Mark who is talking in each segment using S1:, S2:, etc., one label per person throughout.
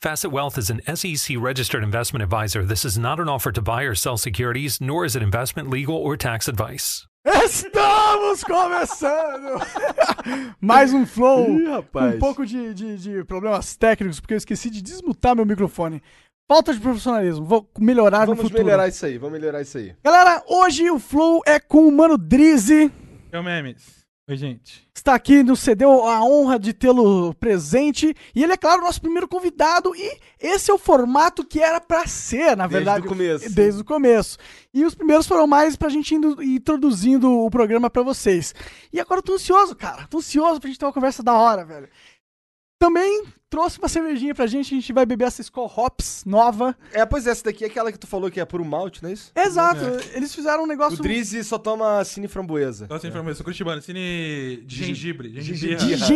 S1: Facet Wealth is an SEC registered investment advisor. This is not an offer to buy or sell securities, nor is it investment, legal, or tax advice.
S2: Estamos começando! Mais um flow.
S3: Ih, rapaz.
S2: Um pouco de, de- de problemas técnicos, porque eu esqueci de desmutar meu microfone. Falta de profissionalismo. Vou melhorar no
S3: Vamos
S2: futuro.
S3: melhorar isso aí, vamos melhorar isso aí.
S2: Galera, hoje o flow é com o Mano Drizzy.
S4: Meu memes. É Oi, gente.
S2: Está aqui, nos cedeu a honra de tê-lo presente. E ele é, claro, nosso primeiro convidado. E esse é o formato que era pra ser, na
S3: Desde
S2: verdade.
S3: o começo.
S2: Desde o começo. E os primeiros foram mais pra gente indo- introduzindo o programa pra vocês. E agora eu tô ansioso, cara. Tô ansioso pra gente ter uma conversa da hora, velho. Também trouxe uma cervejinha pra gente. A gente vai beber essa Skull Hops nova.
S3: É, pois essa daqui é aquela que tu falou que é puro malte, não é isso?
S2: Exato. Eles fizeram um
S3: O
S2: negócio
S3: Drizzy só toma cine framboesa.
S4: Nossa, é. informação. Sou curitibano. Cine de gengibre. Gengibirra.
S2: de
S3: Gengibirra.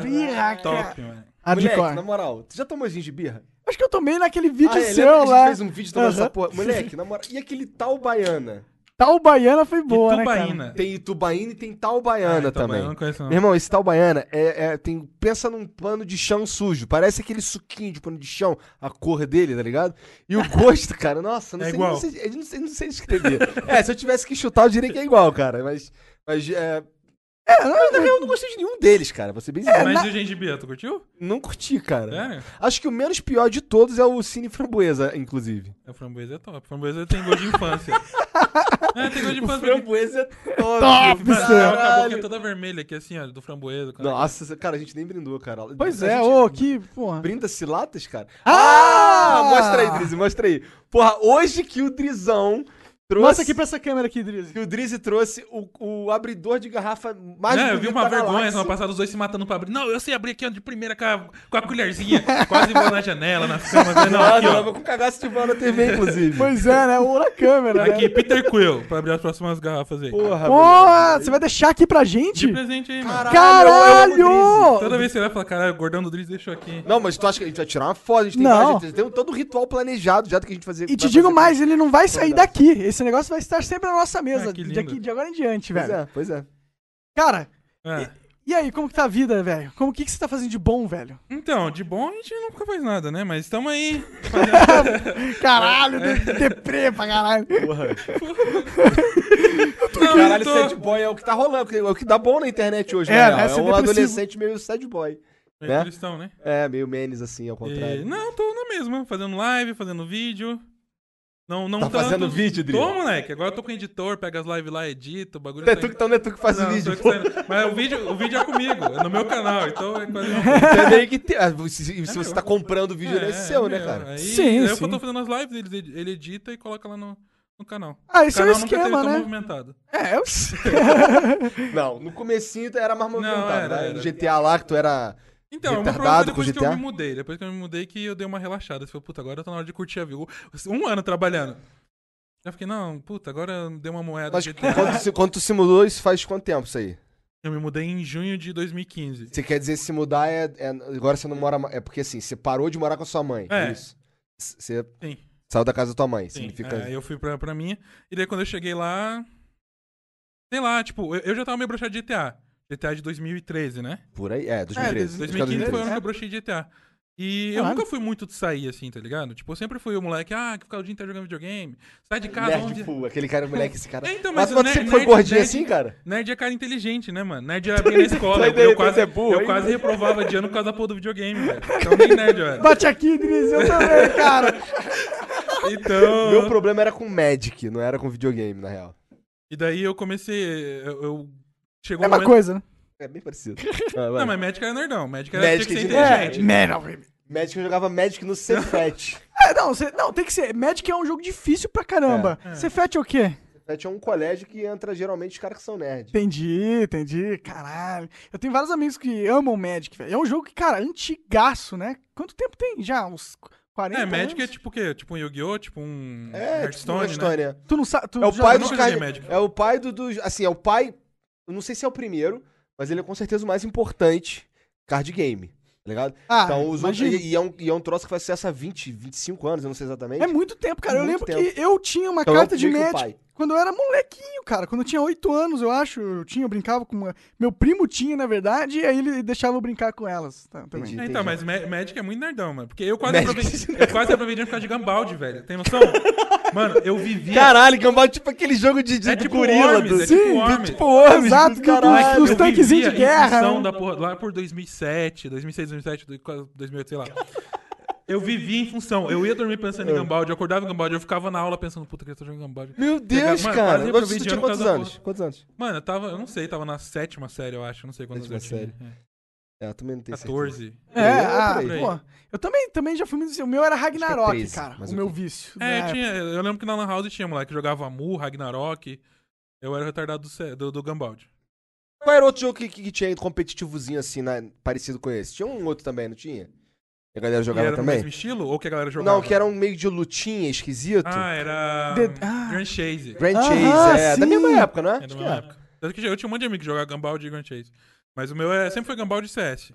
S2: gengibirra,
S4: É.
S2: cara.
S4: Top, mano.
S3: Moleque, na
S2: Hardcore.
S3: moral, tu já tomou gengibirra?
S2: Acho que eu tomei naquele vídeo
S3: Ah, é, lembra que
S2: seu
S3: a gente
S2: lá.
S3: fez um vídeo tomando
S2: Aham.
S3: essa porra. Moleque, na moral, e aquele tal baiana?
S2: Tal baiana foi boa, né, cara?
S4: Itubaína.
S3: Tem Itubaína e tem tal baiana
S4: Ah, Itubaína
S3: é, também.
S4: eu não conheço, não.
S3: Meu irmão, esse tal baiana é, é- tem, pensa num pano de chão sujo. Parece aquele suquinho de pano de chão, a cor dele, tá ligado? E o gosto, cara, nossa, não,
S4: É
S3: sei,
S4: igual.
S3: não, sei, eu não sei- não sei descrever. é, se eu tivesse que chutar, eu diria que é igual, cara. Mas. Mas é. É, eu, na real, eu não gostei de nenhum deles, cara. Vou ser bem sincero.
S4: Mas e o gengibirra, tu curtiu? É.
S3: Não curti, cara.
S4: Sério?
S3: Acho que o menos pior de todos é o Cine Framboesa, inclusive.
S4: A framboesa é top. A framboesa tem gol de infância. é, tem gol de infância. porque-
S3: Framboesa é top.
S2: Top,
S4: Mano,
S2: senhor.
S4: a boca é
S3: Caralho.
S4: toda vermelha aqui, assim, ó, do framboesa. cara.
S3: Nossa, cara, a gente nem brindou, cara.
S2: Pois
S3: A
S2: é,
S3: gente-
S2: ô, que porra.
S3: Brinda-se latas, cara?
S2: Ah!
S3: Mostra aí, Drizzy, mostra aí. Porra, hoje que o Drizão trouxe.
S2: Mostra aqui pra essa câmera aqui, Drizzy.
S3: Que o Drizzy trouxe o, o abridor de garrafa mais
S4: Não, É, Né, eu vi
S3: bonito
S4: uma
S3: da
S4: vergonha
S3: galáxia.
S4: semana passada, os dois se matando pra abrir. Não, eu sei abrir aqui ó, de primeira com a, com a colherzinha. Quase vou na janela, na cama. mas Não,
S3: Não,
S4: aqui,
S3: não, não, vou
S4: ó.
S3: com cagaço de bola na TV, inclusive.
S2: Pois é, né? Ou na câmera, né?
S4: Aqui, Peter Quill, pra abrir as próximas garrafas aí.
S3: Porra,
S2: Porra, você vai deixar aqui pra
S4: De
S2: gente?
S4: presente aí, mano.
S3: Caralho! eu amo
S2: Caralho!
S4: Toda vez que você vai falar, caralho, o gordão do Driz deixou aqui.
S3: Não, mas tu acha que a gente vai tirar uma foto? A gente tem,
S2: Não.
S3: imagem, a gente tem todo o ritual planejado já do que a gente fazer.
S2: E te
S3: vai
S2: digo
S3: fazer.
S2: mais, ele não vai sair
S3: Verdade.
S2: daqui. Esse negócio vai estar sempre na nossa mesa,
S4: Ah, que
S2: de,
S4: lindo.
S2: aqui, de agora em diante,
S3: Pois
S2: velho.
S3: é, pois é.
S2: Cara,
S4: É.
S2: e aí, como que tá a vida, velho? Como que, que você tá fazendo de bom, velho?
S4: Então, de bom a gente nunca faz nada, né? Mas tamo aí.
S2: Caralho, de, deprê pra caralho.
S4: Não,
S3: Caralho,
S4: eu tô-
S3: sad boy é o que tá rolando, porque é o que dá bom na internet hoje,
S2: É,
S3: na real.
S2: né,
S3: É,
S2: ser
S3: um
S2: depressivo.
S3: adolescente meio sad boy.
S4: É
S3: né?
S4: cristão, né?
S3: É, meio menes assim, ao contrário.
S4: E- É, Não, tô na mesma. Fazendo live, fazendo vídeo. Não, não
S3: Tá fazendo
S4: tantos-
S3: vídeo, Dri?
S4: Tô, moleque. Agora eu tô com editor, pega as lives lá, edito, o bagulho
S3: É
S4: tá-
S3: tu que tá, não é tu que faz
S4: Não,
S3: o vídeo.
S4: tô
S3: pô.
S4: saindo. Mas o vídeo, o vídeo é comigo, é no meu canal, então é quase uma
S3: Então é meio que te- ah, se, se você
S4: meu.
S3: tá comprando o vídeo, ele é, seu, né, cara?
S4: Aí,
S2: Sim,
S4: aí
S2: sim.
S4: eu tô fazendo as lives, ele, ed- ele edita e coloca lá no, no canal.
S2: Ah,
S4: O
S2: esse é o
S4: canal nunca teve
S2: esquema,
S4: tão
S2: né?
S4: movimentado.
S2: É, eu...
S3: Não, no comecinho era mais movimentado,
S4: era,
S3: né? No
S4: era.
S3: GTA lá que tu era...
S4: Então, o meu
S3: Retardado
S4: problema foi
S3: com
S4: depois que
S3: GTA?
S4: eu me mudei. Depois que eu me mudei, que eu dei uma relaxada. Eu falei, puta, agora eu tô na hora de curtir a vida. Um ano trabalhando. Eu fiquei, não, puta, agora eu dei uma moeda.
S3: Mas
S4: GTA.
S3: quando, se- quando tu se mudou, isso faz quanto tempo isso aí?
S4: Eu me mudei em junho de 2015.
S3: Você quer dizer se mudar é, é- Agora você não mora... ma- É porque assim, você parou de morar com a sua mãe, é
S4: É.
S3: isso? C- Você
S4: Sim,
S3: saiu da casa da tua mãe,
S4: sim. é,
S3: significa...
S4: Aí eu fui pra, pra minha. E daí quando eu cheguei lá. Sei lá, tipo, eu, eu já tava meio broxado de GTA. GTA de 2013, né?
S3: Por aí? É, 2013.
S4: 2015 foi um o ano que
S2: É.
S4: eu brochei de GTA. E eu
S2: Caralho.
S4: nunca fui muito de sair, assim, tá ligado? Tipo, eu sempre fui o moleque, ah, que ficava o dia inteiro jogando videogame. Sai de casa,
S3: Nerd,
S4: onde...
S3: full, aquele cara, moleque, esse cara...
S4: É, então,
S3: mas
S4: mas o
S3: você
S4: ner-
S3: sempre foi
S4: nerd-
S3: gordinho
S4: nerd-
S3: assim, cara?
S4: Nerd é cara inteligente, né, mano? Nerd era bem na escola.
S3: Sai
S4: eu-
S3: daí,
S4: eu quase,
S3: você é burro,
S4: eu
S3: hein?
S4: quase reprovava de ano por causa da porra do videogame, velho. Então nem nerd, velho.
S2: Bate aqui, Drizzy, eu também, cara.
S4: Então.
S3: Meu problema era com Magic, não era com videogame, na real.
S4: E daí eu comecei. Eu, eu- chegou
S2: Mesma
S4: um momento-
S2: coisa, né?
S3: É bem parecido. Ah, vai.
S4: Não, mas Magic era nerdão. Magic era
S3: Magic
S4: tinha que ser
S3: é de-
S4: inteligente.
S3: gente.
S2: Man, não, baby.
S3: Magic eu jogava Magic no Cefet.
S2: É, não, cê- não, tem que ser. Magic é um jogo difícil pra caramba.
S4: É, é.
S2: Cefet é o quê?
S3: Cefet é um colégio que entra geralmente os caras que são nerd.
S2: Entendi, entendi. Caralho. Eu tenho vários amigos que amam Magic, velho. É um jogo que, cara, antigaço, né? Quanto tempo tem já? Uns 40
S4: É, Magic é
S2: anos?
S4: tipo o quê? Tipo um Yu-Gi-Oh!, tipo um
S3: É, tipo uma
S4: Hearthstone, né?
S3: história.
S2: Tu não sabe. Tu
S3: É o
S2: já-
S3: pai
S4: eu
S3: dos
S4: nunca
S3: caras.
S4: joguei Magic.
S3: É o pai do, dos. Assim, é o pai. Eu não sei se é o primeiro, mas ele é com certeza o mais importante card game. Tá ligado?
S2: Ah,
S3: então, os outros,
S2: imagina.
S3: e, e é um, e é um troço que faz sucesso há 20, 25 anos, eu não sei exatamente.
S2: É muito tempo, cara. eu
S3: Muito
S2: lembro
S3: tempo.
S2: que eu tinha uma
S3: Então, é o
S2: carta de
S3: primeiro que o
S2: Magic
S3: pai.
S2: quando eu era molequinho, cara. Quando eu tinha 8 anos, eu acho. Eu tinha, eu brincava com uma. Meu primo tinha, na verdade, e aí ele deixava eu brincar com elas tá, também.
S3: Entendi.
S4: É, então, mas Ma- Magic é muito nerdão, mano. Porque eu quase
S3: Magic- é
S4: aproveitei. Eu quase aproveitei por causa de Gambaldi, velho. Tem noção? mano, eu vivia.
S3: Caralho, Gambá é tipo aquele jogo de, de,
S4: É
S3: de
S4: tipo
S3: gorila.
S4: Worms,
S3: do...
S4: é tipo
S3: do-
S4: Worms.
S3: tipo Worms,
S2: Exato,
S3: do
S2: do-
S3: caralho.
S2: dos
S4: eu
S2: tanquezinhos
S4: vivia
S2: de
S4: em
S2: guerra,
S4: função
S2: né?
S4: da porra- lá por 2007, 2006, 2007, 2008, sei lá. Eu vivia em função. Eu ia dormir
S3: É.
S4: pensando em Gambaldi, eu acordava em Gambaldi, eu ficava na aula pensando, puta que eu tô jogando Gambaldi.
S3: Meu Deus,
S4: Mano,
S3: cara.
S4: quase
S3: Você tinha
S4: aproveitando
S3: quantos
S4: cada
S3: anos?
S4: porra.
S3: Quantos anos?
S4: Mano, eu tava, eu não sei, tava na sétima série, eu acho, não sei quantos
S3: Sétima
S4: eu tinha.
S3: série. É, eu também não tenho certeza.
S4: 14.
S2: É,
S3: É,
S2: ah,
S3: por
S4: aí.
S2: pô. Eu também, também já fui. O meu era Ragnarok,
S3: 13,
S2: cara.
S3: é mas
S2: O
S3: ok.
S2: meu vício.
S4: É,
S2: né?
S4: tinha, eu lembro que na Lan House tinha moleque que jogava Mu, Ragnarok. Eu era retardado do, ce- do, do Gambaldi.
S3: Qual era outro jogo que, que- que tinha competitivozinho assim, na- parecido com esse? Tinha um outro também, não tinha? Que a galera
S4: E
S3: jogava
S4: era no
S3: também?
S4: mesmo estilo? Ou que a galera jogava?
S3: Não, que era um meio de lutinha esquisito.
S4: Ah, era.
S2: The-
S4: hum,
S2: ah.
S4: Grand Chase.
S3: Grand
S2: Aham,
S3: Chase, é. Da
S2: sim.
S3: mesma época, não é?
S4: É
S3: Acho
S4: da
S3: que
S4: mesma
S3: é.
S4: época. Tanto que eu tinha um monte de amigo que jogava Gumball e Grand Chase. Mas o meu é, sempre foi Gumball de CS.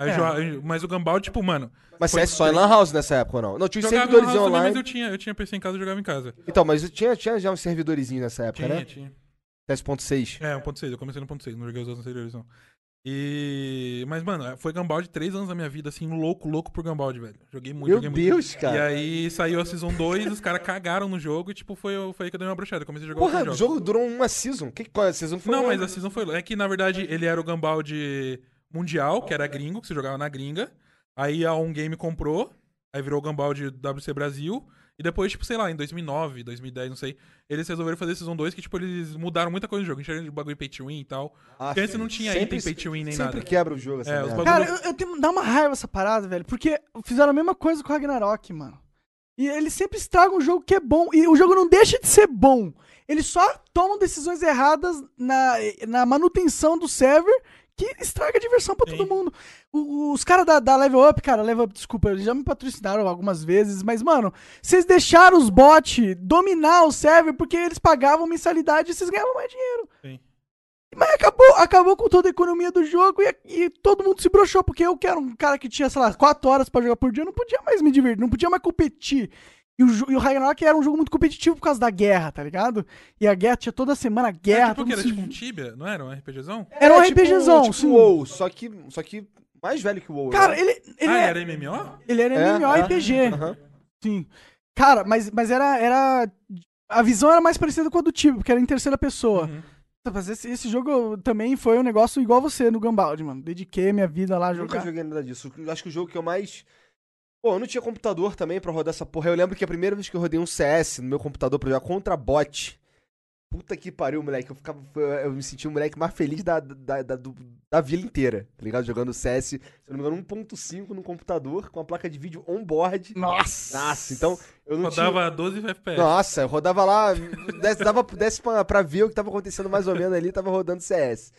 S4: Aí eu
S2: É.
S4: jogava- eu- mas o Gumball, tipo, mano.
S3: Mas
S4: Foi
S3: CS só em Lan House nessa época, não? Não, tinha os
S4: Jogava em
S3: servidores
S4: lan house também,
S3: online.
S4: mas eu tinha, eu tinha PC em casa e jogava em casa.
S3: Então, mas tinha, tinha já uns servidorzinhos nessa época,
S4: Tinha,
S3: né?
S4: tinha.
S3: 10.6.
S4: É, 1.6, eu comecei no 1.6, não joguei os outros anteriores, não. E. Mas, mano, é, foi Gumball de 3 anos da minha vida, assim, louco, louco por Gumball, velho. Joguei muito,
S3: Meu
S4: joguei muito.
S3: Deus,
S4: E
S3: cara.
S4: aí saiu a Season 2, os caras cagaram no jogo e, tipo, foi, foi aí que eu dei uma brochada. Comecei a jogar
S3: Porra, o
S4: outros jogos.
S3: jogo durou uma season. Que, qual é a season? Foi
S4: Não,
S3: uma-
S4: mas a Season foi. É que, na verdade, ele era o Gumball de Mundial, que era gringo, que você jogava na gringa. Aí a On Game comprou, aí virou o Gumball de WC Brasil. E depois, tipo, sei lá, em 2009, 2010, não sei, eles resolveram fazer Season 2, que, tipo, eles mudaram muita coisa do jogo. Encheram de bagulho pay to win e tal.
S3: Ah,
S4: Porque antes
S3: filho,
S4: não tinha
S3: sempre-
S4: item pay to win nem
S3: Sempre
S4: nada.
S3: quebra o jogo, assim.
S4: É, os bagulho-
S2: Cara, eu, eu tenho, dá uma raiva essa parada, velho, porque fizeram a mesma coisa com o Ragnarok, mano. E eles sempre estragam um jogo que é bom. E o jogo não deixa de ser bom. Eles só tomam decisões erradas na, na manutenção do server que estraga a diversão pra todo
S4: Sim.
S2: mundo. O- os caras da, da Level Up, cara, Level Up, desculpa, eles já me patrocinaram algumas vezes, mas, mano, vocês deixaram os bots dominar o server porque eles pagavam mensalidade e vocês ganhavam mais dinheiro.
S4: Sim.
S2: Mas acabou, acabou com toda a economia do jogo e, e todo mundo se broxou, porque eu que era um cara que tinha, sei lá, 4 horas pra jogar por dia, eu não podia mais me divertir, não podia mais competir. E o, jo- e o Ragnarok era um jogo muito competitivo por causa da guerra, tá ligado? E a guerra tinha toda semana guerra.
S4: Era, tipo,
S2: todo
S4: que era
S2: mundo se-
S4: tipo um Tibia, não era um RPGzão?
S2: era um
S3: É, tipo-
S2: RPGzão,
S3: Tipo
S2: sim.
S3: WoW, só que, só que mais velho que o WoW.
S2: Cara,
S3: né?
S2: ele, ele,
S4: ah,
S2: é- um
S4: era MMO?
S2: ele era
S3: É,
S2: MMORPG.
S3: é. Aham.
S2: Sim. Cara, mas, mas era, era. A visão era mais parecida com a do Tibia, porque era em terceira pessoa.
S4: Uhum.
S2: Mas esse, esse jogo também foi um negócio igual você no Gambald, mano. Dediquei minha vida lá a
S3: Eu Nunca
S2: jogar.
S3: joguei nada disso. Eu Acho que o jogo que eu mais. Pô, eu não tinha computador também pra rodar essa porra. Eu lembro que a primeira vez que eu rodei um CS no meu computador pra jogar contra bot. Puta que pariu, moleque. Eu, ficava, eu- eu me senti o moleque mais feliz da, da, da, do- da vila inteira, tá ligado? Jogando CS, se eu não me engano, 1.5 no computador, com a placa de vídeo on-board.
S2: Nossa!
S3: Nossa, então eu não tinha.
S4: Rodava 12
S2: É.
S4: FPS.
S3: Nossa, eu rodava lá, desce, dava, desce pra, pra ver o que tava acontecendo mais ou menos ali, tava rodando CS.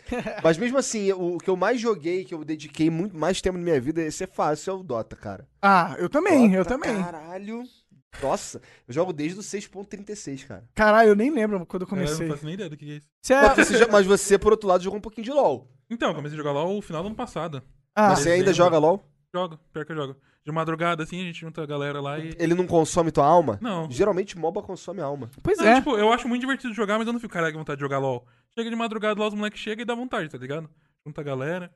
S3: Mas mesmo assim, o, que eu mais joguei, que eu dediquei muito mais tempo na minha vida, esse é fácil, é o Dota, cara.
S2: Ah, eu também, eu
S3: Dota,
S2: também.
S3: Caralho. Nossa, eu jogo desde o 6.36, cara.
S2: Caralho, eu nem lembro quando eu
S4: Cara, eu
S2: comecei.
S4: não faço nem ideia do que é isso.
S2: Você é-
S3: Mas você, já- mas você, por outro lado, jogou um pouquinho de LoL.
S4: Então, eu comecei a jogar LOL no final do ano passado.
S2: Ah,
S3: você ainda
S4: Dezembro.
S3: joga LoL?
S4: Jogo, pior que eu jogo. De madrugada, assim, a gente junta a galera lá e.
S3: Ele não consome tua alma?
S4: Não.
S3: Geralmente MOBA consome alma.
S2: pois
S4: Não,
S2: é.
S4: Tipo, eu acho muito divertido jogar, mas eu não fico, caralho, que vontade de jogar LOL. Chega de madrugada lá, os moleques chegam e dá vontade, tá ligado? Junta a galera.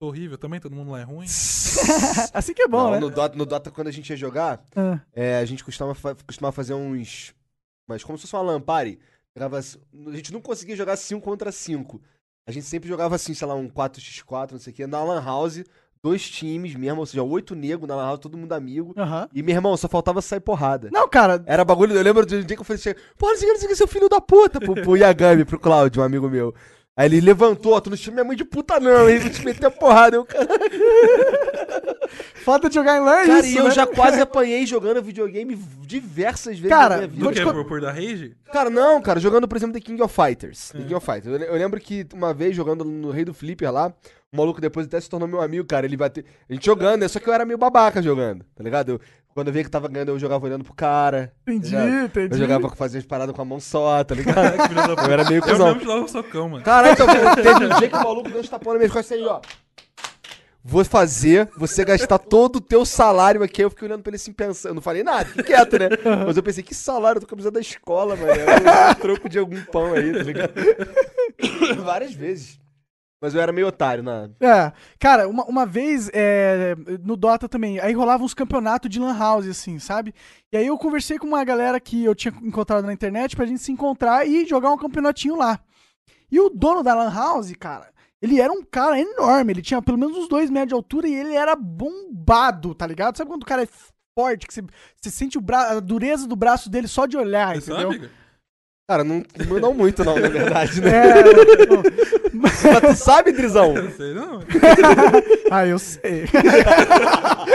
S4: Tô horrível também, todo mundo lá é ruim.
S2: assim que é bom,
S3: Não,
S2: né?
S3: no, Dota, no Dota, quando a gente ia jogar,
S2: Ah,
S3: É, a gente costuma, fa- costuma fazer uns. Mas como se fosse uma lampare. Jogava, s- a gente não conseguia jogar 5 contra 5. A gente sempre jogava assim, sei lá, um 4x4, não sei o quê, na Lan House, dois times mesmo, ou seja, oito negros na Lan todo mundo amigo.
S2: Aham.
S3: E, meu irmão, só faltava sair porrada.
S2: Não, cara,
S3: Era bagulho, eu lembro do dia que eu falei assim, porra, não sei o que, não sei o que, seu filho da puta, pro, pro Yagami, pro Cláudio, um amigo meu. Aí ele levantou, tu não chama minha mãe de puta não, hein, vou te meter a porrada. Eu, cara,
S2: falta de jogar em LAN é
S3: cara,
S2: isso,
S3: e eu
S2: né?
S3: já quase apanhei jogando videogame diversas vezes
S2: Cara,
S3: na minha
S4: Do
S2: vou
S3: vida.
S2: te
S4: que?
S2: con-
S4: Por, por da Rage?
S3: Cara, não, cara, jogando, por exemplo, The King of Fighters. The King of Fighters. Eu, le- eu lembro que uma vez, jogando no Rei do Flipper lá, o maluco depois até se tornou meu amigo, cara. Ele bateu. A gente jogando, né? Só que eu era meio babaca jogando, tá ligado? Eu- quando eu via que tava ganhando, eu jogava olhando pro cara.
S2: Entendi,
S3: tá ligado?
S2: entendi.
S3: Eu jogava fazia as paradas com a mão só, tá ligado?
S4: Filho da
S3: eu era meio
S4: Eu
S3: cuzão.
S4: mesmo te dava um socão, mano.
S3: Caralho, então, teve um dia que o maluco deu uns tapão na minha costa aí, ó. Vou fazer você gastar todo o teu salário aqui. Aí eu fiquei olhando pra ele assim, pensando. Eu não falei nada, fiquei quieto, né? Mas eu pensei, que salário? Eu tô com a camisa da escola, mano. É um troco de algum pão aí, tá ligado? Várias vezes. Mas eu era meio otário na...
S2: É, cara, uma, uma vez é, no Dota também, aí rolava uns campeonatos de lan house, assim, sabe? E aí eu conversei com uma galera que eu tinha encontrado na internet pra gente se encontrar e jogar um campeonatinho lá. E o dono da lan house, cara, ele era um cara enorme, ele tinha pelo menos uns dois metros de altura e ele era bombado, tá ligado? Sabe quando o cara é forte, que você, você sente o bra- a dureza do braço dele só de olhar,
S4: Você
S2: entendeu?
S4: sabe?
S3: Cara, não, não muito não, na verdade, né?
S2: É, não.
S3: Mas tu sabe, Drizão?
S4: Não sei, não.
S2: Ah, eu sei.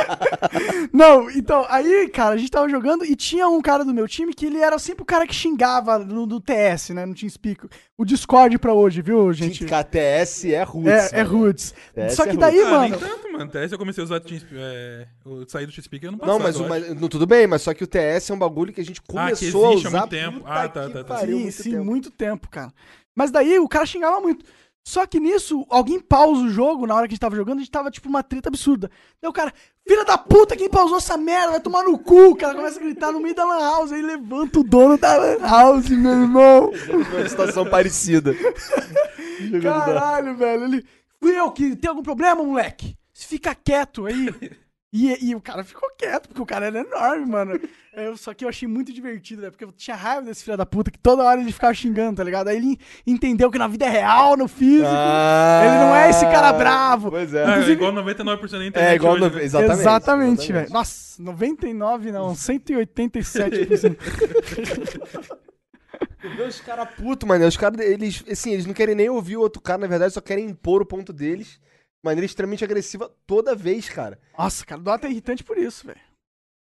S2: não, então, aí, cara, a gente tava jogando e tinha um cara do meu time que ele era sempre o cara que xingava no, no TS, né? No TeamSpeak. O Discord pra hoje, viu, gente?
S3: KTS é roots.
S2: é, é
S3: mano.
S2: Roots.
S3: TS
S2: Só que
S3: é
S2: daí,
S3: Ih,
S4: ah,
S2: mano.
S4: nem tanto, mano. TS eu comecei a usar Teamspeak. É, eu saí do Teamspeak ano passado.
S3: Não, mas,
S4: eu
S3: o-
S4: acho. Ah,
S3: mas- não, tudo bem, mas só que o TS é um bagulho que a gente começou
S4: existe
S3: a
S4: há
S3: usar.
S4: muito tempo.
S3: puta
S4: Ah, tá,
S3: que
S4: tá, tá.
S3: pariu,
S2: sim,
S3: muito
S2: sim,
S3: tempo.
S2: muito tempo, cara. Mas daí o cara xingava muito. Só que nisso, alguém pausa o jogo na hora que a gente tava jogando, a gente tava tipo uma treta absurda. Daí o cara, filha da puta, quem pausou essa merda? Vai tomar no cu. O cara começa a gritar no meio da Lan House, aí levanta o dono da Lan House, meu irmão.
S3: uma situação parecida.
S2: Caralho, velho. Ele, fui eu que tem algum problema, moleque? Se fica quieto aí. E, e o cara ficou quieto, porque o cara era enorme, mano. Eu, só que eu achei muito divertido, né? Porque eu tinha raiva desse filho da puta, que toda hora ele ficava xingando, tá ligado? Aí ele entendeu que na vida é real, no físico.
S3: Ah,
S2: Ele não é esse cara bravo.
S3: Pois
S4: Ah,
S3: é.
S2: inclusive-
S4: é igual 99% da internet.
S3: É igual.
S4: hoje,
S3: No...
S4: né?
S3: Exatamente.
S2: exatamente velho. Nossa, 99 não, 187%.
S3: Tu vê Os caras putos, mano. Os caras, eles, assim, eles não querem nem ouvir o outro cara, na verdade, só querem impor o ponto deles. De maneira extremamente agressiva toda vez, cara.
S2: Nossa, cara, o Dota é irritante por isso, velho.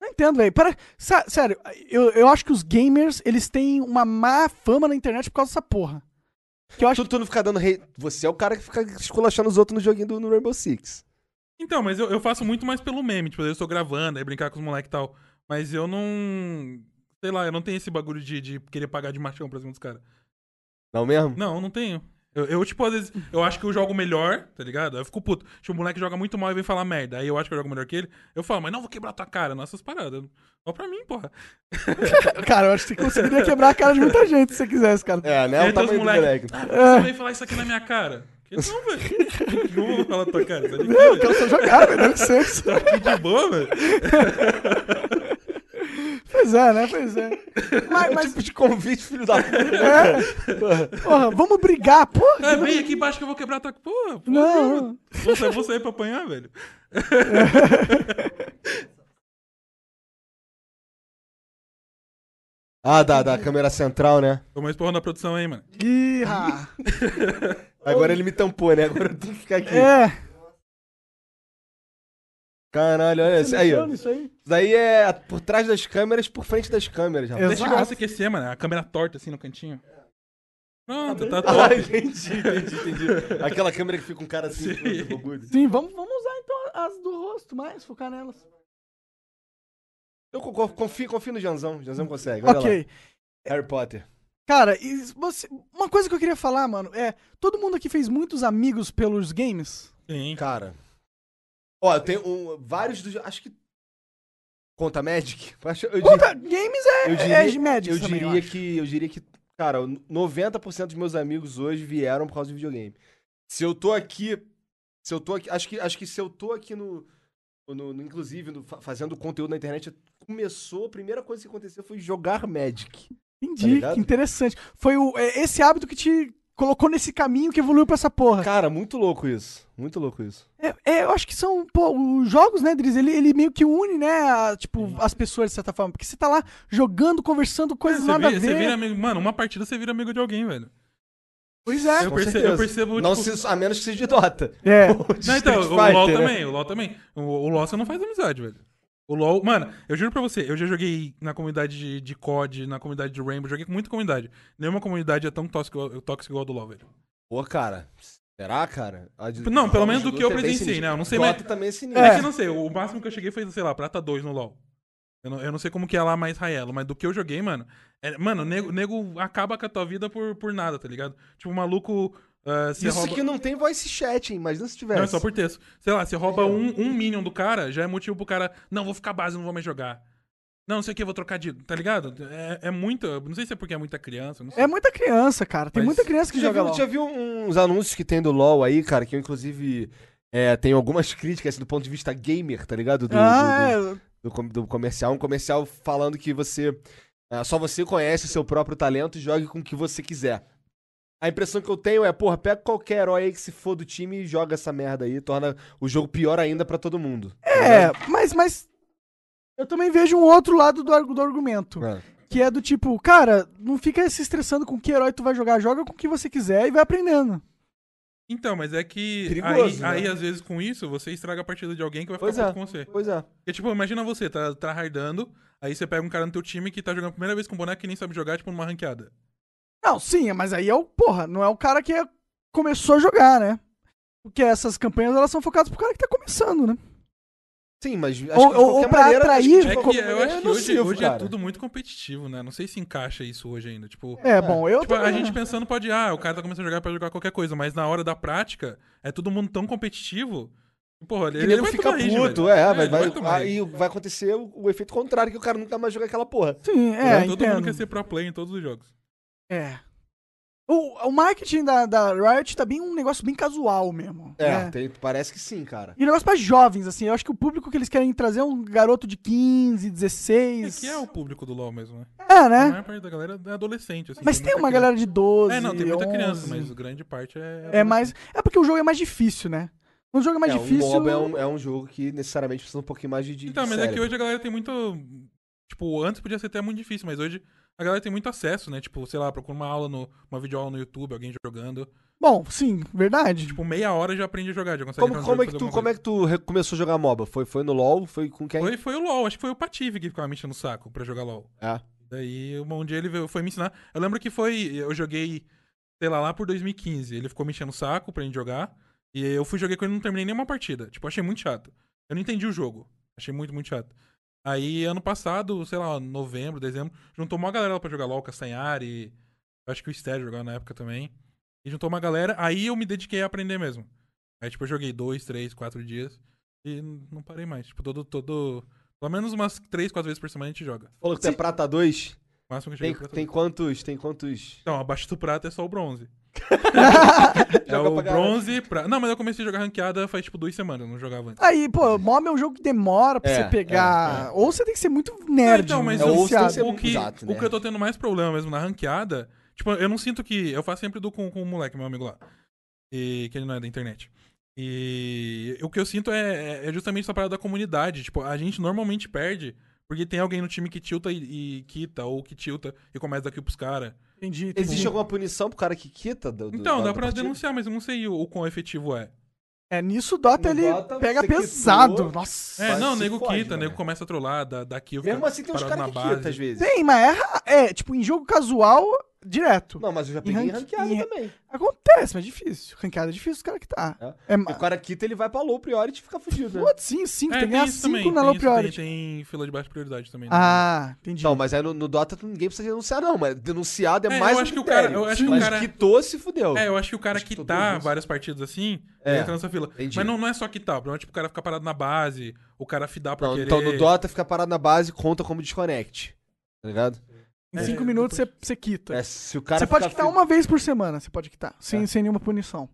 S2: Não entendo, velho. Para- sé- Sério, eu, eu acho que os gamers, eles têm uma má fama na internet por causa dessa porra. Que eu acho
S3: Tu, tu não fica dando rei. Você é o cara que fica esculachando os outros no joguinho do no Rainbow Six.
S4: Então, mas eu, eu faço muito mais pelo meme. Tipo, eu estou gravando, aí brincar com os moleques e tal. Mas eu não. Sei lá, eu não tenho esse bagulho de, de querer pagar de machão pra cima dos caras.
S3: Não mesmo?
S4: Não, não tenho. Eu, eu, tipo, às vezes, eu acho que eu jogo melhor, tá ligado? Aí eu fico puto. Tipo, o moleque joga muito mal e vem falar merda. Aí eu acho que eu jogo melhor que ele. Eu falo, mas não, vou quebrar tua cara, não essas paradas. Só pra mim, porra.
S2: que, cara, eu acho que você conseguiria quebrar a cara de muita gente se você quisesse, cara.
S3: É,
S4: E
S3: né?
S4: aí
S3: O
S4: tem os
S3: tamanho do
S4: moleque,
S3: moleque.
S4: "Ah, Você veio falar isso aqui na minha cara. Que não, velho. Não vou falar na tua cara. Tá de
S2: Eu quero só jogar, velho, dá licença.
S4: que de boa, velho.
S2: Pois é, né? Pois é. Mas, mas,
S3: Tipo de convite, filho da puta.
S2: né, É, porra, vamos brigar, porra.
S4: É, vem aqui embaixo que eu vou quebrar tua. Porra, porra.
S2: Não.
S4: Vou sair, vou sair pra apanhar, velho.
S3: Ah, da, da câmera central, né?
S4: Toma esporro na produção aí, mano.
S2: Ih, ra.
S3: Agora ele me tampou, né? Agora eu tenho que ficar aqui.
S2: É.
S3: Caralho, olha isso. Aí, ó. Isso
S2: Isso aí.
S3: daí é por trás das câmeras, por frente das câmeras, rapaz.
S4: Deixa o negócio
S2: Exato.
S4: aquecer, mano. A câmera torta assim no cantinho. Pronto, tá
S3: Ah,
S4: top.
S3: entendi, entendi, entendi. Aquela câmera que fica um cara assim,
S4: Sim.
S3: todo bagulho.
S2: Sim, vamos, vamos usar então as do rosto mais, focar nelas.
S3: Eu co- co- confio, confio no Janzão. Janzão consegue. Olha
S2: Ok.
S3: lá. Harry Potter.
S2: Cara, e você- uma coisa que eu queria falar, mano, é: todo mundo aqui fez muitos amigos pelos games?
S4: Sim.
S3: Cara. Ó, eu tenho um- vários dos. Acho que. Conta Magic? Eu acho- eu
S2: Puta, games é,
S3: Eu diria-
S2: é de Magic
S3: eu
S2: também,
S3: diria
S2: eu acho.
S3: que eu diria que cara 90% dos meus amigos hoje vieram por causa do videogame se eu tô aqui se eu tô aqui acho que acho que se eu tô aqui no, no- no- inclusive no- fa- fazendo conteúdo na internet começou a primeira coisa que aconteceu foi jogar Magic
S2: Entendi,
S3: ligado?
S2: que interessante. Foi o, é, esse hábito que te colocou nesse caminho que evoluiu pra essa porra.
S3: Cara, muito louco isso. Muito louco isso.
S2: É- é, eu acho que são, pô, os jogos, né, Driz? Ele, ele meio que une, né, a, tipo, as pessoas de certa forma. Porque você tá lá jogando, conversando coisas
S4: Você
S2: nada
S4: vira,
S2: a
S4: você
S2: ver.
S4: vira amigo. Mano, uma partida você vira amigo de alguém, velho.
S2: Pois é.
S4: Eu
S3: Com
S4: percebo-
S3: certeza.
S4: eu percebo,
S3: Não
S4: tipo-
S3: se, a menos que seja de Dota.
S2: É.
S4: Não, então,
S3: Street
S4: o
S3: Fighter,
S4: LoL
S3: né?
S4: também, o LoL também. O, o LoL você não faz amizade, velho. O LoL, mano, eu juro pra você, eu já joguei na comunidade de, de COD, na comunidade de Rainbow, joguei com muita comunidade. Nenhuma comunidade é tão tóxica, tóxica igual a do LoL, velho.
S3: Pô, cara. Será, cara? A de-
S4: Não,
S3: Dota
S4: pelo menos do
S3: de
S4: que eu
S3: Dota é bem
S4: presenciei,
S3: sinistro.
S4: né? Eu não sei,
S3: Dota
S4: mas-
S3: também é sinistro.
S4: É. que eu não sei, o máximo que eu cheguei foi, sei lá, prata 2 no LoL. Eu não, eu não sei como que é lá mais raelo, mas do que eu joguei, mano. é- mano, o nego, nego acaba com a tua vida por, por nada, tá ligado? Tipo, o maluco. ah, se
S3: Isso
S4: rouba...
S3: que não tem voice chat, hein? Imagina se tivesse.
S4: Não, é só por texto. Sei lá, você
S3: É.
S4: rouba um, um minion do cara, já é motivo pro cara. Não, vou ficar base, não vou mais jogar. Não, não sei o que, vou trocar de. Tá ligado? É, é muita. Não sei se é porque é muita criança. Não sei.
S2: É muita criança, cara. Tem
S4: Mas
S2: muita criança que
S3: já
S2: joga
S3: viu,
S2: LOL.
S3: já viu uns anúncios que tem do LoL aí, cara, que eu inclusive é, tenho algumas críticas assim, do ponto de vista gamer, tá ligado? Do, do-
S2: Ah,
S3: do-
S2: é.
S3: do, com- do comercial. Um comercial falando que você. ah, só você conhece o seu próprio talento e jogue com o que você quiser. A impressão que eu tenho é, porra, pega qualquer herói aí que se for do time e joga essa merda aí, torna o jogo pior ainda pra todo mundo. tá ligado?
S2: É, mas, mas eu também vejo um outro lado do, argu- do argumento.
S3: É.
S2: Que é do tipo, cara, não fica se estressando com que herói tu vai jogar. Joga com o que você quiser e vai aprendendo.
S4: Então, mas é que.
S3: Perigoso,
S4: aí,
S3: né?
S4: aí, às vezes, com isso, você estraga a partida de alguém que vai ficar
S3: Pois
S4: puto
S3: é.
S4: com você.
S3: Pois é.
S4: Porque, tipo, imagina você, tá, tá hardando, aí você pega um cara no teu time que tá jogando a primeira vez com um boneco que nem sabe jogar, tipo, numa ranqueada.
S2: Não, sim, mas aí é o, porra, não é o cara que é- começou a jogar, né? Porque essas campanhas, elas são focadas pro cara que tá começando, né?
S3: Sim, mas acho
S2: Ou-
S3: que de
S2: ou-
S3: qualquer
S2: ou pra
S3: maneira, acho
S2: atrair-
S3: de
S4: É
S2: Tipo,
S4: que
S3: qualquer
S4: eu
S3: maneira
S4: acho que hoje,
S3: nocivo,
S4: hoje é
S3: cara.
S4: tudo muito competitivo, né? Não sei se encaixa isso hoje ainda. Tipo,
S2: É, bom, eu
S4: Tipo, a
S2: também,
S4: gente
S2: né?
S4: pensando pode, ah, o cara tá começando a jogar pra jogar qualquer coisa, mas na hora da prática, é todo mundo tão competitivo. que, Porra, ele,
S3: Ele,
S4: ele
S3: nego
S4: vai
S3: fica
S4: tomar hit,
S3: puto,
S4: velho.
S3: é, vai,
S4: ele
S3: vai,
S4: tomar hit.
S3: aí vai acontecer o, o efeito contrário, que o cara nunca mais joga aquela porra.
S2: Sim, é,
S4: Então, todo
S2: entendo.
S4: mundo quer ser pro play em todos os jogos.
S2: É. O, o marketing da, da Riot tá bem um negócio bem casual mesmo.
S3: É,
S2: né?
S3: tem- parece que sim, cara.
S2: E um negócio pra jovens, assim. Eu acho que o público que eles querem trazer é um garoto de 15,
S4: É
S2: 16.
S4: que é o público do LoL mesmo, né?
S2: É,
S4: A
S2: né?
S4: maior parte da galera é adolescente, assim.
S2: Mas tem
S4: muita
S2: uma galera de 12.
S4: É, não, tem muita
S2: 11.
S4: criança, mas grande parte é.
S2: É mais. É porque o jogo é mais difícil, né? Um jogo é mais
S3: é,
S2: difícil.
S3: Um MOB é um, é um jogo que necessariamente precisa um pouquinho mais de. de
S4: Então, mas é que
S3: cérebro.
S4: hoje a galera tem muito. Tipo, antes podia ser até muito difícil, mas hoje a galera tem muito acesso, né? Tipo, sei lá, procura uma aula, no, uma videoaula no YouTube, alguém jogando.
S2: Bom, sim, verdade.
S4: Tipo, meia hora já aprende a jogar, já consegue
S3: Como,
S4: entrar no
S3: como,
S4: jogo
S3: é
S4: e
S3: que
S4: fazer
S3: tu,
S4: alguma
S3: como é que tu re- começou a jogar MOBA? Foi, foi no LOL? Foi com quem?
S4: Foi, foi o LoL, acho que foi o Pative que ficava me enchendo o saco pra jogar LoL.
S3: É.
S4: Daí um dia ele veio- foi me ensinar. Eu lembro que foi. Eu joguei, sei lá, lá por 2015. Ele ficou me enchendo o saco pra gente jogar. E eu fui joguei com ele e não terminei nenhuma partida. Tipo, achei muito chato. Eu não entendi o jogo. Achei muito, muito chato. Aí ano passado, sei lá, novembro, dezembro, juntou uma galera lá pra jogar LOL, Castanhari. eu Acho que o Sted jogava na época também. E juntou uma galera. Aí eu me dediquei a aprender mesmo. Aí, tipo, eu joguei dois, três, quatro dias. E n- não parei mais. Tipo, todo. todo pelo menos umas três, quatro vezes por semana a gente joga.
S3: Falou que tu é prata 2?
S4: O máximo que eu
S3: Tem,
S4: cheguei pra-
S3: tem quantos? Tem quantos?
S4: Então, abaixo do prata é só o bronze. é
S3: Joga
S4: o
S3: pra caralho.
S4: bronze pra. Não, mas eu comecei a jogar ranqueada faz tipo duas semanas, eu não jogava antes.
S2: Aí, pô, MOB é um jogo que demora pra
S3: É,
S2: você pegar.
S4: é, é.
S2: Ou você tem que ser muito nerd.
S4: então, mas
S2: né,
S3: eu-
S4: o,
S3: ou você
S2: viciado.
S3: tem que ser
S4: o, que,
S3: Exato, né?
S4: o que eu tô tendo mais problema mesmo na ranqueada. Tipo, eu não sinto que. Eu faço sempre do com, com o moleque, meu amigo lá. E que ele não é da internet. E o que eu sinto é, é- é justamente essa parada da comunidade. Tipo, a gente normalmente perde porque tem alguém no time que tilta e, e quita, ou que tilta e começa daqui pros caras.
S2: Entendi, entendi.
S4: assim.
S3: Existe alguma punição pro cara que quita? do- do-
S4: Então,
S3: da-
S4: dá
S3: da
S4: pra
S3: partida?
S4: denunciar, mas eu não sei o, o quão efetivo é.
S2: É, nisso o Dota
S3: No
S2: ele
S3: Dota,
S2: pega
S3: você quitou.
S2: pesado. Nossa.
S4: É,
S3: Mas
S4: não,
S3: se
S4: nego
S3: fode,
S4: quita,
S3: mano.
S4: nego começa a trollar, dá, dá kill.
S3: Mesmo
S4: fica
S3: assim, tem uns
S4: parado
S3: caras
S4: na
S3: que
S4: base.
S3: quita às vezes.
S2: Tem, mas é ra- é, tipo, em jogo casual, direto.
S3: Não, mas eu já peguei
S2: ranque-
S3: ranqueado
S2: em-
S3: também.
S2: Acontece, mas é difícil. Ranqueada é difícil, os caras que tá. É,
S3: E o
S2: ma-
S3: cara quita, ele vai pra low priority e fica fudido, né?
S2: Putz, sim, cinco.
S4: É,
S2: tem que ganhar
S4: isso
S2: cinco
S4: também,
S2: na
S4: tem
S2: low
S4: isso, tem-
S2: priority.
S4: Tem, fila de baixa prioridade também. né?
S2: Ah, entendi.
S3: Então, mas aí no, no Dota tu- ninguém precisa denunciar, não. Mas denunciado é,
S4: É, eu
S3: mais um
S4: acho que o
S3: critério.
S4: cara- eu acho que o
S3: mas
S4: cara-
S3: quitou, se fudeu.
S4: É, eu acho que o cara
S3: Acho que todo
S4: quitar
S3: isso.
S4: várias partidas assim,
S3: É,
S4: ele entra nessa fila.
S3: entendi.
S4: Mas não, não é só quitar, o problema é tipo o cara ficar parado na base, o cara fidar pra
S3: Não,
S4: querer.
S3: então no Dota fica parado na base conta como desconnect. Tá ligado?
S2: em
S4: é,
S2: cinco minutos você
S4: depois-
S2: você
S4: Tá.
S2: quita.
S3: É, se o cara
S2: você pode
S3: fica
S2: quitar
S3: fi-
S2: uma vez por semana, você pode quitar. Sem,
S3: assim. É.
S2: sem nenhuma punição.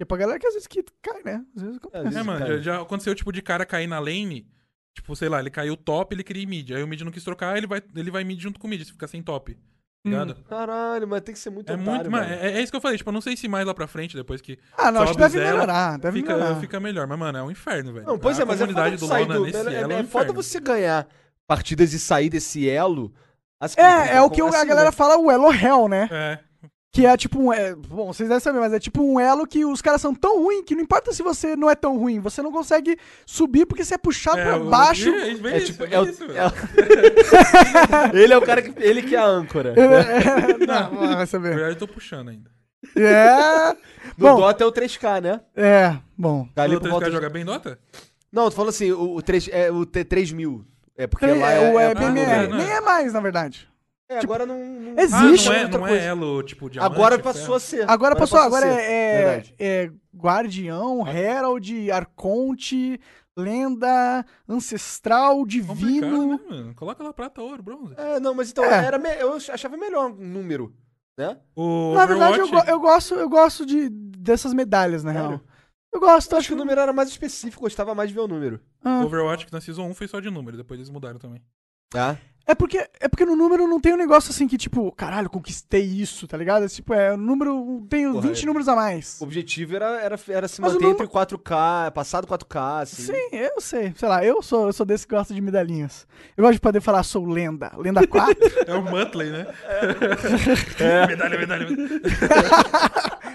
S2: E é pra galera que às vezes quita, cai, né? Às vezes acontece.
S3: às vezes
S4: É, mano,
S3: cai.
S4: já, já aconteceu tipo de cara cair na lane, tipo, sei lá, ele caiu top, ele queria ir mid. Aí o mid não quis trocar, ele vai, ele vai mid junto com o mid, se ficar sem top. ligado?
S3: Caralho, mas tem Hum, que ser muito
S4: É
S3: otário,
S4: muito. Mas
S3: mano.
S4: é, é isso que eu falei, tipo, eu não sei se mais lá pra frente, depois que.
S2: Ah, não, acho que
S4: sobe
S2: deve
S4: zero,
S2: melhorar, deve melhorar.
S4: Fica, fica melhor. Mas, mano, é um inferno, velho.
S3: Não, pois
S4: A
S3: é, mas é foda,
S4: comunidade
S3: tu
S4: do
S3: sair
S4: Lona
S3: do,
S4: nesse
S3: é,
S4: elo
S3: é foda
S4: um inferno.
S3: você ganhar partidas e sair desse elo. Assim,
S2: É, é o que
S3: assim,
S2: a
S3: né?
S2: galera fala o elo hell, né?
S4: É.
S2: Que é tipo um. É, bom, vocês devem saber, mas é tipo um elo que os caras são tão ruins que não importa se você não é tão ruim, você não consegue subir porque você é puxado pra
S4: o-
S2: baixo.
S4: É, bem
S3: É
S4: isso,
S3: tipo,
S4: bem
S3: é o-
S4: isso, velho.
S3: é o- ele é o cara que. Ele que é a âncora.
S2: É, não, vai
S4: Na
S2: saber.
S4: verdade, eu tô puxando ainda.
S2: É.
S3: No
S2: Bom.
S3: Dota é o 3K, né?
S2: É, bom.
S3: Tá ali
S4: o
S3: por
S4: 3K
S3: volta.
S4: joga bem Dota?
S3: Não, tu falou assim, o, o, 3, é, o T3000. É porque
S2: Tre-
S3: lá
S2: é, o
S3: é,
S2: BMR.
S4: não é?
S2: Nem é mais, na verdade.
S3: É,
S2: Tipo,
S3: agora não. não-
S2: Existe,
S4: ah, não
S2: né,
S4: é,
S2: outra
S4: não
S2: coisa.
S4: é elo, tipo, diamante.
S3: Agora
S4: ferro.
S3: passou a ser.
S2: Agora, passou, agora
S3: a ser.
S2: é,
S3: Verdade.
S2: é, é Guardião, Herald, Arconte, Lenda, Ancestral,
S4: Complicado,
S2: Divino.
S4: né, mano? Coloca lá prata, ouro, bronze.
S3: É, não, mas então
S2: É.
S3: era me- eu achava melhor um número, né?
S4: O
S2: Na verdade, eu,
S4: Overwatch-
S2: go- eu gosto, eu gosto de, dessas medalhas, na
S3: Sério?
S2: real. Eu gosto,
S3: acho que o número era mais específico, gostava mais de ver o número.
S2: Ah,
S4: Overwatch que na Season 1 foi só de número, depois eles mudaram também.
S3: Tá?
S2: é, porque, é porque no número não tem um negócio assim que, tipo, caralho, conquei isso, tá ligado? É, tipo, é, o número tem
S3: Porra,
S2: 20
S3: é.
S2: números a mais.
S3: O objetivo era, era, era se
S2: Mas o
S3: manter
S2: número-
S3: entre 4K, passado 4K, assim.
S2: Sim, eu sei. Sei lá, eu sou, eu sou desse que gosta de medalhinhas. Eu gosto de poder falar, sou lenda. Lenda 4.
S4: É o Muttley, né? medalha, medalha, medalha.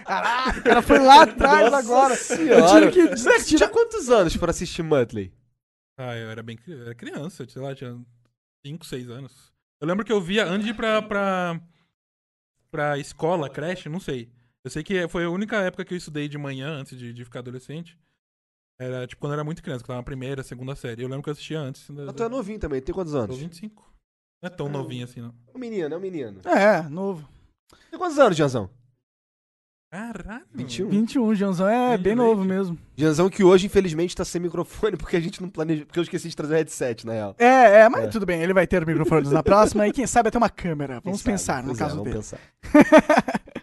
S2: Caralho, o cara foi lá atrás
S3: Nossa
S2: agora.
S3: senhora.
S2: Eu tive que
S3: Você
S2: tirar-
S3: tinha quantos anos pra assistir Muttley?
S4: Ah, eu era bem cri- eu era criança, sei lá, tinha 5, 6 anos. Eu lembro que eu via antes de ir pra, pra, pra escola, creche, não sei. Eu sei que foi a única época que eu estudei de manhã, antes de, de ficar adolescente. Era, tipo, quando eu era muito criança, que eu tava na primeira, segunda série. Eu lembro que eu assistia antes. Da,
S3: Ah, tu é novinho também, tem quantos anos?
S4: Tô 25. Não é tão novinho assim, não.
S3: É um menino, é um menino.
S2: É, novo.
S3: Tem quantos anos, Janzão?
S4: Caralho.
S3: 21.
S2: 21, Janzão, é
S4: Menino
S2: bem
S4: leite.
S2: novo mesmo.
S3: Janzão que hoje, infelizmente, tá sem microfone porque a gente não planejou. Porque eu esqueci de trazer o headset, na real.
S2: É, é, mas
S3: É.
S2: tudo bem, ele vai ter o microfone na próxima e quem sabe até uma câmera. Vamos
S3: Quem
S2: pensar
S3: sabe?
S2: no
S3: Pois é,
S2: caso
S3: vamos
S2: dele.
S3: pensar.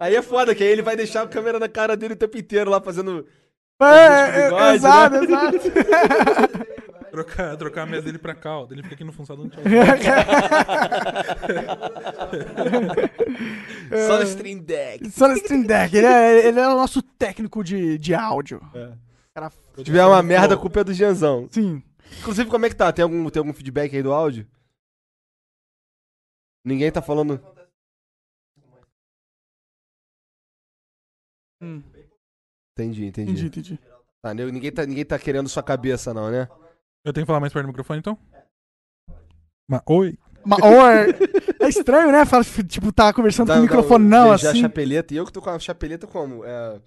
S3: Aí é foda, que aí ele vai deixar a câmera na cara dele o tempo inteiro lá fazendo.
S2: É, é,
S3: bigode,
S2: exato,
S3: né?
S2: exato.
S4: Trocar, trocar a mesa dele pra cá, ó. Ele fica aqui no função do
S3: Só no stream deck.
S2: Só no Stream Deck, ele é, ele é o nosso técnico de, de áudio. Cara,
S3: Se tiver uma merda, a
S4: Pô,
S3: culpa é do Janzão.
S2: sim.
S3: Inclusive, como é que tá? Tem algum, tem algum feedback aí do áudio? Ninguém tá falando.
S2: Hum,
S3: Entendi, entendi.
S2: entendi, entendi.
S3: Tá, nego- ninguém, tá, ninguém tá querendo sua cabeça, não, né?
S4: Eu tenho que falar mais perto do microfone, então? Mas, oi.
S2: Ma- or- é estranho, né? Fala, tipo, tá conversando
S3: um
S2: com o microfone, não,
S3: já
S2: assim.
S3: chapeleta. E eu que tô com a chapeleta como? É,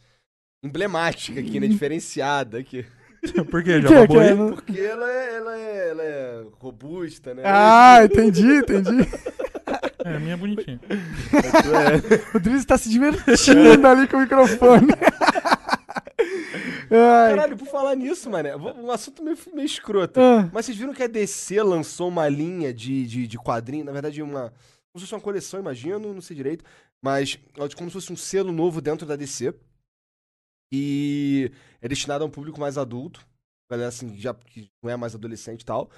S3: emblemática aqui, né?
S2: Hum.
S3: Diferenciada aqui.
S4: Por quê? Já
S2: Que-
S4: babou
S2: que-
S4: aí?
S2: não-
S3: Porque ela é, ela é, ela é robusta, né?
S2: Ah, entendi, entendi.
S4: É, a minha é bonitinha.
S3: É.
S2: O Driz tá se divertindo ali com o microfone. Ai,
S3: Caralho, por falar nisso, mano, um assunto meio, meio escroto.
S2: ah,
S3: Mas vocês viram que a DC lançou uma linha de, de, de quadrinho, na verdade, uma. Como se fosse uma coleção, imagino, não sei direito. Mas é de- como se fosse um selo novo dentro da DC. E é destinado a um público mais adulto. Galera, assim, já que não é mais adolescente e tal.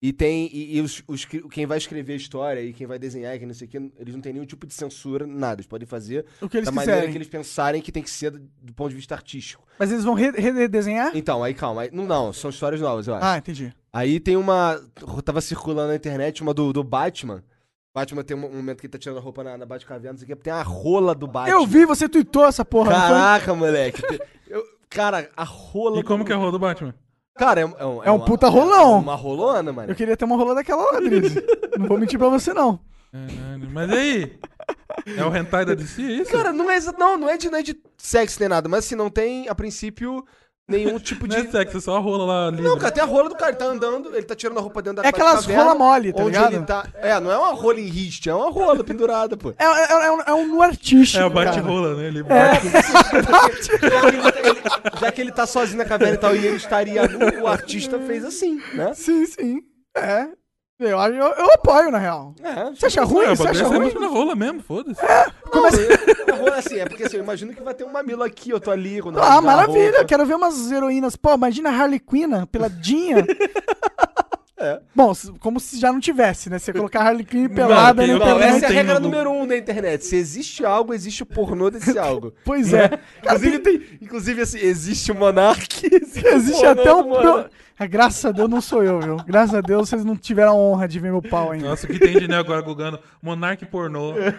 S3: E tem. E, e os, os cri- quem vai escrever a história e quem vai desenhar e quem não sei o que, eles não têm nenhum tipo de censura, nada. Eles podem fazer
S2: o que eles
S3: da maneira
S2: quiserem.
S3: que eles pensarem que tem que ser do, do ponto de vista artístico.
S2: Mas eles vão re- redesenhar?
S3: Então, aí calma. aí- não, não, são histórias novas, eu acho.
S2: Ah, entendi.
S3: Aí tem uma. Tava circulando na internet uma do, do Batman. Batman tem um momento que ele tá tirando a roupa na, na Batcaverna, não sei o que, tem a rola do Batman.
S2: Eu vi, você tuitou essa
S4: um
S2: porra, não foi?
S3: Caraca, moleque. Eu- cara, a rola.
S4: E como que é a rola do Batman?
S3: Cara, é, um- um-
S2: É um puta rolão.
S3: uma rolona, mano.
S2: Eu queria ter uma rola daquela lá, Driz. Não vou mentir pra você, não.
S4: Caralho, Mas e aí? É o hentai da DC, é isso?
S3: Cara, não é, exa- não, não, é de, não é de sexo nem nada, mas assim, não tem, a princípio, nenhum tipo
S4: Não
S3: de.
S4: é sexo, é só a rola lá né? livre.
S3: Não, cara, tem a rola do cara, ele tá andando, ele tá tirando a roupa dentro da
S2: É aquelas
S3: Batcaverna,
S2: rola mole, tá
S3: onde
S2: ligado?
S3: ele tá- É, não é uma rola em riste, é uma rola pendurada, pô.
S2: É, é, é um, é um nu artístico.
S4: É o
S2: cara.
S4: bate-rola, né? Ele bate.
S3: Já que ele tá sozinho na caverna e tal, e ele estaria nu, o artista fez assim, né?
S2: Sim, sim. É. Eu, acho- eu, eu apoio, na real.
S3: É,
S2: Você acha ruim?
S4: É, o
S2: Você
S4: bagulho
S2: acha
S4: é
S2: ruim?
S4: sempre na rola mesmo, foda-se.
S2: Começa-
S3: assim, é porque assim, eu imagino que vai ter um mamilo aqui, eu tô ali. quando
S2: Ah,
S3: eu tirar a
S2: maravilha.
S3: roupa.
S2: Quero ver umas heroínas. Pô, imagina a Harley Quinn, peladinha.
S3: É.
S2: né, Bom, se- como se já não tivesse, né? Você colocar Harley Quinn
S4: Não,
S2: pelada
S4: tem-
S2: na
S4: não,
S3: Não,
S2: internet.
S3: essa é a
S4: tem
S3: regra
S4: no Google.
S3: número um da internet. Se existe algo, existe o pornô desse algo.
S2: Pois é. Cara,
S3: inclusive, tem- inclusive, assim, existe o Monark.
S2: tem- existe
S3: o pornô
S2: até
S3: do
S2: um.
S3: Monark.
S2: Pro... Ah, graças a Deus não sou eu, viu? Graças a Deus vocês não tiveram a honra de ver meu pau ainda.
S4: Nossa, o que tem de né agora gugando? Monarque pornô. Né?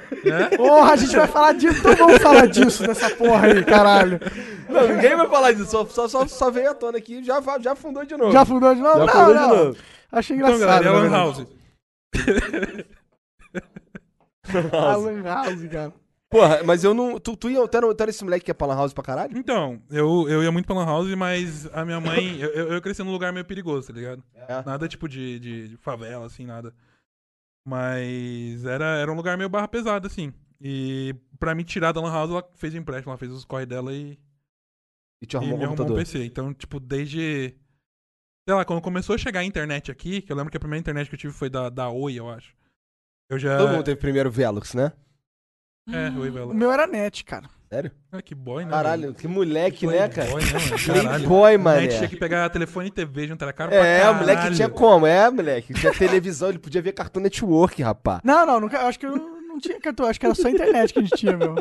S2: Porra, a gente vai falar disso, então vamos falar disso, dessa porra aí, caralho.
S3: Não, ninguém vai falar disso. Só, só, só, só veio à tona aqui já, va- já fundou de novo.
S2: Já fundou de novo?
S3: Já
S2: não,
S3: fundou de
S2: não.
S3: novo.
S2: Achei
S4: Então,
S2: engraçado. né?
S4: galera, é
S2: na
S4: Lan
S2: verdade.
S4: House.
S2: A Lan House, cara.
S3: Porra, mas eu não. Tu, tu, ia, tu, era, tu era esse moleque que ia pra Lan House pra caralho?
S4: Então, eu, eu ia muito pra Lan House, mas a minha mãe. Eu, eu- eu cresci num lugar meio perigoso, tá ligado?
S3: É.
S4: Nada tipo de, de, de favela, assim, nada. Mas era, era um lugar meio barra pesada, assim. E pra me tirar da Lan House, ela fez o empréstimo, ela fez os corre dela e,
S3: E te
S4: e me
S3: arrumou um
S4: arrumou um
S3: computador.
S4: PC. Então, tipo, desde. Sei lá, quando começou a chegar a internet aqui, que eu lembro que a primeira internet que eu tive foi da, da Oi, eu acho. Eu já.
S3: Todo mundo teve primeiro Velux, né?
S4: É, Oi, velho.
S2: O meu era net, cara.
S3: Sério?
S4: Ah, que boy, né?
S3: Caralho, que moleque, né, cara?
S4: Playboy, né, mano? Caralho.
S3: Playboy,
S4: A
S3: mané.
S4: gente tinha que pegar telefone e TV, juntar a cara pra
S3: É, o moleque
S4: caralho.
S3: tinha como? É, moleque. Tinha televisão, ele podia ver Cartoon Network, rapá.
S2: Não, não, nunca, eu acho que eu não tinha cartão, eu acho que era só a internet que a gente tinha, meu.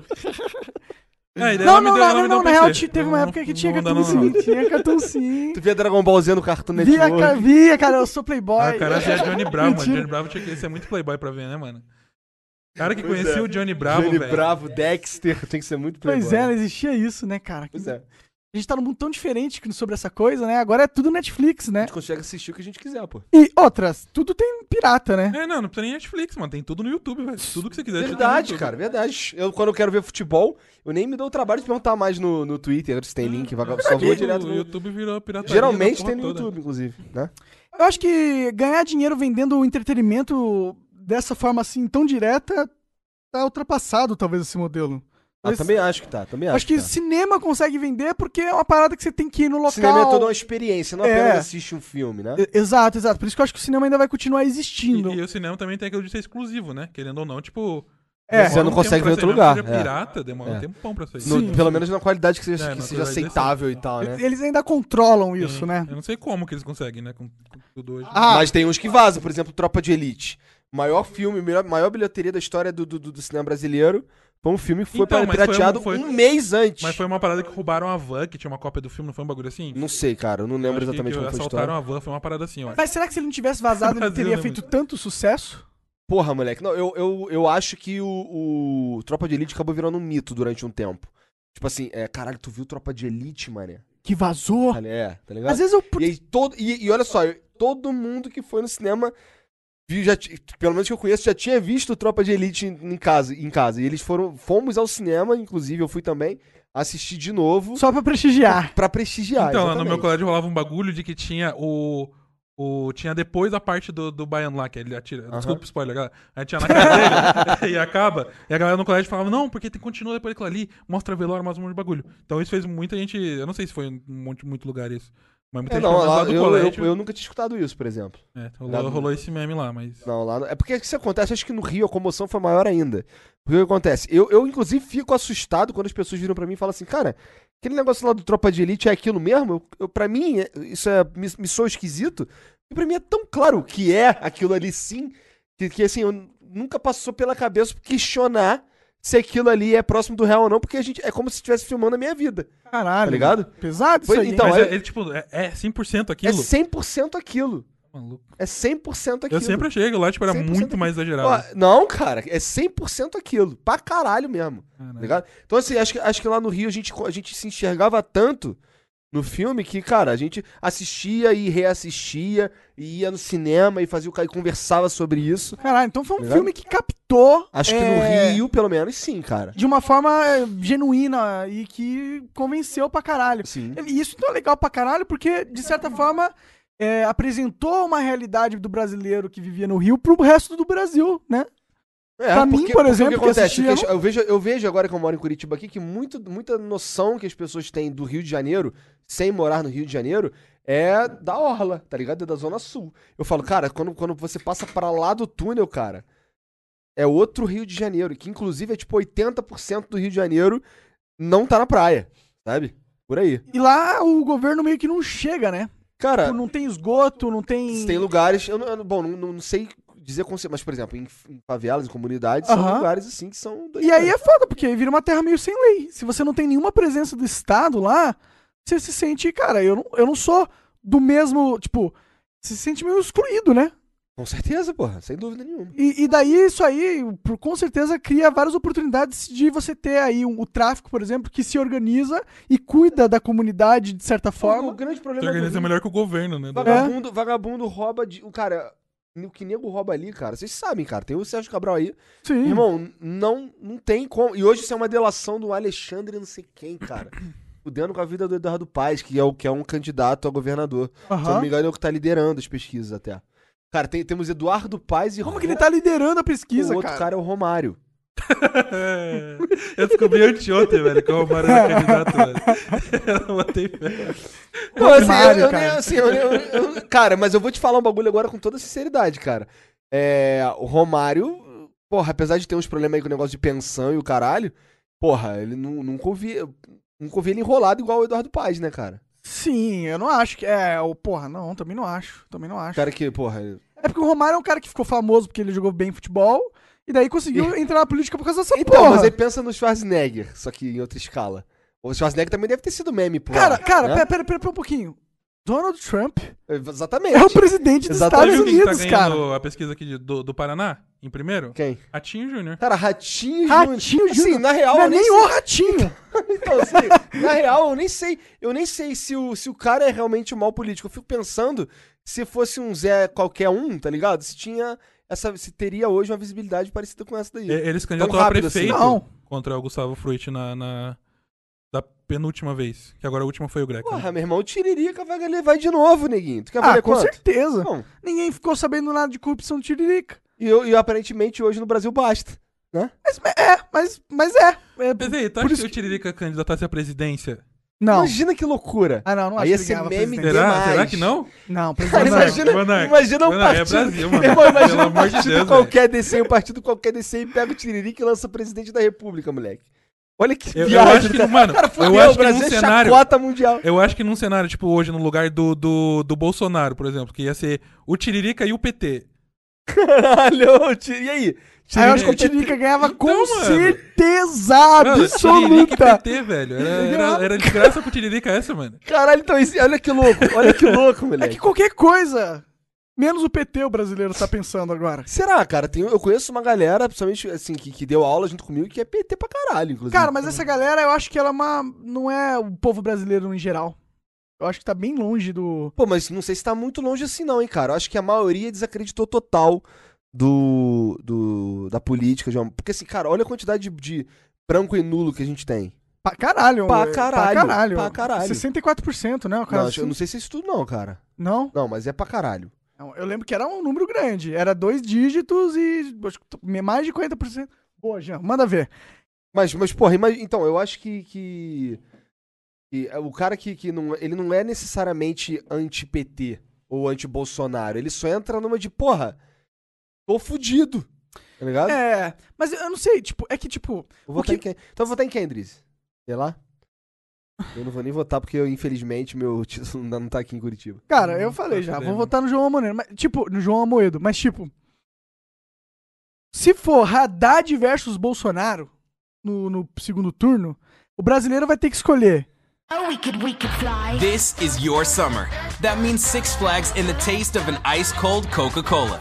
S4: Ah, ele
S2: Não,
S4: me
S2: não,
S4: deu-
S2: não,
S4: ela
S2: não,
S4: me deu um
S2: na real
S4: PC.
S2: ti- teve uma
S4: Não,
S2: época que
S4: não
S2: tinha
S4: dá,
S2: cartão
S4: não, não.
S2: sim, tinha cartão sim.
S3: Tu via Dragon Ball Z no Cartoon
S2: Via,
S3: Network.
S2: cara, via, cara, eu sou playboy.
S4: Ah, o cara via Johnny Bravo, mano.
S2: Mentira.
S4: Johnny Bravo tinha que ser muito playboy pra ver, né, mano? Cara que
S3: Pois
S4: conhecia
S3: é.
S4: o Johnny Bravo,
S3: Johnny
S4: velho. né?
S3: Bravo, Dexter, tem que ser muito playboy.
S2: Pois é, não existia isso, né, cara?
S3: Pois é.
S2: A gente tá num mundo tão diferente que- sobre essa coisa, né? Agora é tudo Netflix,
S3: A
S2: né?
S3: gente consegue assistir o que a gente quiser, pô.
S2: E outras, tudo tem pirata, né?
S4: É, não, não precisa nem Netflix, mano. Tem tudo no YouTube, velho. Tudo que você quiser.
S3: Verdade,
S4: tudo no YouTube.
S3: cara, verdade. Eu, quando eu quero ver futebol, eu nem me dou o trabalho de perguntar mais no, no Twitter se tem link, vaga- só vou
S4: Tudo-
S3: direto
S4: O
S3: no...
S4: Ah, YouTube virou pirataria.
S3: Geralmente
S4: da porra
S3: tem no
S4: toda.
S3: YouTube, inclusive, né?
S2: Eu acho que ganhar dinheiro vendendo entretenimento dessa forma assim, tão direta, tá ultrapassado, talvez, esse modelo.
S3: Ah,
S2: Mas-
S3: também acho que tá, também acho,
S2: Acho que
S3: tá.
S2: cinema consegue vender porque é uma parada que você tem que ir no local.
S3: Cinema é toda uma experiência, não
S2: É.
S3: apenas assiste um filme, né?
S2: E- Exato, exato. Por isso que eu acho que o cinema ainda vai continuar existindo.
S4: E, e o cinema também tem aquilo de ser exclusivo, né? Querendo ou não, tipo.
S2: É.
S4: demora
S3: Você não
S4: um
S3: consegue
S4: tempo
S3: ver
S4: pra
S3: em outro
S4: sair, mesmo que
S3: lugar,
S4: seja
S3: é.
S4: pirata, demora
S3: É.
S4: um tempão pra sair.
S3: No-
S2: Sim. É.
S3: pelo menos na qualidade que seja,
S4: É,
S3: que
S4: na
S3: seja
S4: qualidade
S3: aceitável e tal, né?
S2: Eles ainda controlam isso,
S4: eu,
S2: né?
S4: Eu não sei como que eles conseguem, né? Com com tudo hoje.
S2: Ah,
S3: Mas tem uns que vazam, por exemplo, Tropa de Elite. Maior filme, melhor- maior bilheteria da história do, do, do cinema brasileiro. Foi um filme que foi
S4: Então,
S3: para
S4: mas foi um-
S3: pirateado
S4: foi-
S3: um mês antes.
S4: Mas foi uma parada que roubaram a van, que tinha uma cópia do filme, não foi um bagulho assim?
S3: Não sei, cara, eu não lembro
S4: Eu acho que-
S3: exatamente
S4: que
S3: como foi a história.
S4: assaltaram a van, foi uma parada
S3: É.
S4: assim, ó.
S2: mas será que se ele não tivesse vazado, ele
S4: Brasil,
S2: teria
S4: né,
S2: feito
S4: mano?
S2: tanto sucesso?
S3: Porra, moleque. Não, eu, eu, eu acho que o, o Tropa de Elite acabou virando um mito durante um tempo. Tipo assim, é, caralho, tu viu Tropa de Elite, mané?
S2: Que vazou.
S3: Tá li- É, tá ligado?
S2: Às vezes eu.
S3: E, aí, todo, e, e olha só, eu- todo mundo que foi no cinema, viu, já, ti- pelo menos que eu conheço, já tinha visto Tropa de Elite em, em casa, em casa. E eles foram, fomos ao cinema, inclusive, eu fui também, assistir de novo,
S2: Só pra prestigiar.
S3: pra prestigiar.
S4: Então, lá no
S3: exatamente.
S4: meu colégio rolava um bagulho de que tinha o. o tinha depois a parte do, do baiano lá, que ele atira. Desculpa o spoiler, galera. Aí tinha na cara dele e acaba. E a galera no colégio falava, não, porque tem, continua depois daquilo ali, mostra velório, mais um monte de bagulho. Então isso fez muita gente. Eu não sei se foi em um monte, muito lugar isso. Mas
S3: É,
S4: muita gente
S3: não,
S4: pelo menos
S3: lá,
S4: lá do
S3: eu,
S4: colégio.
S3: eu- eu nunca tinha escutado isso, por exemplo.
S4: é, rolou, rolou esse meme lá, mas.
S3: Não, lá. não- É porque isso acontece, acho que no Rio a comoção foi maior ainda. Porque o que acontece? Eu, eu inclusive, fico assustado quando as pessoas viram pra mim e falam assim, cara, aquele negócio lá do Tropa de Elite é aquilo mesmo? Eu, eu, pra mim, é- isso é. Me, me soa esquisito. E pra mim é tão claro que é aquilo ali sim, que, que assim, eu n- nunca passou pela cabeça questionar se aquilo ali é próximo do real ou não, porque a gente é como se estivesse filmando a minha vida.
S2: Caralho.
S3: Tá ligado?
S2: Pesado isso
S3: Pois,
S2: aí. hein?
S3: então,
S4: mas
S3: é-
S4: é, ele, tipo, é, é 100%
S3: É
S4: aquilo. Tá
S3: 100% aquilo.
S4: Maluco.
S3: É 100% aquilo.
S4: Eu sempre achei que lá, tipo, era
S3: 100%
S4: muito mais exagerado.
S3: Ó, não, cara, é 100% aquilo. Pra caralho mesmo.
S4: Caralho.
S3: Tá ligado? Então, assim, acho que, acho que lá no Rio a gente, co- a gente se enxergava tanto no filme que, cara, a gente assistia e reassistia, e ia no cinema e fazia o cara e conversava sobre isso.
S2: Caralho, então foi um
S3: Tá Ligado?
S2: filme que captou.
S3: Acho que
S2: é,
S3: no Rio, pelo menos, sim, cara.
S2: De uma forma é, genuína e que convenceu pra caralho.
S3: Sim.
S2: E isso então é legal pra caralho, porque, de certa forma, é, apresentou uma realidade do brasileiro que vivia no Rio pro resto do Brasil, né?
S3: É,
S2: Pra mim, por exemplo,
S3: o
S2: que
S3: que acontece?
S2: assistia,
S3: que eu, vejo, eu vejo agora que eu moro em Curitiba aqui que muito, muita noção que as pessoas têm do Rio de Janeiro, sem morar no Rio de Janeiro, é da Orla, tá ligado? É da Zona Sul. Eu falo, cara, quando, quando você passa pra lá do túnel, cara, é outro Rio de Janeiro, que inclusive é tipo 80% do Rio de Janeiro não tá na praia, sabe? Por aí.
S2: E lá o governo meio que não chega, né?
S3: Cara,
S2: Tipo, não tem esgoto, não tem.
S3: tem lugares. Eu não, eu não- bom, não, não sei dizer com certeza, mas, por exemplo, em, em favelas, em comunidades, são
S2: Aham.
S3: lugares assim que são.
S2: E aí é foda, porque aí vira uma terra meio sem lei. Se você não tem nenhuma presença do Estado lá, você se sente, cara, eu não, eu não sou do mesmo. Tipo, você se sente meio excluído, né?
S3: Com certeza, porra, sem dúvida nenhuma.
S2: E, e daí isso aí, por- com certeza, cria várias oportunidades de você ter aí um- o tráfico, por exemplo, que se organiza e cuida da comunidade de certa
S3: O
S2: forma.
S3: grande
S4: Você
S3: problema do
S4: organiza
S3: Rio-
S4: melhor que o governo, né?
S3: Vagabundo, vagabundo rouba de. O cara, o que nego rouba ali, cara, vocês sabem, cara. Tem o Sérgio Cabral aí.
S2: Sim.
S3: Irmão, não, não tem como. E hoje isso é uma delação do Alexandre não sei quem, cara. Fudendo com a vida do Eduardo Paes, que é, o, que é um candidato a governador. Se eu não
S2: Aham.
S3: me engano, é o que tá liderando as pesquisas até. Cara, tem- temos Eduardo Paes e
S2: Como que ele tá liderando a pesquisa,
S3: O outro cara.
S2: cara?
S3: é o Romário.
S4: É. Eu descobri anteontem, velho, que o Romário era candidato, velho. Eu matei fé.
S3: Não, assim,
S2: Romário,
S3: eu, eu
S2: cara.
S3: Nem, assim, eu, eu- eu- Cara, mas eu vou te falar um bagulho agora com toda sinceridade, cara. É, o Romário, porra, apesar de ter uns problemas aí com o negócio de pensão e o caralho, porra, ele nu- nunca ouvi. eu Nunca ouvi ele enrolado igual o Eduardo Paes, né, cara?
S2: Sim, eu não acho que. É, o porra, não, também não acho. Também não acho.
S3: Cara que, porra.
S2: É porque o Romário é um cara que ficou famoso porque ele jogou bem futebol e daí conseguiu entrar na política por causa dessa
S3: Então,
S2: porra.
S3: mas aí pensa no Schwarzenegger, só que em outra escala. O Schwarzenegger também deve ter sido meme, porra.
S2: Cara, cara,
S3: né?
S2: pera, pera, pera, pera um pouquinho. Donald Trump
S3: Exatamente.
S2: é o presidente dos
S3: Exatamente.
S2: Estados
S4: Você viu quem
S2: Unidos,
S4: tá
S2: cara.
S4: ganhando a pesquisa aqui de- do, do Paraná, em primeiro?
S3: Quem?
S4: Ratinho Júnior.
S3: Cara, Ratinho
S2: Ratinho
S3: Júnior. Assim,
S2: Júnior.
S3: na real,
S2: Não é
S3: eu nem
S2: nem
S3: sei-
S2: o ratinho.
S3: Então, assim, na real, eu nem sei. Eu nem sei se o, se o cara é realmente um mau político. Eu fico pensando se fosse um Zé qualquer um, tá ligado? Se tinha. Essa, se teria hoje uma visibilidade parecida com essa daí.
S4: E- Ele se candidatou a
S3: rápido assim.
S4: prefeito
S2: Não.
S4: contra o Gustavo Fruit na, na- da penúltima vez. Que agora a última foi o Greco. né?
S3: Porra, é meu irmão, o Tiririca vai levar de novo, neguinho. Tu quer valer
S2: Ah, com
S3: quanto?
S2: certeza.
S3: Bom,
S2: Ninguém ficou sabendo nada de corrupção do Tiririca.
S3: e, eu- e aparentemente hoje no Brasil basta.
S2: Mas é, mas, mas é. É,
S4: Mas aí, tu
S2: Por
S4: acha
S2: isso
S4: que o Tiririca candidatasse à presidência?
S2: Não.
S3: Imagina que loucura.
S2: Ah, não, não
S3: Aí
S2: acho
S3: ia
S2: que
S3: ser
S2: ele ganhava
S3: meme
S2: presidente.
S4: Será?
S3: Demais.
S4: Será que não?
S2: Não,
S3: Cara,
S2: presidente. não.
S3: imagina,
S4: Monark.
S3: imagina um
S4: Monark, é
S3: partido.
S4: Brasil, mano.
S3: Irmão, imagina
S4: Pelo
S3: um
S4: amor de
S3: partido
S4: Deus,
S3: qualquer DC, um partido qualquer DC e pega o Tiririca e lança presidente da República, moleque. Olha que
S4: Eu- eu
S3: viagem
S4: acho que
S3: do cara.
S4: não- mano,
S3: cara,
S4: eu
S3: fudeu,
S4: acho
S3: o
S4: que num
S3: Brasil é
S4: cenário-
S3: chacota mundial.
S4: Eu acho que num cenário, tipo, hoje, no lugar do, do, do Bolsonaro, por exemplo, que ia ser o Tiririca e o PT.
S3: Caralho, o Ti- e aí?
S2: Aí eu acho que o
S3: Tiririca-
S2: Tiririca ganhava com
S4: mano.
S2: certeza
S4: Mano, Tiririca e é
S2: absoluta. É
S4: PT, velho. Era, era, era de graça pro Tiririca essa, mano.
S3: Caralho, então, esse- olha que louco, olha que louco,
S2: É que
S3: moleque.
S2: qualquer coisa, menos o PT o brasileiro tá pensando agora.
S3: Será, cara? Tem- eu conheço uma galera, principalmente assim, que, que deu aula junto comigo, que é PT pra caralho, inclusive.
S2: Cara, mas essa galera, eu acho que ela é uma, não é o povo brasileiro em geral. Eu acho que tá bem longe do...
S3: Pô, mas não sei se tá muito longe assim, não, hein, cara. Eu acho que a maioria desacreditou total do. do da política, João. Porque, assim, cara, olha a quantidade de, de branco e nulo que a gente tem.
S2: Pra caralho.
S3: Pra
S2: é,
S3: caralho,
S2: Pra caralho.
S3: pra caralho.
S2: 64%, né? o
S3: Não,
S2: caso
S3: acho- eu não sei se é isso tudo, não, cara.
S2: Não?
S3: Não, mas é pra caralho.
S2: Não, Eu lembro que era um número grande. Era dois dígitos e acho que t- mais de 40%. Boa, Jean. Manda ver.
S3: Mas, mas porra, imagi- então, eu acho que. que, que é o cara que, que não, ele não é necessariamente anti-PT ou anti-Bolsonaro. Ele só entra numa de, porra, tô fudido. Tá ligado?
S2: É, mas eu não sei, tipo, é que, tipo,
S3: Eu
S2: O
S3: vou
S2: que-
S3: votar em quem? Então eu vou votar em quem, Drizzy? Sei lá. Eu não vou nem votar porque, eu, infelizmente, meu título ainda não tá aqui em Curitiba.
S2: cara, eu
S4: Hum,
S2: falei já,
S4: pode
S2: vou
S4: ser,
S2: votar no João Amoedo, mas, tipo, no João Amoedo, mas, tipo, se for Haddad versus Bolsonaro no, no segundo turno, o brasileiro vai ter que escolher.
S5: Oh, we could, we could fly.
S6: This is your summer. That means Six Flags and the taste of an ice cold Coca Cola.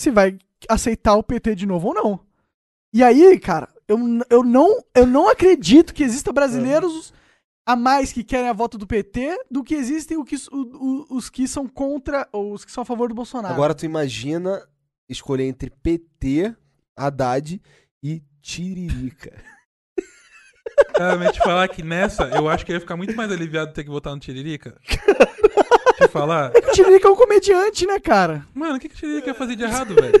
S2: se vai aceitar o PT de novo ou não. E aí, cara, eu, n- eu, não, eu não acredito que exista
S4: Uhum.
S2: brasileiros a mais que querem a volta do PT do que existem o que, s- o- o- os que são contra ou os que são a favor do
S4: Tá.
S2: Bolsonaro.
S3: Agora tu imagina escolher entre PT, Haddad e Tiririca.
S4: Cara, mas te falar que nessa, eu acho que eu ia ficar muito mais aliviado de ter que votar no Tiririca. te falar.
S2: O Tiririca é um comediante, né, cara?
S4: Mano, o que, que o Tiririca ia fazer de errado, velho?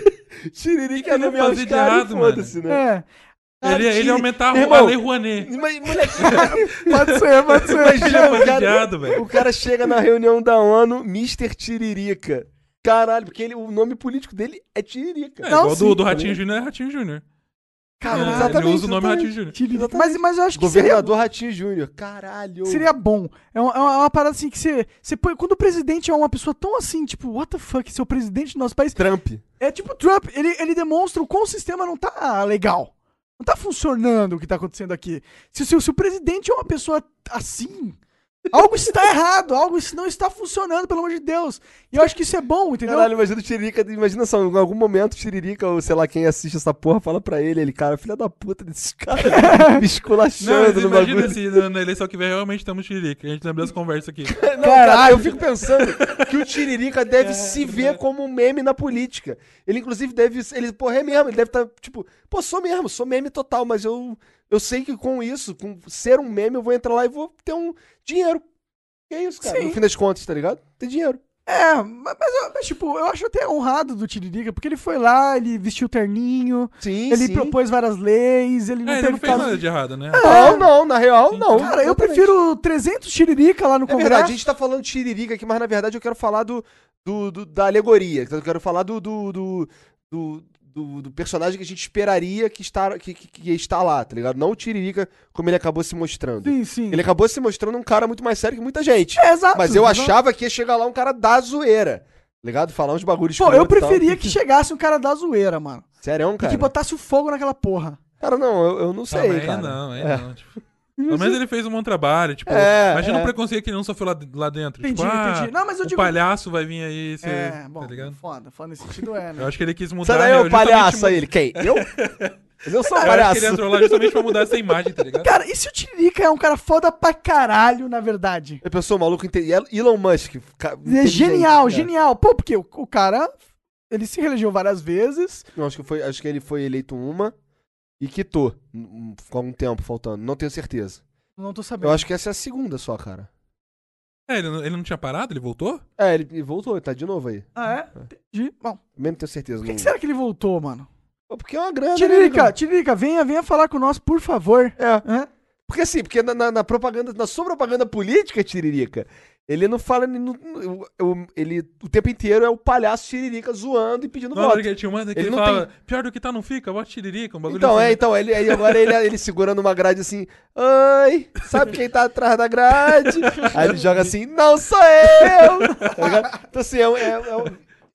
S3: Tiririca
S4: Que que ele
S3: nomear
S4: ia
S3: os
S4: fazer de
S3: caras e
S4: errado, mano?
S3: foda-se, né?
S2: É.
S3: Cara,
S4: Ele, ia- ele
S3: Tiri-
S4: ia aumentar a,
S3: Meu
S4: Ru- a
S3: irmão,
S4: Lei Rouanet.
S3: Mas, moleque, cara,
S2: Pode ser, pode ser.
S4: Ele ia
S3: imagina, o
S4: fazer de
S3: cara,
S4: errado, velho.
S3: o cara chega na reunião da ONU, Mr. Tiririca. Caralho, porque ele, o nome político dele é Tiririca.
S4: É,
S2: Não,
S4: igual
S2: sim,
S4: do, do Ratinho Júnior é Ratinho Júnior.
S2: Cara,
S4: É, ele
S2: exatamente.
S4: usa o nome
S2: exatamente.
S4: Ratinho Júnior.
S2: Tiririca. Mas, mas eu acho que seria,
S3: Governador Ratinho Júnior. Caralho.
S2: seria bom. É uma, é uma- é uma parada assim que você, você põe. Quando o presidente é uma pessoa tão assim, tipo, what the fuck, ser o presidente do nosso país.
S3: Trump.
S2: É tipo o Trump, ele, ele demonstra o quão o sistema não tá legal. Não tá funcionando o que tá acontecendo aqui. Se, se, se o presidente é uma pessoa assim, algo está errado, algo não está funcionando, pelo amor de Deus. E eu acho que isso é bom, entendeu?
S3: Caralho, imagina o Tiririca, imagina só, em algum momento o Tiririca, ou sei lá, quem assiste essa porra, fala pra ele, ele, cara, filha da puta desses caras,
S2: É.
S3: me
S4: Não, mas
S3: esculachando no
S4: imagina
S3: bagulho.
S4: se na, na eleição que vem realmente estamos Tiririca. A gente lembra das conversas aqui.
S3: Não, cara,
S2: Caralho.
S3: eu fico É, pensando que o Tiririca deve se ver como um meme na política. Ele, inclusive, deve. Ele, porra, é mesmo, ele deve estar, tipo, pô, sou mesmo, sou meme total, mas eu, eu sei que com isso, com ser um meme, eu vou entrar lá e vou ter um dinheiro. Que é isso, cara.
S2: Sim.
S3: No fim das contas, tá ligado? Tem dinheiro.
S2: É, mas, mas eu- mas, tipo, eu acho até honrado do Tiririca, porque ele foi lá, ele vestiu terninho,
S3: Sim,
S2: ele propôs várias leis, ele não
S4: É, ele
S2: teve
S4: não fez
S2: caso.
S4: nada de errado, né?
S3: Não, não, na real,
S4: Sim.
S3: não.
S2: Cara, eu
S3: Exatamente.
S2: prefiro 300 Tiririca lá no
S3: É
S2: Congresso.
S3: verdade, a gente tá falando de Tiririca aqui, mas na verdade eu quero falar do, do- do- da alegoria. Eu quero falar do do, do, do- do- do personagem que a gente esperaria que está, que, que- que está lá, tá ligado? Não o Tiririca como ele acabou se mostrando.
S2: Sim, sim.
S3: Ele acabou se mostrando um cara muito mais sério que muita gente.
S2: É, exato.
S3: mas eu
S2: exato.
S3: achava que ia chegar lá um cara da zoeira, tá ligado? Falar uns bagulhos
S2: Pô, eu
S3: escroto e tal.
S2: preferia que chegasse um cara da zoeira, mano.
S3: Sério, é um
S2: E que
S3: cara?
S2: botasse o fogo naquela porra.
S3: Cara, não, eu, eu não
S4: Ah,
S3: sei,
S4: mas aí
S3: cara.
S4: não, aí
S3: É.
S4: não. tipo, pelo menos ele fez um bom trabalho, tipo,
S3: É,
S4: imagina
S3: é.
S4: o preconceito que ele não sofreu lá, lá dentro.
S2: Entendi,
S4: tipo, ah,
S2: entendi. Não, mas eu
S4: o
S2: digo-
S4: palhaço vai vir aí, cê,
S2: É, bom,
S4: tá ligado?
S2: foda. Foda nesse sentido é,
S4: Eu
S2: né?
S4: acho que ele quis mudar...
S3: Será eu,
S4: né, justamente
S3: palhaço
S4: mu-
S3: aí? Ele, quem? Eu? Mas eu sou um
S4: Eu acho que
S3: palhaço.
S4: ele entrou lá justamente pra mudar essa imagem, tá ligado?
S2: Cara, e se o Tiririca é um cara foda pra caralho, na verdade?
S3: Eu pensou, maluco, inte- Elon Musk. ca-
S2: É
S3: inteligente,
S2: genial,
S3: cara.
S2: genial. Pô, porque o, o cara, ele se reelegeu várias vezes.
S3: Não, acho que, foi, acho que ele foi eleito uma e quitou. Hum, hum, Ficou algum tempo faltando. Não tenho certeza.
S2: Não tô sabendo.
S3: Eu acho que essa é a segunda só, cara.
S4: É, ele, não- ele não tinha parado? Ele voltou?
S3: É, ele ele voltou, ele tá de novo aí.
S2: Ah, é? Entendi. Bom,
S3: Também não tenho certeza.
S2: por que,
S3: não-
S2: que será que ele voltou, mano?
S3: Pô, Porque é uma grana. né,
S2: Tiririca,
S3: cara?
S2: Tiririca, venha, venha falar com nós, por favor.
S3: É.
S2: Hã?
S3: Porque assim, porque na, na- na propaganda, na sua propaganda política, Tiririca, ele não fala. Ele, não- eu- eu- ele o tempo inteiro é o palhaço Tiririca zoando e pedindo
S4: Não,
S3: voto.
S4: ele tinha uma né, que ele,
S3: Ele não
S4: falava, pior do que tá não fica, bota tiririca, um bagulho
S3: Então,
S4: assim.
S3: é, então, ele, aí agora ele, ele segura numa grade assim, oi, sabe quem tá atrás da grade? Aí ele joga assim, não sou eu! Tá ligado? Então, assim, é, um- é, é um-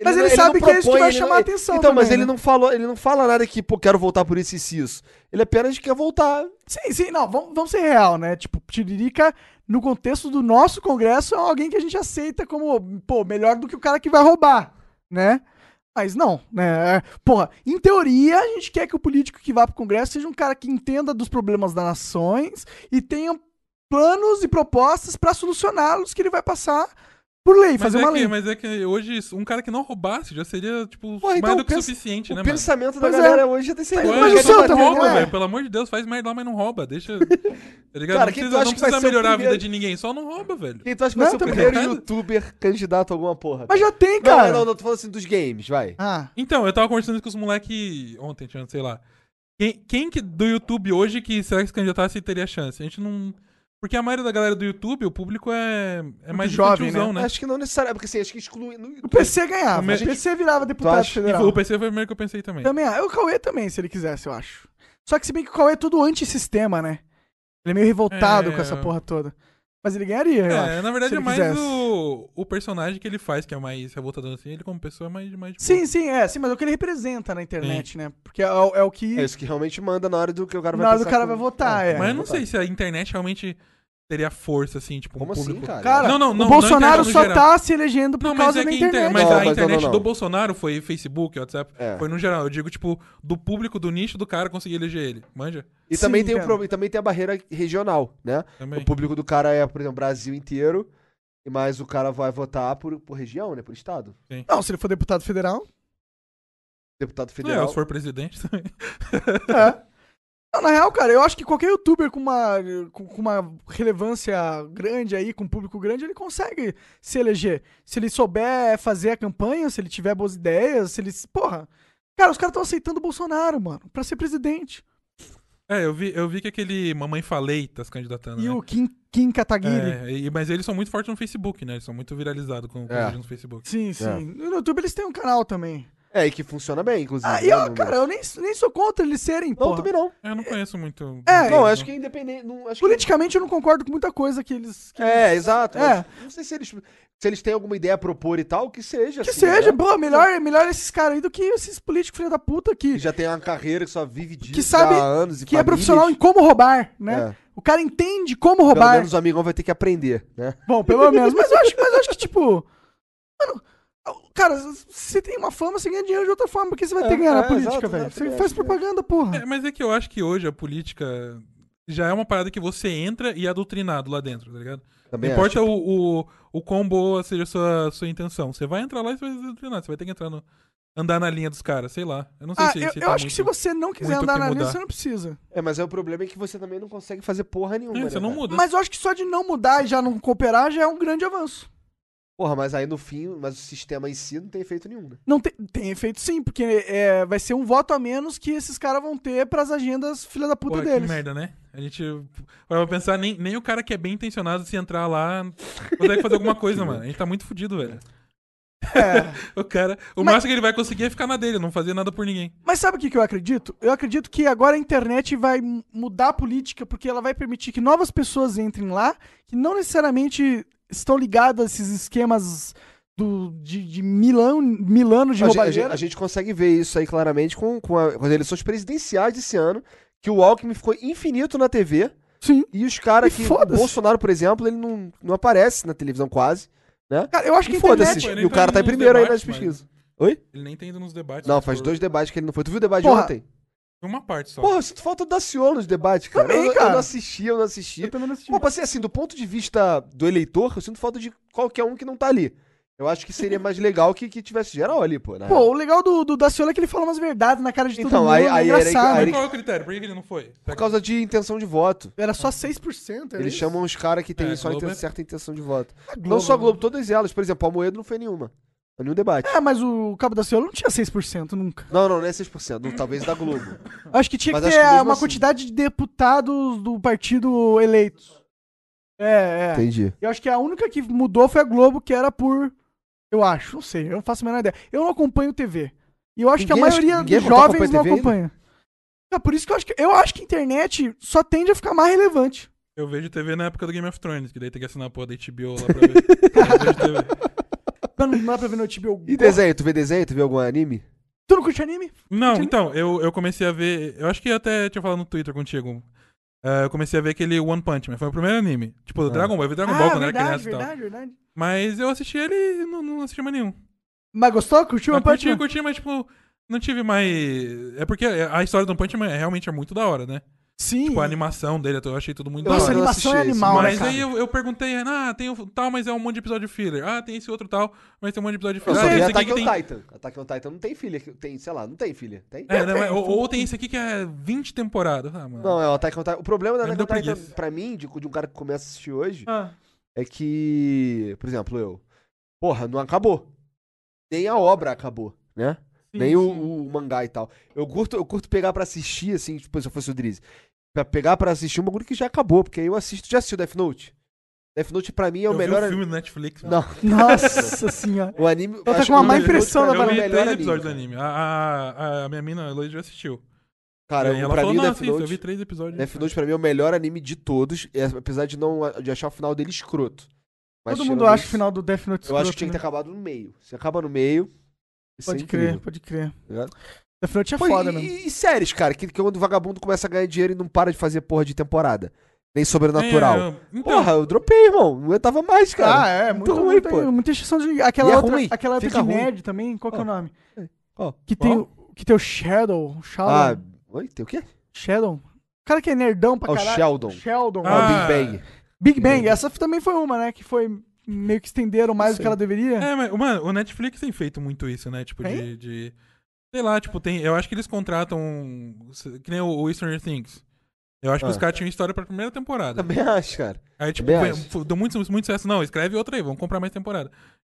S2: Mas
S3: não-
S2: ele sabe
S3: não
S2: que é isso que
S3: propõe,
S2: vai
S3: ele não-
S2: chamar a atenção
S3: Então, mas
S2: também,
S3: ele
S2: né?
S3: não falou, ele não fala nada que, pô, quero voltar por isso e isso, e isso. Ele apenas quer voltar.
S2: Sim, sim, não, vamos, vamos ser real, né? Tipo, Tiririca, no contexto do nosso congresso, é alguém que a gente aceita como, pô, melhor do que o cara que vai roubar, né? Mas não, né? É, Porra, em teoria, a gente quer que o político que vá pro congresso seja um cara que entenda dos problemas das nações e tenha planos e propostas pra solucioná-los que ele vai passar por lei,
S4: Mas
S2: fazer
S4: é,
S2: uma
S4: que,
S2: lei.
S4: mas é que hoje, um cara que não roubasse já seria, tipo,
S3: Porra, então
S4: mais do que
S3: pensa-
S4: suficiente,
S3: o
S4: né, mano?
S3: pensamento
S2: Pois
S3: da
S2: é.
S3: galera hoje é ter certeza.
S4: Pô,
S2: Mas
S4: ele
S2: o seu
S4: não
S2: também,
S4: rouba,
S2: né?
S4: velho. Pelo amor de Deus, faz merda lá, mas não rouba. Deixa. Tá ligado?
S3: Cara,
S4: não
S3: quem
S4: precisa,
S3: tu acha
S4: não
S3: que vai
S4: precisa
S3: ser o
S4: melhorar a vida
S3: primeiro?
S4: de ninguém, só não rouba, velho.
S3: Quem tu acha que vai
S2: Não,
S3: ser o
S2: tá
S3: primeiro
S4: brincando.
S3: youtuber candidato a alguma porra?
S2: Mas já tem,
S3: Não,
S2: cara.
S3: Não, não, tô falando assim dos games, vai.
S2: Ah,
S4: Então, eu tava conversando com os moleque ontem, tinha, sei lá. Quem, quem que do YouTube hoje que será que se candidatasse e teria chance? A gente não. Porque a maioria da galera do YouTube, o público é, é mais
S2: jovem,
S4: infantilzão, né?
S3: Acho que não necessariamente, porque assim, acho que exclui... não-
S2: o PC ganhava,
S4: O meu-
S2: o PC virava deputado
S3: acha-
S2: federal.
S4: O PC foi o primeiro que eu pensei também.
S2: Também, ah, o Cauê também, se ele quisesse, eu acho. Só que se bem que o Cauê é todo antissistema, né? Ele é meio revoltado
S4: É.
S2: com essa porra toda. Mas ele ganharia, eu
S4: É,
S2: acho.
S4: na
S2: se
S4: verdade é
S2: ele
S4: mais
S2: quisesse.
S4: o, o personagem que ele faz, que é mais revoltador assim, ele como pessoa é mais. mais de
S2: Sim, sim, é, sim, mas é o que ele representa na internet, né? Porque é, o- é o que.
S3: É isso que realmente manda na hora do que o cara vai
S2: Na hora do
S3: pensar
S2: cara
S3: como-
S2: vai votar, é.
S4: Mas eu não sei se a internet realmente teria força, assim, tipo, um
S3: Como
S4: público...
S3: assim, cara?
S2: Cara,
S4: Não, não, não,
S2: o
S4: não
S2: Bolsonaro
S4: internet no
S2: só
S4: geral.
S2: tá se elegendo por
S4: Não, mas
S2: causa
S4: é
S2: da
S4: que a
S2: internet.
S4: inter- mas
S3: Não,
S4: a
S3: mas não,
S4: internet
S3: não, não.
S4: do Bolsonaro foi Facebook, WhatsApp,
S3: É.
S4: foi no geral. Eu digo, tipo, do público, do nicho do cara conseguir eleger ele. Manja?
S3: E também,
S2: Sim,
S3: tem o
S2: cara.
S3: pro- e também tem a barreira regional, né?
S4: Também.
S3: O público do cara é, por exemplo, Brasil inteiro, e- mas o cara vai votar por, por região, né? Por estado.
S2: Não, se ele for deputado federal.
S3: Deputado
S4: É,
S3: federal.
S4: se for presidente também.
S2: É. Não, na real, cara, eu acho que qualquer youtuber com uma, com, com uma relevância grande aí, com um público grande, ele consegue se eleger. Se ele souber fazer a campanha, se ele tiver boas ideias, se ele. se- Porra. Cara, os caras estão aceitando o Bolsonaro, mano, pra ser presidente.
S4: É, eu vi, eu vi que aquele Mamãe Falei tá se
S3: Uhum.
S4: candidatando,
S2: E
S4: né?
S2: o Kim, Kim Kataguiri.
S4: É, e- mas eles são muito fortes no Facebook, né? Eles são muito viralizados com, com
S3: É.
S4: vídeos no Facebook.
S2: Sim, sim. No YouTube eles têm um canal também.
S3: É, e que funciona bem, inclusive.
S2: Ah,
S3: né?
S2: e eu,
S3: Não-
S2: cara, eu nem, nem sou contra eles serem,
S3: Não,
S2: porra.
S3: também não.
S4: Eu não conheço muito.
S2: É,
S3: Não, acho que é independente. Não, acho que-
S2: Politicamente eu não concordo com muita coisa que eles. Que,
S3: É, exato.
S2: É.
S3: mas Não sei se eles, se eles têm alguma ideia a propor e tal, que seja.
S2: que
S3: assim,
S2: seja,
S3: né?
S2: pô, melhor, melhor esses caras aí do que esses políticos filha da puta
S3: Que
S2: que,
S3: já tem uma carreira que só vive disso
S2: que sabe
S3: há anos e
S2: que é
S3: famílias.
S2: profissional em como roubar, né?
S3: É.
S2: O cara entende como
S3: Pelo
S2: roubar.
S3: menos o amigão vai ter que aprender, né?
S2: Bom, pelo menos. Mas eu acho, mas eu acho que, tipo. Mano, cara, você tem uma fama, você ganha dinheiro de outra forma, porque você vai
S3: É,
S2: ter que ganhar na
S3: é,
S2: política,
S3: exato,
S2: velho.
S3: exato,
S2: Você
S3: é,
S2: faz
S3: é.
S2: propaganda, porra.
S4: É, mas é que eu acho que hoje a política já é uma parada que você entra e é doutrinado lá dentro, tá ligado? Não
S3: Também
S4: importa o, o, o quão boa seja a sua, sua intenção. Você vai entrar lá e você vai ser doutrinado. Você vai ter que entrar no. andar na linha dos caras, sei lá. Eu não sei
S2: Ah,
S4: se
S2: eu,
S4: se
S2: eu
S4: tá
S2: acho que se
S4: muito-
S2: você não quiser
S4: muito o
S2: andar
S4: que
S2: na linha,
S4: mudar.
S2: você não precisa.
S3: É, mas é o problema é que você também não consegue fazer porra nenhuma.
S4: É,
S3: né,
S4: você não
S3: cara?
S4: muda.
S2: Mas eu acho que só de não mudar e já não cooperar já é um grande avanço.
S3: Porra, mas aí no fim, mas o sistema em si não tem efeito nenhum, né?
S2: Não tem, tem efeito sim, porque é, vai ser um voto a menos que esses caras vão ter pras agendas filha da puta
S4: Porra, que
S2: deles.
S4: merda, né? A gente. Pra pensar, nem, nem o cara que é bem intencionado se entrar lá consegue fazer alguma coisa, mano. A gente tá muito fudido, velho.
S2: É.
S4: O cara. O
S2: Mas-
S4: máximo que ele vai conseguir é ficar na dele, não fazer nada por ninguém.
S2: Mas sabe o que, que eu acredito? Eu acredito que agora a internet vai m- mudar a política, porque ela vai permitir que novas pessoas entrem lá, que não necessariamente estão ligadas a esses esquemas do, de, de Milão, Milano de
S3: A gente, a gente-
S2: roubalheira.
S3: a gente consegue ver isso aí claramente com, com, a- com as eleições presidenciais desse ano, que o Alckmin ficou infinito na TV
S2: Sim.
S3: e os caras
S2: E
S3: que. O
S2: foda-se.
S3: Bolsonaro, por exemplo, ele não, não aparece na televisão quase, né?
S2: Cara, eu acho que
S3: E
S2: a internet...
S3: foda-se.
S4: Pô, ele
S3: E o
S4: tá
S3: cara tá em
S4: nos
S3: primeiro aí nas
S4: debates, mas-
S3: pesquisas. Oi?
S4: Ele nem tem ido nos debates.
S3: Não,
S4: mas
S3: faz
S4: por-
S3: dois debates que ele não foi. Tu viu o debate
S2: Porra.
S3: de ontem?
S4: Uma parte só.
S3: Porra, eu sinto falta do Daciolo nos debates, cara.
S2: Também,
S3: eu, eu
S2: cara.
S3: não assisti, eu não assisti.
S2: Eu também não assisti.
S3: Pô, passei assim, do ponto de vista do eleitor, eu sinto falta de qualquer um que não tá ali. Eu acho que seria mais legal que, que tivesse geral ali, pô. né? na
S2: Pô,
S3: real.
S2: o legal do, do Daciolo é que ele fala umas verdades na cara de todo
S3: Então,
S2: mundo,
S3: aí-
S2: é
S3: aí era-
S2: engraçado.
S3: aí-
S4: Mas qual é o critério? Por que que ele não foi?
S3: por causa de intenção de voto.
S2: Era só 6%, era
S3: Eles
S2: É isso?
S3: chamam os caras que têm
S4: É,
S3: só
S4: Globo
S3: inten-
S4: é-
S3: certa intenção de voto.
S2: Globo,
S3: não só a
S2: né?
S3: Globo, todas elas. Por exemplo, a Moedo não foi nenhuma. Foi nenhum debate.
S2: É, mas o Cabo da Ciolo não tinha 6% nunca.
S3: Não, não, não é 6%. não, talvez da Globo.
S2: Acho que tinha
S3: Mas
S2: que
S3: acho
S2: ter
S3: que mesmo
S2: uma
S3: assim-
S2: quantidade de deputados do partido eleitos. É, é.
S3: Entendi.
S2: Eu acho que a única que mudou foi a Globo, que era por. Eu acho, não sei, eu não faço a menor ideia. Eu não acompanho TV. E eu acho que
S3: Ninguém
S2: a
S3: acha-
S2: maioria
S3: ninguém
S2: dos
S3: acompanha
S2: jovens
S3: TV
S2: não
S3: ainda?
S2: acompanha. É por isso que eu acho que eu acho que a internet só tende a ficar mais relevante.
S4: Eu vejo TV na época do Game of Thrones, que daí tem que assinar a porra da HBO lá pra ver. Eu vejo TV.
S2: Mano, não dá pra ver no HBO.
S3: E desenho? Tu vê desenho? Tu vê algum anime?
S2: Tu não curte anime?
S4: Não, então, eu, eu comecei a ver. Eu acho que até tinha falado no Twitter contigo. É, eu comecei a ver aquele One Punch Man. Foi o primeiro anime. Tipo, Dragon Ball. Eu vi Dragon Ball
S2: ah,
S4: quando
S2: verdade,
S4: era criança e tal.
S2: verdade, verdade.
S4: Mas eu assisti ele e não, não assisti mais nenhum.
S2: Mas gostou? Curtiu
S4: Eu
S2: One Punch
S4: curti,
S2: Man?
S4: eu curti, mas tipo, não tive mais. É porque a história do One Punch Man é- realmente é muito da hora, né?
S2: Sim.
S4: Tipo, a animação dele, eu achei tudo muito
S2: Nossa,
S4: da
S2: a
S3: Eu não
S4: hora.
S2: animação é
S3: assisti esse,
S2: animal, né,
S4: Mas
S2: cara?
S4: aí eu, eu perguntei, ah, tem o tal, mas é um monte de episódio filler. Ah, tem esse outro tal, mas tem um monte de episódio
S3: Eu
S4: filler.
S3: só
S4: Ah,
S3: vi
S4: esse aqui
S3: Attack
S4: que
S3: on
S4: tem.
S3: Titan. Attack on Titan não tem filha. Tem, sei lá, não tem filha. Tem?
S4: É, não, é- ou, ou tem esse aqui que é 20 temporadas. Ah, mano.
S3: Não, é o Attack on Titan. O problema da
S4: Mas me
S3: Attack on
S4: deu
S3: Titan,
S4: preguiça.
S3: pra mim, de, de um cara que começa a assistir hoje,
S2: Ah.
S3: é que, por exemplo, eu. Porra, não acabou. Nem a obra acabou, né? Nem o, o mangá e tal. Eu curto, eu curto pegar pra assistir, assim, tipo, se eu fosse o Drizzy. Pra pegar pra assistir um bagulho que já acabou, porque aí eu assisto. Já assistiu Death Note? Death Note pra mim é
S4: eu
S3: o melhor.
S4: vi o filme do Netflix. mano.
S3: Não,
S2: Nossa senhora.
S3: o anime.
S2: tá
S3: acho
S2: com uma
S3: que o
S2: má
S3: Death Note
S2: impressão
S3: pra
S2: da
S3: mim é o
S4: Eu vi
S2: parada.
S3: melhor
S4: três episódios do anime. A, a, a minha mina, a Eloy, já assistiu.
S3: Cara,
S4: e
S3: pra
S4: ela falou,
S3: mim, o
S4: não,
S3: Death
S4: assista, eu vi
S3: Note.
S4: três episódios.
S3: Death Note pra mim é o melhor anime de todos, e apesar de não de achar o final dele escroto. Mas
S2: Todo
S3: tirando
S2: mundo acha o
S3: isso,
S2: final do Death Note
S3: Eu acho que
S2: escroto,
S3: tinha que
S2: né?
S3: ter acabado no meio. Se acaba no meio. isso é
S2: Pode crer,
S3: incrível.
S2: pode crer.
S3: ligado?
S2: Death Note é
S3: Pô,
S2: foda
S3: e,
S2: mesmo.
S3: e séries, cara, que, que quando o vagabundo começa a ganhar dinheiro e não para de fazer porra de temporada. nem sobrenatural.
S4: É, então,
S3: Porra, eu dropei, irmão. Não aguentava mais, cara.
S2: ah, é, muito,
S3: ruim,
S2: muito-
S3: pô.
S2: Muita extensão de.
S3: E
S2: Aquela
S3: é
S2: outra,
S3: ruim,
S2: aquela outra de
S3: fica ruim.
S2: nerd também, qual que é o
S3: Ó.
S2: nome?
S3: Ó,
S2: Que tem,
S3: ó.
S2: o- que tem o Shadow.
S3: Ah,
S2: Shadow.
S3: oi, tem o quê?
S2: Shadow. O cara que é nerdão
S3: Ah,
S2: pra
S3: o
S2: caralho.
S3: Sheldon.
S2: Sheldon.
S3: Ah,
S4: Ah,
S3: o Big Bang.
S2: Big Bang, essa também foi uma, né? Que foi meio que estenderam mais do que ela deveria.
S4: É, mas, mano, o Netflix tem feito muito isso, né? Tipo, de,
S2: Tem?
S4: de- Sei lá, tipo, tem. Eu acho que eles contratam. um, Que nem o, o Stranger Things. Eu acho que
S3: Ah.
S4: os caras tinham história pra primeira temporada.
S3: Também acho, cara.
S4: Aí, tipo,
S3: também
S4: foi-
S3: acho.
S4: foi- deu muito, muito sucesso. Não, escreve outra aí, vamos comprar mais temporada.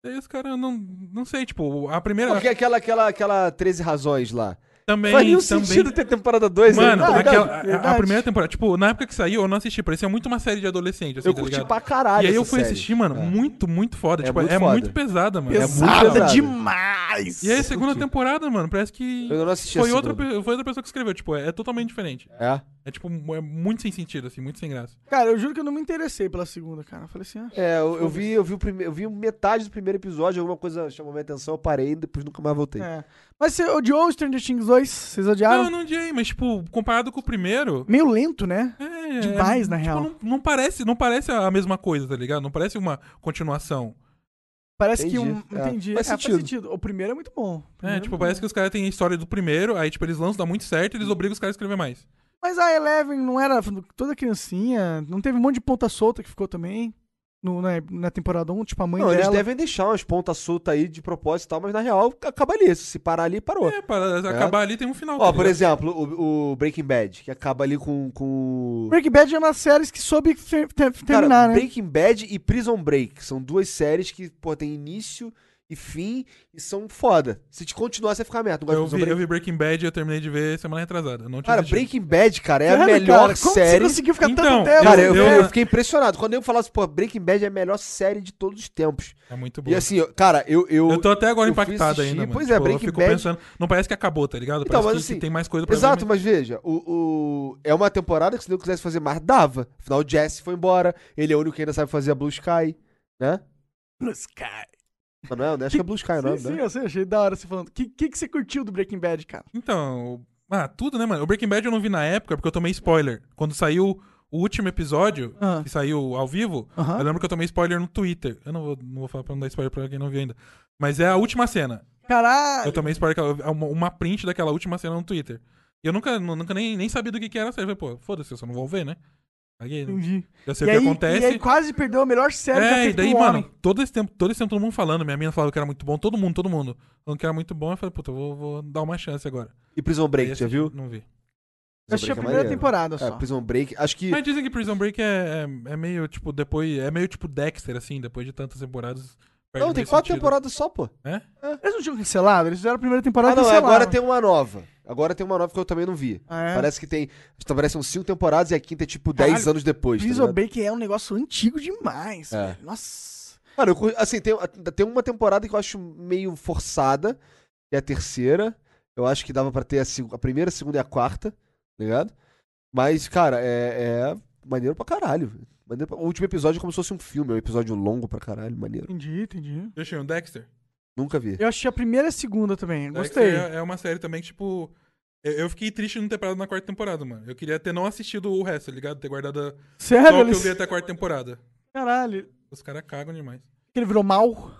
S4: Aí os caras não. Não sei, tipo, a primeira.
S3: Porque aquela, aquela, aquela 13 razões lá.
S4: Também.
S3: Faria um
S4: também...
S3: sentido ter temporada né? Ah, 2,
S4: Mano, é
S2: Verdade,
S4: aquela- a- a,
S2: verdade.
S4: primeira temporada, tipo, na época que saiu, eu não assisti, parecia muito uma série de adolescente, assim,
S3: Eu
S4: tá
S3: curti
S4: ligado?
S3: pra caralho
S4: E aí eu
S3: essa
S4: fui
S3: série.
S4: assistir, mano,
S3: É.
S4: muito, muito foda.
S3: É
S4: tipo,
S3: muito
S4: é
S3: foda.
S4: muito pesada, mano.
S3: muito
S4: é muito
S2: Pesada
S3: pesado.
S2: demais!
S4: E aí a segunda temporada, mano, parece que.
S3: Eu não assisti a
S4: foi outra,
S3: segunda.
S4: pe- foi outra pessoa que escreveu, tipo, é, é totalmente diferente.
S3: É.
S4: É tipo, mu- é muito sem sentido, assim, muito sem graça.
S2: Cara, eu juro que eu não me interessei pela segunda, cara. Eu falei assim, ah,
S3: É, eu, eu vi, eu vi o primeiro, eu vi metade do primeiro episódio, alguma coisa chamou minha atenção, eu parei e depois nunca mais voltei.
S2: é. Mas você odiou o Stranger Things 2? Vocês odiaram?
S4: Não, eu não odiei, mas, tipo, comparado com o primeiro.
S2: Meio lento, né?
S4: É,
S2: Demais,
S4: é,
S2: na
S3: tipo,
S2: real.
S4: Não, não parece, não parece a mesma coisa, tá ligado? Não parece uma continuação.
S2: Parece que um.
S3: Entendi. É,
S2: Entendi.
S3: faz
S2: É, faz
S3: sentido.
S2: sentido. O primeiro é muito bom. O primeiro
S4: É,
S2: muito
S4: tipo,
S2: bom.
S4: parece que os caras têm a história do primeiro, aí, tipo, eles lançam, dá muito certo, eles obrigam os caras a escrever mais.
S2: Mas a Eleven não era toda criancinha. Não teve um monte de ponta solta que ficou também. no- na, na temporada 1, tipo, a mãe
S3: Não, eles
S2: dela.
S3: devem deixar umas pontas soltas aí de propósito e tal, mas na real acaba ali. Se parar ali, parou.
S4: É, para acabar ali tem um final.
S3: Ó,
S4: tá
S3: por
S4: ligado?
S3: exemplo, o, o Breaking Bad, que acaba ali com. com...
S2: Breaking Bad é uma série que soube fe- te-
S3: Cara,
S2: terminar, né?
S3: Breaking Bad e Prison Break que são duas séries que, pô, tem início e fim e são foda. Se te continuar, você vai ficar merda. Não gosta
S4: Eu
S3: de Prison
S4: vi,
S3: Break?
S4: eu vi Breaking Bad e eu terminei de ver semana retrasada. eu Não tinha
S3: Cara,
S4: assistido.
S3: Breaking Bad, cara, é a
S2: Cara,
S3: melhor
S2: cara, como
S3: série.
S2: você conseguiu ficar
S4: Então,
S2: tanto tempo?
S3: Cara, eu,
S4: Eu-
S3: eu fiquei impressionado. Quando eu falasse, pô, Breaking Bad é a melhor série de todos os tempos.
S4: É muito bom.
S3: E assim, eu- cara, eu. Eu,
S4: eu tô até agora
S3: eu fui
S4: impactado
S3: assistir,
S4: ainda, mano.
S3: pois é,
S4: tipo, eu
S3: Breaking
S4: fico
S3: Bad-
S4: pensando. Não parece que acabou, tá ligado?
S3: Então,
S4: parece
S3: mas
S4: que, que
S3: assim,
S4: tem mais coisa pra
S3: Exato,
S4: ver.
S3: mas veja, o, o- é uma temporada que se não quisesse fazer mais, dava. Afinal, o Jesse foi embora, ele é o único que ainda sabe fazer a Blue Sky, né?
S2: Blue Sky.
S3: Não, não é, né? acho que é Blue Sky, não
S2: Sim,
S3: é?
S2: sim, eu sei, achei da hora você falando. O que, que, que você curtiu do Breaking Bad, cara?
S4: Então, ah, tudo, né, mano? O Breaking Bad eu não vi na época porque eu tomei spoiler. Quando saiu o último episódio,
S2: Ah.
S4: que saiu ao vivo,
S2: Aham.
S4: eu lembro que eu tomei spoiler no Twitter. Eu não vou, não vou falar pra não dar spoiler pra quem não viu ainda. Mas é a última cena.
S2: Caralho!
S4: Eu tomei spoiler, que eu- uma, uma print daquela última cena no Twitter. E eu nunca, nu- nunca nem, nem sabia do que, que era a série. Eu Falei, pô, foda-se, eu só não vou ver, né? Caguei, né?
S2: Entendi.
S4: Eu
S2: E
S4: sei o que
S2: aí,
S4: acontece.
S2: e aí quase perdeu a melhor série já
S4: É, e
S2: feita
S4: daí,
S2: pelo
S4: mano,
S2: homem.
S4: todo esse tempo, todo esse tempo todo mundo falando, minha mina falava que era muito bom, todo mundo, todo mundo. Falando que era muito bom, eu falei, puta, eu vou, vou dar uma chance agora.
S3: E Prison Break,
S4: Aí
S3: já
S4: assisti,
S3: viu?
S4: Não vi.
S2: Eu achei a
S3: Break é
S2: primeira
S3: maneiro.
S2: temporada
S3: É,
S2: só.
S3: Prison Break, acho que.
S4: Mas dizem que Prison Break é, é, é meio, tipo, depois. É meio tipo Dexter, assim, depois de tantas temporadas. perde
S3: Não, tem
S4: meio
S3: quatro
S4: sentido.
S3: temporadas só, pô.
S4: É?
S2: Eles não tinham cancelado? Eles fizeram a primeira temporada
S3: Ah,
S2: e
S3: não,
S2: cancelaram.
S3: agora tem uma nova. Agora tem uma nova que eu também não vi.
S2: Ah, é?
S3: Parece tá que tem. acho que Parecem cinco temporadas e a quinta é tipo
S2: Caralho,
S3: 10 anos depois. tá
S2: Prison
S3: ligado?
S2: Break é um negócio antigo demais.
S3: É.
S2: velho. Nossa.
S3: Mano, eu cur- assim, tem, tem uma temporada que eu acho meio forçada, que é a terceira. Eu acho que dava pra ter a, seg- a primeira, a segunda e a quarta, tá ligado? Mas, cara, é, é maneiro pra caralho. velho. Maneiro pra- O último episódio é como se fosse um filme, é um episódio longo pra caralho, maneiro.
S2: Entendi, entendi.
S4: Deixa eu ver, um Dexter.
S3: Nunca vi.
S2: Eu achei a primeira e a segunda também. Gostei.
S4: Dexter é, é uma série também que, tipo. Eu, eu fiquei triste de não ter parado na quarta temporada, mano. Eu queria ter não assistido o resto, tá ligado? Ter guardado a-
S2: Sério?
S4: só o que eu
S2: eles-
S4: vi até a quarta temporada.
S2: é, Caralho.
S4: Os caras cagam demais.
S2: Ele virou mal?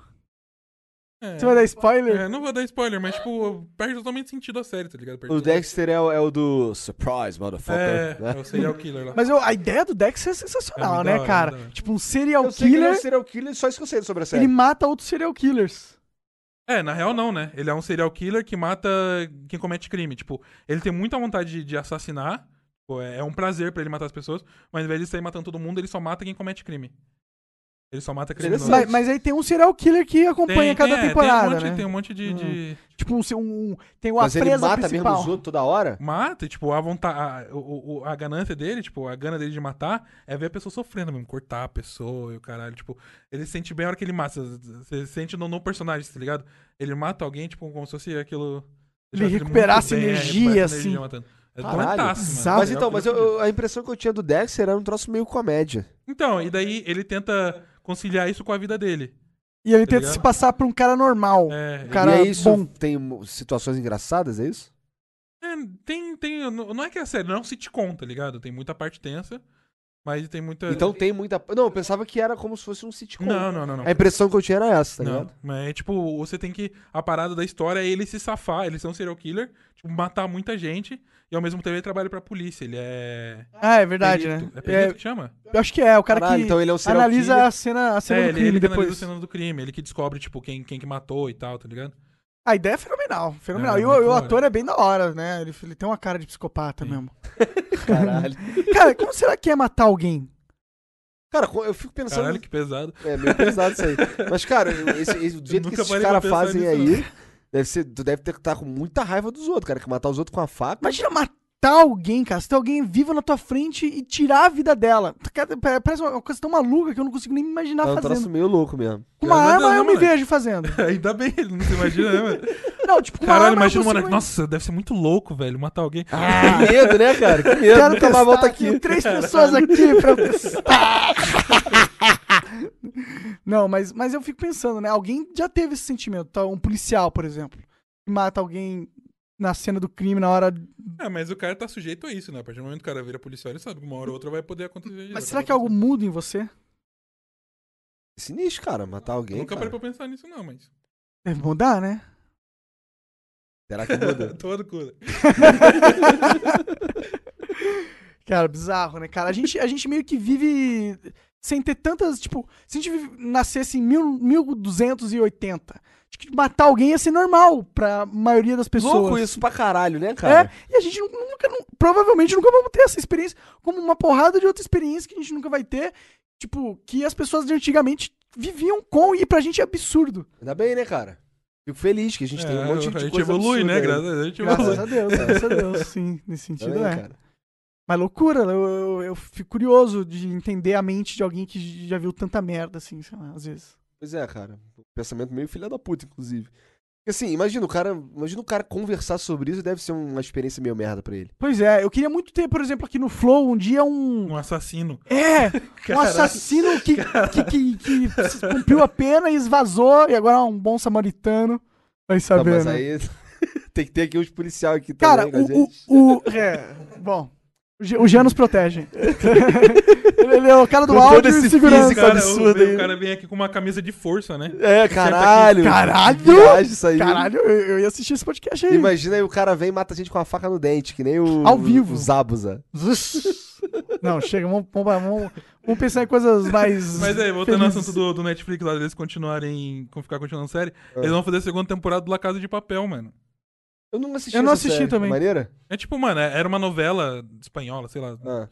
S4: É.
S2: Você vai dar spoiler?
S4: É, não vou dar spoiler, mas, tipo, perde totalmente sentido a série, tá ligado? Perde
S3: O
S4: total-
S3: Dexter é o, é o do Surprise, motherfucker.
S4: É, é
S3: né?
S4: o serial killer lá.
S2: Mas eu- a ideia do Dex é
S4: É
S2: sensacional,
S4: muito da
S2: né,
S4: hora,
S2: cara?
S4: muito da hora.
S2: Tipo, um serial
S3: Eu sei que ele é um
S2: killer,
S3: serial killer, só isso que eu sei sobre a série.
S2: ele mata outros serial killers.
S4: É, na real não, né? Ele é um serial killer que mata quem comete crime. Tipo, ele tem muita vontade de, de assassinar. Tipo, é, é um prazer pra ele matar as pessoas. Mas ao invés de sair matando todo mundo, ele só mata quem comete crime. Ele só mata crime.
S3: Interessante.
S2: Mas, mas aí tem um serial killer que acompanha cada temporada,
S4: tem um monte,
S2: né?
S4: Tem um monte de... de-
S2: Tipo, um, um- tem uma
S3: Mas ele
S2: presa
S3: mata
S2: principal.
S3: mesmo os outros toda hora?
S4: Mata, e, tipo, a vontade... A, o- o- a ganância dele, tipo, a gana dele de matar é ver a pessoa sofrendo mesmo. Cortar a pessoa e o caralho. Tipo, ele se sente bem a hora que ele mata. Você sente no, no personagem, tá ligado? Ele mata alguém, tipo, como se fosse aquilo...
S2: Ele
S4: deixava
S2: recuperar
S4: muito
S2: essa
S4: bem, é,
S2: energia,
S4: recuperar essa
S2: assim.
S4: energia matando. É
S3: Caralho.
S4: doentaço, mano.
S2: Bizarro.
S3: Mas
S4: Serial
S3: então, mas eu-
S4: killer fudido.
S3: eu- a impressão que eu tinha do Dexter era um troço meio comédia.
S4: Então, e daí ele tenta conciliar isso com a vida dele.
S2: E ele
S4: Tá
S2: tenta
S4: ligado?
S2: se passar por um cara normal.
S4: É,
S2: O cara
S3: e é isso,
S2: bom.
S3: tem mo- situações engraçadas, é isso?
S4: é, tem, tem. Não não é que é sério, não é um sitcom, tá ligado? Tem muita parte tensa. Mas tem muita.
S3: Então tem muita. Não, eu pensava que era como se fosse um sitcom.
S4: Não, não, não, não.
S3: A impressão que eu tinha era essa, tá
S4: Não,
S3: ligado?
S4: mas é tipo, você tem que. A parada da história é ele se safar, ele ser um serial killer, tipo, matar muita gente, e ao mesmo tempo ele trabalha pra polícia. Ele é.
S2: Ah, é verdade,
S4: perito. É
S2: né?
S4: perito
S2: É,
S4: que chama?
S2: eu acho que é, o cara
S3: Caralho,
S2: que
S3: então ele é um serial
S2: analisa
S3: killer.
S2: a cena, a cena
S4: é,
S2: do
S4: ele,
S2: crime
S4: ele que analisa
S2: depois.
S4: a cena do crime, ele que descobre, tipo, quem, quem que matou e tal, tá ligado?
S2: A ideia é fenomenal, fenomenal.
S4: Não,
S2: e
S4: é muito
S2: o, o
S4: da hora.
S2: ator é bem da hora, né? Ele, ele tem uma cara de psicopata
S4: Sim.
S2: mesmo.
S3: Caralho.
S2: Cara, como será que é matar alguém?
S3: Cara, co- eu fico pensando.
S4: Caralho, que pesado.
S3: É meio pesado isso aí. Mas, cara, eu- esse, esse- do
S4: Eu
S3: jeito que
S4: nunca
S3: esses
S4: parei pra
S3: caras
S4: pensar
S3: fazem
S4: nisso,
S3: aí, deve ser, tu deve ter que estar com muita raiva dos outros, cara. Que matar os outros com a faca.
S2: Imagina matar alguém, cara. Se tem alguém vivo na tua frente e tirar a vida dela. Cara, pa- Parece uma coisa tão maluca que eu não consigo nem imaginar
S3: é um
S2: tá fazendo.
S3: troço meio louco mesmo.
S2: Com uma
S4: Graças a
S2: arma
S4: Deus,
S2: eu
S4: né,
S2: me
S4: moleque?
S2: vejo fazendo.
S4: Ainda bem, ele não se imagina, né, mano?
S2: Não, Ah. tipo, com uma
S4: Caralho,
S2: arma eu
S4: imagina
S2: consigo
S4: o Monark.
S2: nem-
S4: Nossa, deve ser muito louco, velho, matar alguém.
S3: Que medo, né, cara? Que medo.
S2: Quero
S3: Nunca
S2: testar
S3: mais volta
S2: aqui.
S3: aqui.
S2: Três pessoas aqui pra eu testar. Não, mas, mas eu fico pensando, né? Alguém já teve esse sentimento. tá? Um policial, por exemplo, que mata alguém na cena do crime, na hora.
S4: É, mas o cara tá sujeito a isso, né? A partir do momento que o cara vira policial, ele sabe que uma hora ou outra vai poder acontecer.
S2: Mas
S4: isso, vai
S2: será que é
S4: acabar
S2: algo muda em você?
S3: Sinistro, cara, matar
S4: acontecendo. Eu
S3: alguém.
S4: nunca
S3: cara.
S4: parei pra pensar nisso, não, mas.
S2: Deve mudar, né?
S3: Será que muda?
S4: Todo cu. né?
S2: Cara, bizarro, né, cara? A gente, a gente meio que vive sem ter tantas. Tipo, se a gente vive- nascesse em mil, 1280, acho que matar alguém ia ser normal pra maioria das pessoas.
S3: Louco isso pra caralho, né, cara?
S2: É, e a gente nu- nunca, nu- provavelmente nunca vamos ter essa experiência, como uma porrada de outra experiência que a gente nunca vai ter, tipo, que as pessoas de antigamente viviam com e pra gente é absurdo.
S3: Ainda bem, né, cara? Fico feliz que a gente tem
S2: É,
S3: um monte de
S4: É, a
S3: coisa.
S4: gente evolui,
S3: absurda
S4: né?
S3: aí.
S4: Graças a Deus, a gente evolui.
S2: Graças a Deus, graças a Deus, sim, nesse
S3: Ainda
S2: sentido
S3: bem,
S2: é.
S3: né? cara.
S2: Mas loucura, eu, eu, eu fico curioso de entender a mente de alguém que já viu tanta merda, assim, sei lá, às vezes.
S3: Pois é, cara. Pensamento meio filha da puta, inclusive. Porque assim, imagina o cara. Imagina o cara conversar sobre isso deve ser uma experiência meio merda pra ele.
S2: Pois é, eu queria muito ter, por exemplo, aqui no Flow, um dia um...
S4: Um assassino.
S2: É, um
S4: Caralho.
S2: assassino que, que, que, que cumpriu a pena e esvazou, e agora é um bom samaritano. Vai
S3: Tá,
S2: saber,
S3: mas
S2: né?
S3: aí. tem que ter aqui uns policiais aqui
S2: Cara,
S3: também, com a
S2: o,
S3: gente.
S2: o, o. É, bom. O Jean- O Jean nos protege. ele, ele é o cara do
S3: Com
S2: áudio
S3: todo
S2: e
S3: esse
S2: segurança.
S4: O
S3: físico.
S4: cara,
S3: absurdo
S4: o,
S3: aí.
S4: o cara vem aqui com uma camisa de força, né?
S3: É, caralho.
S2: tá Caralho!
S3: Viagem isso aí.
S2: Caralho, eu, eu ia assistir esse podcast aí.
S3: Imagina aí o cara vem e mata a gente com a faca no dente, que nem o.
S2: Ao vivo.
S3: O Zabuza.
S2: Não, chega, vamos, vamos, vamos, vamos pensar em coisas mais.
S4: Mas aí, voltando ao
S2: felizes.
S4: assunto do, do Netflix lá, deles continuarem, com- ficar continuando série,
S3: É.
S4: eles vão fazer a segunda temporada do La Casa de Papel, mano.
S3: Eu não assisti
S2: Eu não
S3: essa
S2: assisti
S3: série.
S2: também.
S3: Maneira?
S4: É tipo, mano, é- era uma novela espanhola, sei lá,
S3: Ah.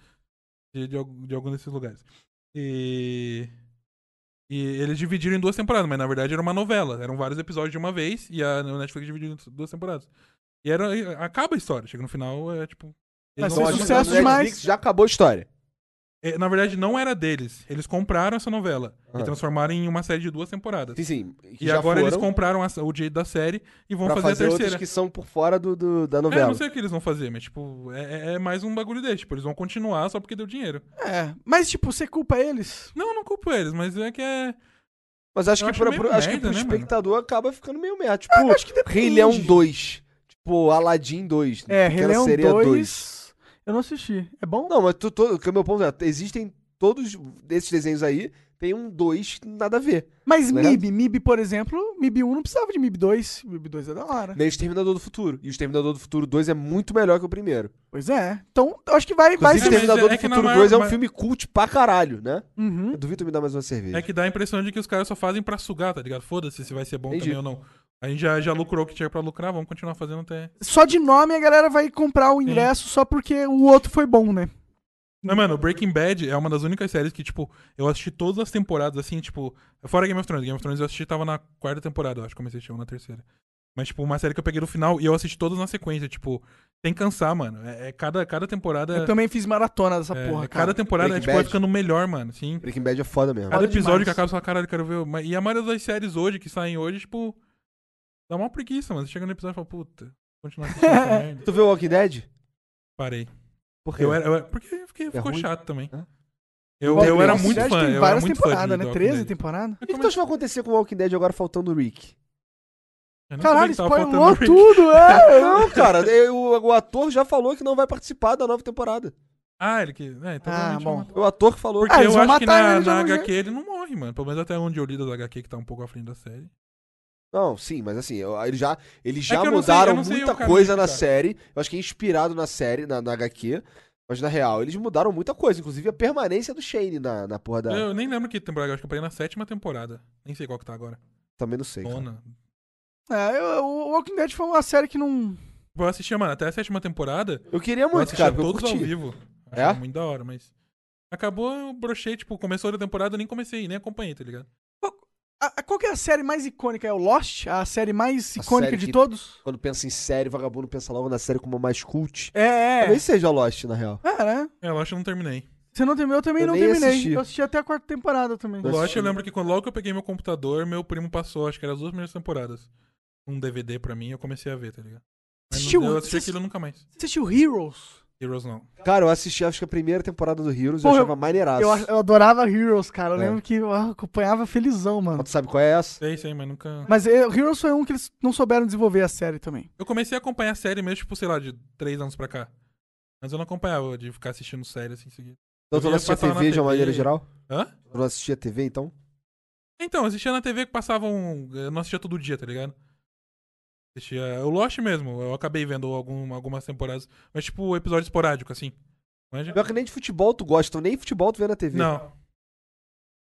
S4: de, de, algum- de algum desses lugares. E. E eles dividiram em duas temporadas, mas na verdade era uma novela. Eram vários episódios de uma vez e a o Netflix dividiu em duas temporadas. E era, e acaba a história, chega no final, é tipo.
S2: Mas
S4: não
S2: fez
S4: acham-
S2: sucesso
S3: Então, a tá Netflix
S2: demais.
S3: Já acabou a história.
S4: É, Na verdade, não era deles. Eles compraram essa novela
S3: Ah.
S4: e transformaram em uma série de duas temporadas.
S3: Sim, sim. que
S4: E
S3: já
S4: agora eles
S3: foram
S4: compraram a- o jeito da série e vão
S3: pra
S4: fazer,
S3: fazer
S4: a
S3: outras
S4: terceira.
S3: que são por fora do, do- da
S4: É, eu
S3: novela.
S4: não sei o que eles vão fazer, mas, tipo, é, é- é mais um bagulho desse. Tipo, eles vão continuar só porque deu dinheiro.
S2: É, mas, tipo, você culpa eles?
S4: Não, eu não culpo eles, mas é que é.
S3: Mas acho
S4: Eu
S3: que,
S4: acho
S3: pra,
S4: meio
S3: pro- acho que
S4: merda,
S3: pro
S4: né, mano?
S3: espectador acaba ficando meio merda. Tipo,
S2: eu acho que depende.
S3: Rei Leão 2. Tipo, Aladdin 2.
S2: É,
S3: Pequena
S2: Rei Leão
S3: Sereia
S2: 2. Eu não assisti. É bom?
S3: Não, mas tu, todo, o que é o meu ponto é, existem todos esses desenhos aí, tem um 2 nada a ver.
S2: Mas
S3: Legal.
S2: MIB, MIB, por exemplo, MIB 1 não precisava de MIB 2. MIB 2 é da hora.
S3: Nem o Exterminador do Futuro. E o Exterminador do Futuro 2 é muito melhor que o primeiro.
S2: Pois é. Então, eu acho que vai. vai
S3: Inclusive,
S4: mas
S2: ser...
S3: Exterminador
S4: é
S3: do
S4: que na
S3: Futuro
S4: maior-
S3: 2 é um
S4: ma-
S3: filme cult pra caralho, né?
S2: Uhum.
S3: Eu duvido me dar mais uma cerveja.
S4: É que dá a impressão de que os caras só fazem pra sugar, tá ligado? Foda-se se vai ser bom
S3: Entendi.
S4: também ou não. A gente já, já lucrou o que tinha pra lucrar, vamos continuar fazendo até.
S2: Só de nome a galera vai comprar o ingresso só porque o outro foi bom, né?
S4: Mas, mano, Breaking Bad é uma das únicas séries que, tipo, eu assisti todas as temporadas, assim, tipo. Fora Game of Thrones. Game of Thrones eu assisti, tava na quarta temporada, eu acho que comecei a assistir ou na terceira. Mas, tipo, uma série que eu peguei no final e eu assisti todas na sequência, tipo, sem cansar, mano. É, é cada, cada temporada.
S2: Eu também fiz maratona dessa
S4: é,
S2: Então, porra,
S4: cada
S2: cara.
S4: temporada é,
S3: Breaking
S4: tipo, vai
S3: Bad.
S4: ficando melhor, mano, sim.
S3: Breaking Bad é foda mesmo.
S4: Cada
S2: Foda
S4: episódio
S2: demais.
S4: que acaba, você fala, caralho, quero ver. Mas- E a maioria das séries hoje, que saem hoje, tipo, dá uma preguiça, mano. Você chega no episódio e fala, puta, continuar assistindo essa merda.
S3: Tu viu Walking Dead?
S4: Parei.
S3: Por
S2: É.
S3: quê?
S4: Eu era, eu era- porque eu fiquei- ficou
S3: ruim?
S4: chato também.
S3: Hã?
S4: Eu,
S3: Walking
S4: eu era
S3: Dead
S4: muito
S2: Cidade
S4: fã,
S2: Tem
S4: eu era
S2: várias
S4: muito fã de
S2: temporadas, né?
S4: Walking
S2: 13
S4: Dead.
S2: temporadas.
S3: O que, que tu acha que vai acontecer com o Walking Dead agora faltando o Rick?
S4: Eu não sabia
S2: Caralho,
S4: que tava
S2: spoilou
S4: faltando Rick.
S2: tudo, é!
S3: Não, cara, eu- o ator já falou que não vai participar da nova temporada.
S4: Ah, ele que. É, então
S2: Ah,
S4: provavelmente
S2: bom.
S4: vai matar.
S3: O ator que falou.
S4: Porque
S2: Ah, eles
S4: eu
S2: vão
S4: acho que
S2: matar
S4: na,
S2: ele de
S4: na
S2: algum
S4: HQ ele não morre, mano. Pelo menos até onde eu li das HQ, que tá um pouco à frente da série.
S3: Não, sim, mas assim, eu- eles já, eles
S4: É
S3: já
S4: que eu não sei- eu
S3: mudaram
S4: não sei o
S3: muita
S4: caminho
S3: coisa
S4: que
S3: na
S4: tá.
S3: série. Eu acho que é inspirado na série, na, na HQ. Mas na real, eles mudaram muita coisa. Inclusive a permanência do Shane na, na
S2: Tá.
S3: porra da.
S4: Eu nem lembro que temporada, eu acho que eu parei na sétima temporada. Nem sei qual que tá agora.
S3: Também não sei. cara.
S4: Nona.
S2: É, eu- eu- o Walking Dead foi uma série que não.
S4: Eu assistia, mano, até a sétima
S2: Tá
S4: temporada.
S3: Eu queria
S4: eu
S3: muito,
S4: assistia
S3: cara, porque eu
S4: todos ao
S3: curti.
S4: vivo.
S3: É?
S4: Achava Muito da hora, mas. Acabou, eu brochei, tipo, começou a temporada, eu nem comecei, nem acompanhei, tá ligado?
S2: A, a- qual que é a série mais icônica? É o Lost? A série mais
S3: A
S2: icônica
S3: série
S2: de
S3: que-
S2: todos?
S3: Quando pensa em série, vagabundo pensa logo na série como a mais cult.
S2: É, é.
S3: Talvez seja Lost, na real.
S2: É, né?
S4: É, eu acho que eu não terminei.
S2: Você não terminou, eu também
S3: Eu
S2: não
S3: nem
S2: terminei.
S3: assisti.
S2: Eu assisti até a quarta temporada também.
S3: Eu
S4: Eu acho,
S3: assisti.
S4: eu lembro que quando, logo que eu peguei meu computador, meu primo passou, acho que era as duas primeiras temporadas. Um DVD pra mim, eu comecei a ver, tá ligado? Mas
S2: Assistiu-
S4: não,
S3: um
S4: deu- eu assisti
S2: assist-
S4: aquilo nunca mais.
S2: Você assistiu Heroes?
S4: Heroes não.
S3: Cara, eu assisti, acho que a primeira temporada do Heroes, eu
S2: Porra,
S3: achava maneiraço.
S2: Eu, eu adorava Heroes, cara. Eu
S3: É.
S2: lembro que eu acompanhava felizão, mano.
S3: Mas tu sabe qual é essa?
S4: Sei, sei, mas nunca.
S2: Mas é, Heroes foi um que eles não souberam desenvolver a série também.
S4: Eu comecei a acompanhar a série mesmo, tipo, sei lá, de três anos pra cá. Mas eu não acompanhava de ficar assistindo série assim em seguida.
S3: Então tu não
S4: Eu ia
S3: assistia
S4: passar na
S3: TV de uma
S4: TV.
S3: maneira geral?
S4: Hã?
S3: Tu não assistia TV, então?
S4: Então, eu assistia na TV que passavam. Eu não assistia todo dia, tá ligado? Assistia. O Lost mesmo, eu acabei vendo algum- algumas temporadas. Mas, tipo, episódio esporádico, assim. Manja?
S3: Pior que nem de futebol tu gosta, então nem futebol tu vê na TV.
S4: Não.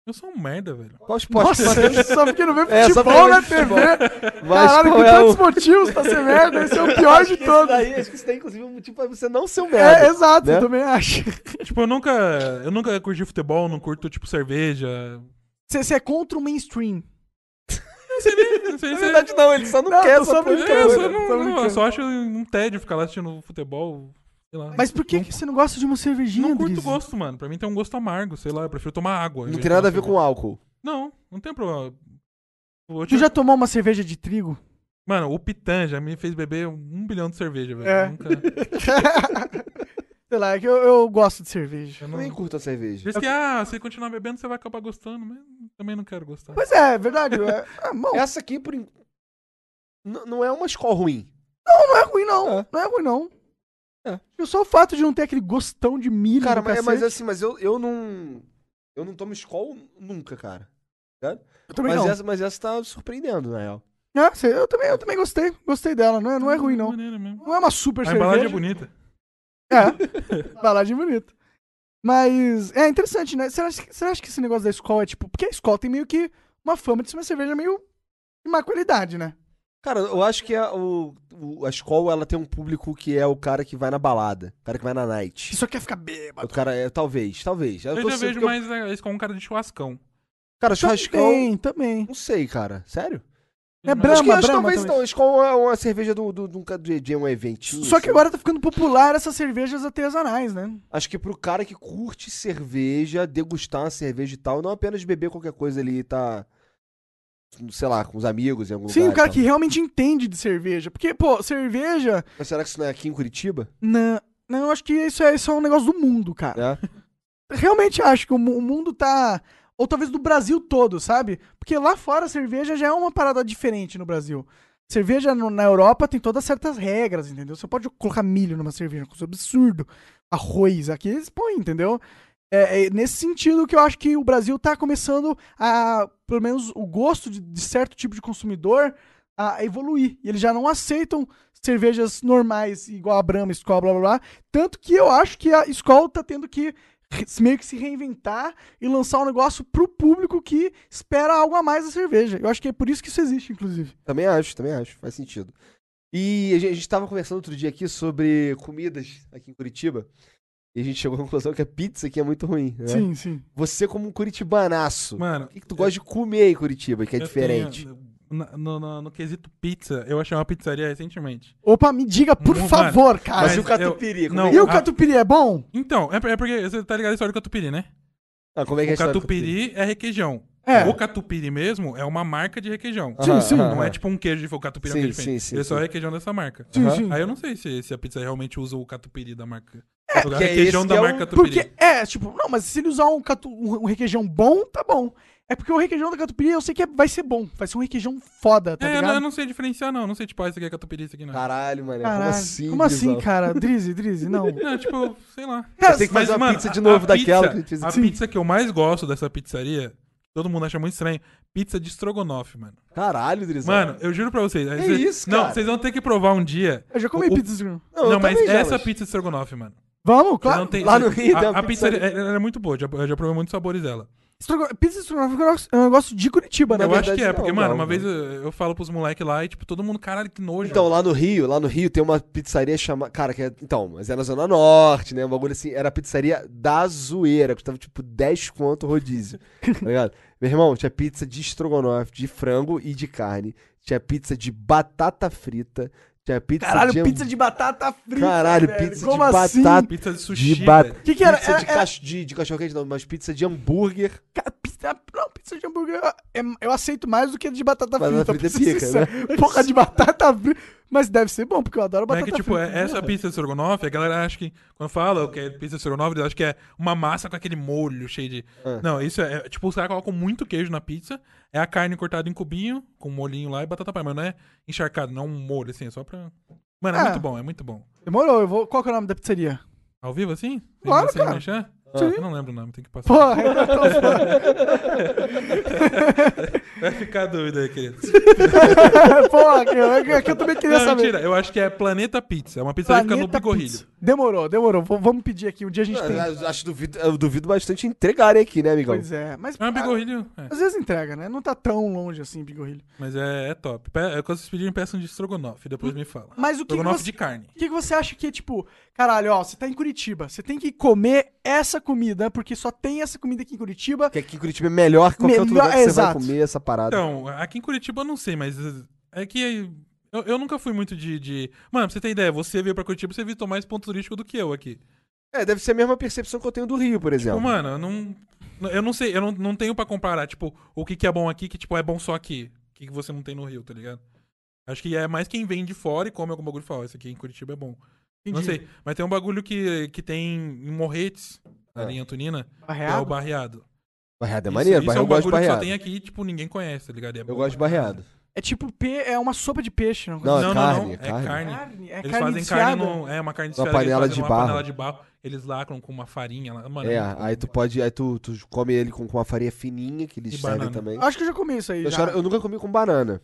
S4: Eu sou um merda, velho.
S3: Qual esporte tu
S2: Nossa, só porque não vê
S3: É, só
S2: futebol na
S3: porque não vê
S2: TV.
S3: Mas
S2: Caralho,
S3: qual
S2: com
S3: é
S2: tantos
S3: o-
S2: motivos pra ser merda. Esse é o pior de todos.
S3: Daí, acho que isso daí, inclusive, é um motivo pra você não ser um merda.
S2: É, exato,
S3: né?
S2: eu também acho.
S4: tipo, eu nunca. Eu nunca curti futebol, não curto, tipo, cerveja.
S2: Você você é contra o mainstream.
S4: Não sei nem. Não sei
S3: Na
S4: se é-
S3: verdade, não, ele só não,
S2: Não,
S3: quer
S2: tô
S3: essa
S2: só
S3: porra.
S4: É, eu só, não-
S2: Tô
S4: não, eu
S2: brincando.
S4: só acho um tédio ficar lá assistindo futebol. Sei lá.
S2: Mas por que, que você não gosta de uma cervejinha,
S4: Não curto
S2: Drizzy?
S4: gosto, mano. Pra mim tem um gosto amargo, sei lá. Eu prefiro tomar água.
S3: Não tem nada a ver com
S4: água.
S3: álcool.
S4: Não, não tem problema. Eu
S2: Tu
S4: tinha-
S2: já tomou uma cerveja de trigo?
S4: Mano, o Pitan já me fez beber um bilhão de cerveja, velho.
S2: É.
S4: Nunca.
S2: Sei lá, é que eu, eu gosto de cerveja.
S4: Eu
S3: Eu nem
S4: não...
S3: curto a cerveja.
S4: Diz que, ah, se continuar bebendo, você vai acabar gostando, mas também não quero gostar.
S2: Pois é, é verdade. É, ah, bom,
S3: Essa aqui, por. en- N- não é uma escola ruim.
S2: não é ruim, não.
S3: É.
S2: Não é ruim, não. E só o fato de não ter aquele gostão de milho
S3: Cara,
S2: no
S3: mas,
S2: cacete,
S3: mas assim, mas eu, eu não. Eu não tomo escola nunca, cara.
S2: eu também
S3: Mas
S2: não.
S3: essa, mas essa tá surpreendendo, na real.
S2: É, sei, eu, também, eu também gostei. Gostei dela. Não é, não é ruim, não.
S4: Maneiro mesmo.
S2: Não é uma super
S4: A
S2: cerveja.
S4: embalagem é bonita.
S2: É, embalagem bonita. Mas é interessante, né? Você acha, que- você acha que esse negócio da escola é tipo. Porque a escola tem meio que uma fama de ser uma cerveja meio de má qualidade, né?
S3: Cara, eu acho que a, o, o- a escola ela tem um público que é o cara que vai na balada, o cara que vai na
S2: Que
S3: night.
S2: só quer ficar bêbado.
S3: O cara é, talvez, talvez.
S4: Eu,
S3: tô
S4: já
S3: sendo-
S4: vejo
S3: porque eu-
S4: mais a- isso com um cara de churrascão.
S2: É
S3: Cara, churrascão.
S2: Também, também.
S3: Não sei, cara. Sério?
S2: É
S4: Mas-
S2: Brahma,
S3: acho que, acho que
S2: Brahma
S3: talvez
S2: também.
S3: não. Acho que é uma, uma cerveja do, do, de um ca- de, de um eventinho.
S2: Só que
S3: assim.
S2: agora tá ficando popular essas cervejas artesanais, né?
S3: Acho que pro cara que curte cerveja, degustar uma cerveja e tal, não apenas beber qualquer coisa ali e tá. Sei lá, com os amigos em algum
S2: Sim,
S3: lugar.
S2: o cara
S3: e
S2: que realmente entende de cerveja. Porque, pô, cerveja.
S3: tal. Mas será que isso não é aqui em Curitiba?
S2: Não, não eu acho que isso é, isso é um negócio do mundo, cara.
S3: É.
S2: Realmente acho que o, mu- o mundo tá. Ou talvez do Brasil todo, sabe? Porque lá fora a cerveja já é uma parada diferente no Brasil. Cerveja no- na Europa tem todas certas regras, entendeu? Você pode colocar milho numa cerveja, coisa absurdo. Arroz, aqui eles põem, entendeu? É, é nesse sentido que eu acho que o Brasil tá começando a, pelo menos o gosto de, de certo tipo de consumidor a evoluir. E eles já não aceitam cervejas normais, igual a Brahma, Skol, blá blá blá. Tanto que eu acho que a Skol tá tendo que re- meio que se reinventar e lançar um negócio pro público que espera algo a mais da cerveja. Eu acho que é por isso que isso existe, inclusive.
S3: Também acho, também acho. Faz sentido. E a gente, a gente tava conversando outro dia aqui sobre comidas aqui em Curitiba. E a gente chegou à conclusão que a pizza aqui é muito ruim. Né?
S2: Sim, sim.
S3: Você, como um curitibanaço,
S4: Mano,
S3: o que, que tu gosta de comer em Curitiba, que é
S4: eu
S3: diferente?
S4: tenho- na- no, no- no quesito pizza, eu achei uma pizzaria recentemente.
S2: Opa, me diga, por
S4: Mano,
S2: favor, cara.
S3: Mas, e o
S4: eu-
S3: catupiry? Como
S4: não,
S3: é
S2: E o
S4: a-
S2: catupiry é bom?
S4: Então, é, é porque você tá ligado a história do catupiry, né?
S3: Ah, como é que é a
S4: O
S3: história do
S4: catupiry é requeijão.
S2: É.
S4: O catupiry mesmo é uma marca de requeijão.
S3: Aham,
S2: sim,
S3: aham,
S4: Não é
S3: aham.
S4: tipo um queijo de fogo, catupiry é um
S3: Sim,
S4: queijo diferente.
S3: sim, sim,
S4: Ele só
S3: sim.
S4: é requeijão dessa marca.
S2: Sim,
S3: Aham.
S2: sim.
S4: Aí eu não sei se, se a pizza realmente usa o catupiry da marca. O
S3: que é
S4: requeijão
S3: esse
S4: da
S3: que é o-
S4: marca Tupiri.
S2: Porque, é, tipo, não, mas se ele usar um, catu- um- um requeijão bom, tá bom. É porque o requeijão da catupiry eu sei que é- vai ser bom. Vai ser um requeijão foda, tá
S4: é, eu
S2: ligado?
S4: não, eu não sei diferenciar, não. Não sei, tipo, ah, esse aqui é catupiry, esse aqui não.
S3: Caralho, mano. Como
S2: Caralho,
S3: assim?
S2: Como assim,
S3: Grisal?
S2: cara? Drizzy, Drizzy, não.
S4: Não, tipo, sei lá.
S2: Cara,
S3: tem que fazer
S4: Mas,
S3: uma
S4: mano,
S3: pizza de
S4: a-
S3: novo
S4: a
S3: daquela
S4: pizza-
S3: que a gente fez
S4: A
S3: assim.
S4: pizza que eu mais gosto dessa pizzaria, todo mundo acha muito estranho, pizza de estrogonofe, mano.
S3: Caralho, Drizão.
S4: Mano, eu juro pra vocês. aí vocês-
S3: isso,
S4: Não,
S3: cara?
S4: vocês vão ter que provar um dia.
S2: eu já comi
S4: O- o-
S2: pizza de grão.
S3: eu
S4: Não, mas
S3: também já,
S4: essa
S3: mas-
S4: pizza de estrogonofe, mano.
S2: Vamos, claro.
S4: não tem-
S3: lá no Rio tem
S4: a,
S3: uma
S4: a pizza
S3: pizzaria.
S4: era muito boa, já- eu já provei muitos sabores dela.
S2: Estrogo- Pizza de estrogonofe é um negócio- é um negócio de Curitiba, né?
S3: Na
S4: eu acho
S3: verdade,
S4: que é, porque,
S3: não,
S4: mano,
S3: não,
S4: uma
S3: não.
S4: vez eu, eu falo pros moleques lá e, tipo, todo mundo, caralho, que nojo.
S3: Então, lá no Rio, lá no Rio tem uma pizzaria chamada. Cara, que é. Então, mas é na Zona Norte, né? Um bagulho assim. Era a pizzaria da zoeira, custava tipo 10 conto o rodízio. tá ligado? Meu irmão, tinha pizza de estrogonofe, de frango e de carne. Tinha pizza de batata frita. Tinha pizza
S2: Caralho,
S3: de.
S2: pizza de batata frita.
S3: Caralho,
S2: velho.
S3: pizza
S2: Como
S3: de
S2: assim?
S3: batata.
S4: pizza de sushi.
S3: De batata.
S4: velho.
S2: Que que era?
S3: Pizza
S2: Era-
S3: de,
S2: era-
S3: cach- de, de cachorro quente, não, mas pizza de hambúrguer.
S2: Cara, pizza, não, pizza de hambúrguer é- eu aceito mais do que de batata,
S3: Batata
S2: frita.
S3: frita é
S2: pra ser
S3: pica,
S2: sincero. Porra de batata frita. Mas deve ser bom, porque eu adoro
S4: Mas
S2: batata
S4: é que, tipo,
S2: frita.
S4: é- essa pizza de estrogonofe, a galera acha que, quando fala que é pizza de estrogonofe, eles acham que é uma massa com aquele molho cheio de...
S3: Ah.
S4: Não, isso é, é, tipo, os caras colocam muito queijo na pizza, é a carne cortada em cubinho, com um molhinho lá e batata palha, mas não é encharcado, não é um molho, assim, é só pra... Mano, é,
S2: É.
S4: muito bom, é muito bom.
S2: Demorou, eu vou. Qual que é o nome da pizzaria?
S4: Ao vivo, assim? Sem-
S2: Claro,
S4: sem
S2: cara.
S4: mexer?
S2: Sim.
S4: Eu não lembro o nome, tem que passar.
S2: Porra, eu não tô
S4: Vai ficar a dúvida aí, querido.
S2: Porra, que eu, é que- que eu também queria
S4: Não,
S2: saber.
S4: mentira, eu acho que é Planeta Pizza, é uma pizzaria que fica no
S2: Planeta
S4: Bigorrilho.
S2: Pizza. Demorou, demorou. Vou- vamos pedir aqui. Um dia a gente tem.
S3: Eu, acho, duvido, eu duvido bastante entregarem aqui, né, amigão?
S2: Pois é, mas.
S4: Ah,
S2: a-
S4: Bigorrilho, é.
S2: Às vezes entrega, né? Não tá tão longe assim, bigorrilho.
S4: Mas é, é top. Pe- é, Quando vocês pedirem, peçam de estrogonofe, depois me fala.
S2: Hum, Mas o que que
S4: Estrogonofe
S2: você-
S4: de carne.
S2: O que, que você acha que é tipo, caralho, ó, você tá em Curitiba, você tem que comer essa comida, porque só tem essa comida aqui em Curitiba.
S3: Que aqui em Curitiba é melhor que qualquer outro
S2: Melhor-
S3: lugar que você
S2: exato.
S3: vai comer essa parada.
S4: Então, aqui em Curitiba eu não sei, mas eh, é que eu, eu nunca fui muito de, de- Mano, pra você ter ideia, você veio pra Curitiba, você visitou mais ponto turístico do que eu aqui.
S3: É, deve ser a mesma percepção que eu tenho do Rio, por exemplo.
S4: Tipo, mano, eu não. Eu não sei, eu não, não tenho pra comparar, tipo, o que, que é bom aqui, que tipo, é bom só aqui. O que, que você não tem no Rio, tá ligado? Acho que é mais quem vem de fora e come algum bagulho e fala, "Ó, isso aqui em Curitiba é bom. Não
S2: Entendi.
S4: sei, mas tem um bagulho que, que tem em Morretes, na
S3: Ah.
S4: linha Antonina, que é o
S2: Barreado?
S4: barreado.
S3: barreado é maneiro,
S4: isso, isso é
S3: barreado,
S4: um
S3: eu gosto de
S4: bagulho que só
S3: barreado.
S4: tem aqui, tipo, ninguém conhece, tá ligado? E é
S3: Eu
S4: bom
S3: gosto de
S4: pra caralho.
S3: barreado.
S2: É tipo P, é uma sopa de peixe, não?
S3: Não, é
S4: Não,
S3: carne,
S4: não, não.
S3: é
S4: É
S3: carne.
S4: carne.
S2: carne. É carne
S4: Eles fazem carne
S2: desfiada?
S4: num, é uma carne
S3: Numa
S4: desfiada, eles
S3: panela
S4: fazem
S3: de
S4: uma
S3: barro.
S4: panela de barro, eles lacram com uma farinha lá. Mano,
S3: É,
S4: muito
S3: aí
S4: bom.
S3: tu pode, aí tu, tu come ele com, com uma farinha fininha que eles
S4: E
S3: servem
S4: banana.
S3: também.
S2: Acho que eu já comi isso aí.
S3: Eu,
S2: já.
S3: choro- eu nunca comi com banana.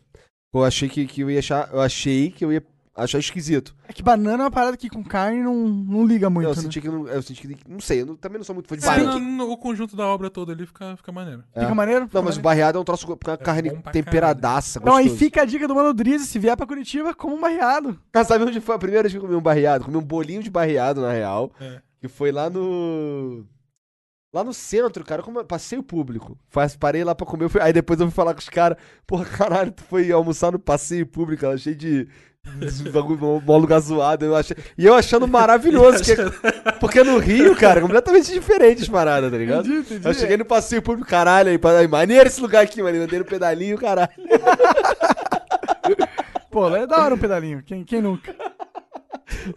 S3: Eu achei que, que eu ia achar, eu achei que eu ia achar esquisito.
S2: É que banana é uma parada que com carne não, não liga muito,
S3: eu
S2: né?
S3: senti que não, eu senti que não sei, eu não- também não sou muito fã de
S4: É,
S3: banana.
S4: não, não, o conjunto da obra toda ali fica, fica maneiro.
S3: É.
S2: Fica maneiro? Fica
S3: Não, mas
S2: maneiro.
S3: o barreado é um troço com a carne
S4: bom pra
S3: temperadaça,
S2: Então aí
S3: gostoso.
S2: fica a dica do Mano Drizzy, se vier pra Curitiba, como um barreado.
S3: Ah, sabe onde foi a primeira vez que eu comi um barreado? Comi um bolinho de barreado, na real.
S4: É.
S3: Que foi lá no. Lá no centro, cara. Como... Passeio público. Faz- Parei lá pra comer. eu fui- Aí depois eu fui falar com os caras. Porra, caralho, tu foi almoçar no passeio público, ela cheio de. de bagulho, mó lugar zoado. Eu achei... E eu achando maravilhoso. que- Porque no Rio, cara, é completamente diferente as paradas, tá ligado? Eu cheguei no passeio público, caralho, aí, aí maneiro esse lugar aqui, mano. Eu Andei no pedalinho, caralho.
S2: Pô, lá é da hora um pedalinho, quem, quem nunca?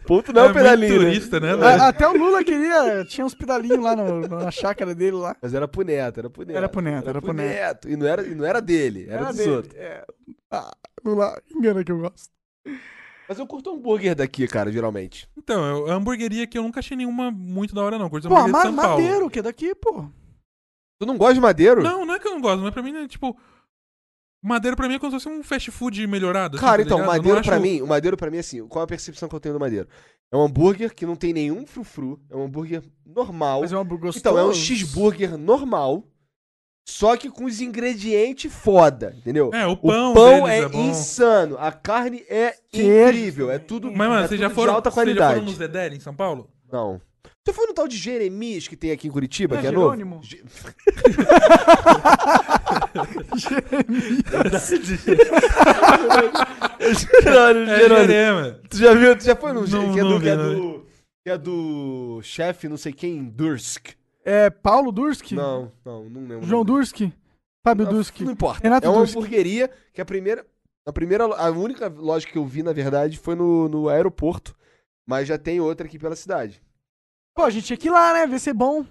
S3: Ponto não é, o
S4: muito
S3: pedalinho. né?
S4: turista, né? velho?
S2: A- Até o Lula queria, tinha uns pedalinhos lá no- na chácara dele lá.
S3: Mas era pro neto, era pro neto.
S2: Era pro neto, era pro neto.
S3: E não era, e não era dele, era, dos
S2: dele,
S3: outros.
S2: é. Ah, Lula, engana que eu gosto.
S3: Mas eu curto hambúrguer daqui, cara, geralmente.
S4: Então, eu, a hamburgueria aqui eu nunca achei nenhuma muito da hora, não. Curto
S2: Pô,
S4: hambúrguer de
S2: ma
S4: São Paulo.
S2: madeiro, que é daqui, pô.
S3: Tu não gosta de madeiro?
S4: Não, não é que eu não gosto, mas pra mim é tipo. Madeiro pra mim é como se fosse um fast food melhorado. assim,
S3: Cara,
S4: tá
S3: então,
S4: ligado? Eu não
S3: madeiro pra
S4: acho-
S3: mim, o madeiro pra mim é assim, qual é a percepção que eu tenho do madeiro? É um hambúrguer que não tem nenhum frufru, é um hambúrguer normal.
S2: Mas é um hambúrguer gostoso.
S3: então, é um cheeseburger normal, só que com os ingredientes foda, entendeu?
S4: É, o
S3: O
S4: pão.
S3: pão, é,
S4: deles é bom.
S3: insano, a carne é
S2: Queijo.
S3: incrível, é tudo,
S4: Mas, mano,
S3: é
S4: vocês
S3: tudo
S4: já foram.
S3: de alta
S4: Vocês já
S3: qualidade.
S4: foram no Zedé em São Paulo?
S3: Não. Você foi no tal de Jeremias que tem aqui em Curitiba,
S2: É
S3: que é
S2: Jerônimo?
S3: novo? Ge- Jerônimo,
S4: É,
S3: Jerônimo.
S4: Jerema.
S3: Tu já viu? Tu já foi no
S4: Não,
S3: que é
S4: não
S3: do, que é
S4: vi,
S3: do que é do chefe, não sei quem, Dursk.
S2: É Paulo Durski?
S3: Não, não, não lembro.
S2: João Durski? Fábio
S3: Não,
S2: Durski?
S3: Não importa.
S2: Renato
S3: é uma
S2: Dursk.
S3: hamburgueria que a primeira a primeira a única loja que eu vi na verdade foi no, no aeroporto, mas já tem outra aqui pela cidade.
S2: Pô, a gente tinha que ir lá, né? Ver se é bom.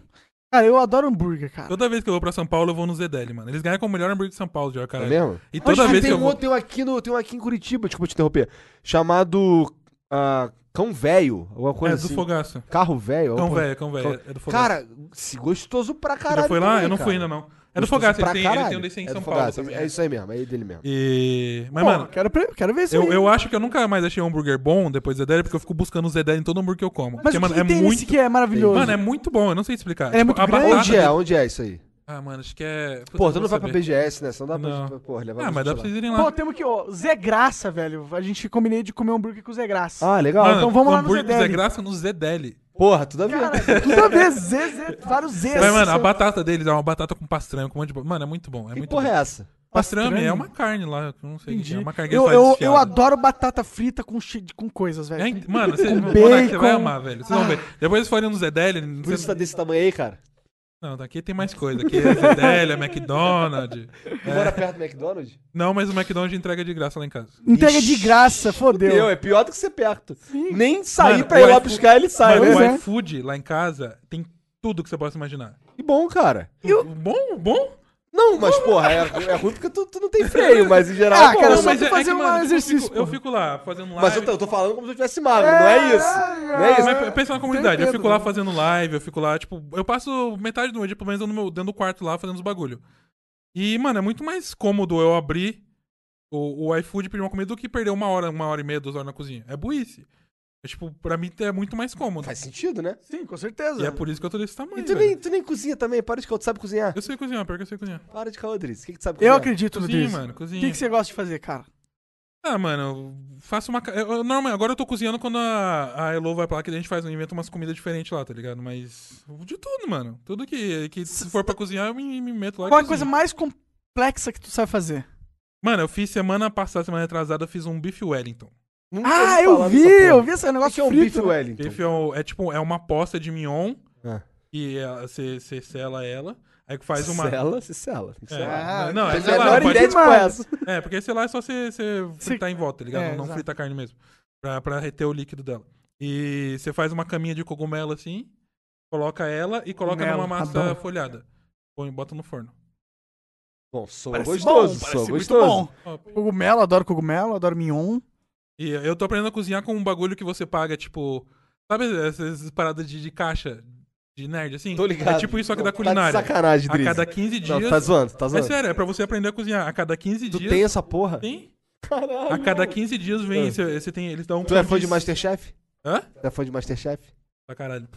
S2: Cara, eu adoro hambúrguer, cara.
S4: Toda vez que eu vou pra São Paulo, eu vou no Zedeli, mano. Eles ganham com o melhor hambúrguer de São Paulo já, cara.
S3: É mesmo?
S4: E
S3: Mas
S4: toda
S3: que
S4: vez
S3: tem
S4: que eu
S3: um
S4: vou...
S3: outro, tem um aqui no, tem um aqui em Curitiba, desculpa te interromper, chamado ah, Cão Velho, alguma
S4: É
S3: coisa
S4: do
S3: assim.
S4: Fogaço.
S3: Carro Velho.
S4: Cão
S3: alguma coisa-
S4: velho, cão velho. É do Fogaço.
S3: Cara, se gostoso pra
S4: Você
S3: caralho.
S4: já foi lá?
S3: também,
S4: eu não
S3: cara.
S4: fui ainda, não. É do
S3: Gostoso
S4: Fogaço, ele
S3: pra
S4: tem, ele
S3: caralho.
S4: tem um desse em
S3: É do
S4: São Paulo
S3: Fogaça,
S4: também.
S3: É isso aí mesmo, é dele mesmo.
S4: E... Mas,
S2: Pô,
S4: mano,
S2: quero, pre- quero ver se
S4: eu, eu acho que eu nunca mais achei um hambúrguer bom depois do Zedeli, porque eu fico buscando o Zedeli em todo hambúrguer que eu como.
S2: Mas
S4: porque,
S2: o
S4: mano,
S2: que
S4: é
S2: tem nesse
S4: muito...
S2: que é maravilhoso?
S4: Mano, é muito bom, eu não sei explicar. Tipo,
S2: Ele é muito
S4: a
S2: grande.
S4: batata
S3: Onde
S4: dele-
S3: é? Onde é isso aí?
S4: Ah, mano, acho que é...
S3: Pô,
S4: Puta,
S3: tu
S4: eu
S3: não vai pra
S4: saber.
S3: BGS, né? Só não dá pra,
S4: Não.
S3: pô, levar
S4: Ah, mas dá pra
S3: gente
S4: vocês
S3: lá.
S4: irem lá.
S2: Pô, temos que, ó, Zé Graça, velho. A gente combinei de comer hambúrguer com o Zé Graça.
S3: Ah, legal.
S4: Mano, é
S2: então vamos lá no
S4: hambúrguer do Zé
S2: Zedeli.
S4: Graça é no Zedeli.
S3: Porra, tudo a ver.
S2: Cara, tudo a ver, Zé, Zé, vários Zés.
S4: Mas, mano, a batata deles é uma batata com pastrame, com um monte de... bo- Mano, é muito bom, é
S3: que
S4: muito
S3: porra
S4: bom.
S3: é essa?
S4: Pastrame,
S2: Pastrame?
S4: é uma carne lá, eu não sei. o que que É uma carne que
S2: eu,
S4: eles fazem
S2: eu, eu
S4: desfiada.
S2: adoro batata frita com, chi- com coisas, velho.
S4: É, ent- mano, você,
S2: Com
S4: Monark, você vai
S2: bacon.
S4: amar, velho. Vocês vão ver. Depois eles forem no Zedeli. não
S3: Por isso
S4: sei-
S3: tá desse tamanho aí, cara.
S4: Não, daqui tem mais coisa. Aqui é Zedeli, é McDonald's.
S3: Tu mora perto do McDonald's?
S4: Não, mas o McDonald's entrega de graça lá em casa.
S2: Entrega de graça, fodeu.
S3: Meu, é pior do que ser perto. Nem sair
S4: Mano,
S3: pra ir
S4: o
S3: lá
S4: iFood-
S3: buscar, ele sai,
S4: Mano,
S2: pois
S4: o
S2: é.
S3: né?
S4: iFood lá em casa tem tudo que você possa imaginar.
S3: Que bom, cara.
S4: Eu... Bom, bom?
S3: Não, mas, porra, é, é ruim porque tu, tu não tem freio, mas em geral.
S2: Ah,
S3: é bom.
S2: cara,
S3: Não,
S2: só
S3: mas,
S2: tu fazer um
S4: mano, tipo,
S2: exercício,
S4: Eu fico, eu
S2: pô.
S4: fico lá fazendo live.
S3: mas eu, tô, eu tô falando como se eu tivesse magro, não é isso. Não é isso.
S4: Mas pe- pensa na comunidade, eu
S2: entendo,
S4: fico lá
S2: né?
S4: fazendo live, eu fico lá, tipo, eu passo metade do meu dia, pelo menos no meu, dentro do quarto lá, fazendo os bagulho. E, mano, é muito mais cômodo eu abrir o, o iFood e pedir uma comida do que perder uma hora, uma hora e meia, duas horas na cozinha. É buice. É, tipo, pra mim é muito mais cômodo.
S3: Faz sentido, né?
S2: Sim, com
S4: E
S2: certeza.
S4: é por isso que eu tô desse tamanho,
S3: E tu
S4: velho.
S3: nem, tu nem cozinha também, para de que tu sabe cozinhar.
S4: Eu sei cozinhar, pior que eu sei cozinhar.
S3: Para de calar, Driz. O que, é. que tu sabe
S2: Eu
S3: cozinhar?
S2: acredito no
S4: Cozinha,
S2: Driz.
S4: mano,
S2: O
S4: cozinha.
S2: que, que você gosta de fazer, cara?
S4: Ah, mano, eu faço uma. ca- Eu, eu- normal, agora eu tô cozinhando quando a, a Elo vai pra lá, que a gente faz, inventa umas comidas diferentes lá, tá ligado? Mas. De tudo, mano. Tudo que, que se for pra cozinhar, eu me, me meto lá. e
S2: Qual é a
S4: cozinho.
S2: coisa mais complexa que tu sabe fazer?
S4: Mano, eu fiz semana passada, semana retrasada, eu fiz um bife Wellington.
S3: Nunca
S2: Ah,
S3: ouvi
S2: eu
S3: falar
S2: vi,
S3: nessa porra.
S2: eu vi esse
S3: O que que
S2: negócio
S3: é um
S2: frito,
S3: bife
S2: né?
S3: Wellington?
S4: Bife é, um- é tipo, é uma posta de mignon,
S3: Ah.
S4: e você sela ela, aí que faz uma.
S3: Cela, se cela. tem que
S4: É,
S3: selar.
S2: Ah,
S4: não, é,
S3: Mas
S2: sei
S3: a
S2: lá,
S4: selar,
S3: menor
S4: pode-
S3: ideia de qual é essa.
S4: é, porque selar é só você fritar em volta, tá ligado?
S2: É,
S4: não
S2: exato.
S4: frita a carne mesmo. Pra, pra reter o líquido dela. E você faz uma caminha de cogumelo assim, coloca ela e coloca
S2: Cogumelo, tá
S4: numa massa
S2: adoro.
S4: folhada. Põe, bota no forno.
S3: Bom, sou
S2: Parece
S3: gostoso,
S2: é bom,
S3: sou
S2: parece muito
S3: gostoso.
S2: bom.
S3: Tá
S4: Top.
S2: Cogumelo, adoro cogumelo, adoro mignon.
S4: E eu tô aprendendo a cozinhar com um bagulho que você paga, tipo. Sabe essas paradas de, de caixa de nerd, assim?
S3: Tô ligado.
S4: É tipo isso, só que
S3: Não,
S4: da
S3: tá de
S4: culinária.
S3: sacanagem,
S4: A
S3: Drizzy.
S4: cada 15 dias.
S3: Não, tá zoando, tá
S4: É
S3: zoando.
S4: sério, é pra você aprender a cozinhar. A cada 15
S3: Tu
S4: dias.
S3: tem essa porra?
S4: Tem?
S3: Caralho.
S4: A cada 15 dias vem.
S3: É.
S4: Você você tem. Eles dão um.
S3: Tu é
S4: pão
S3: fã de Masterchef?
S4: Hã?
S3: Tu é fã de Masterchef?
S4: Pra caralho.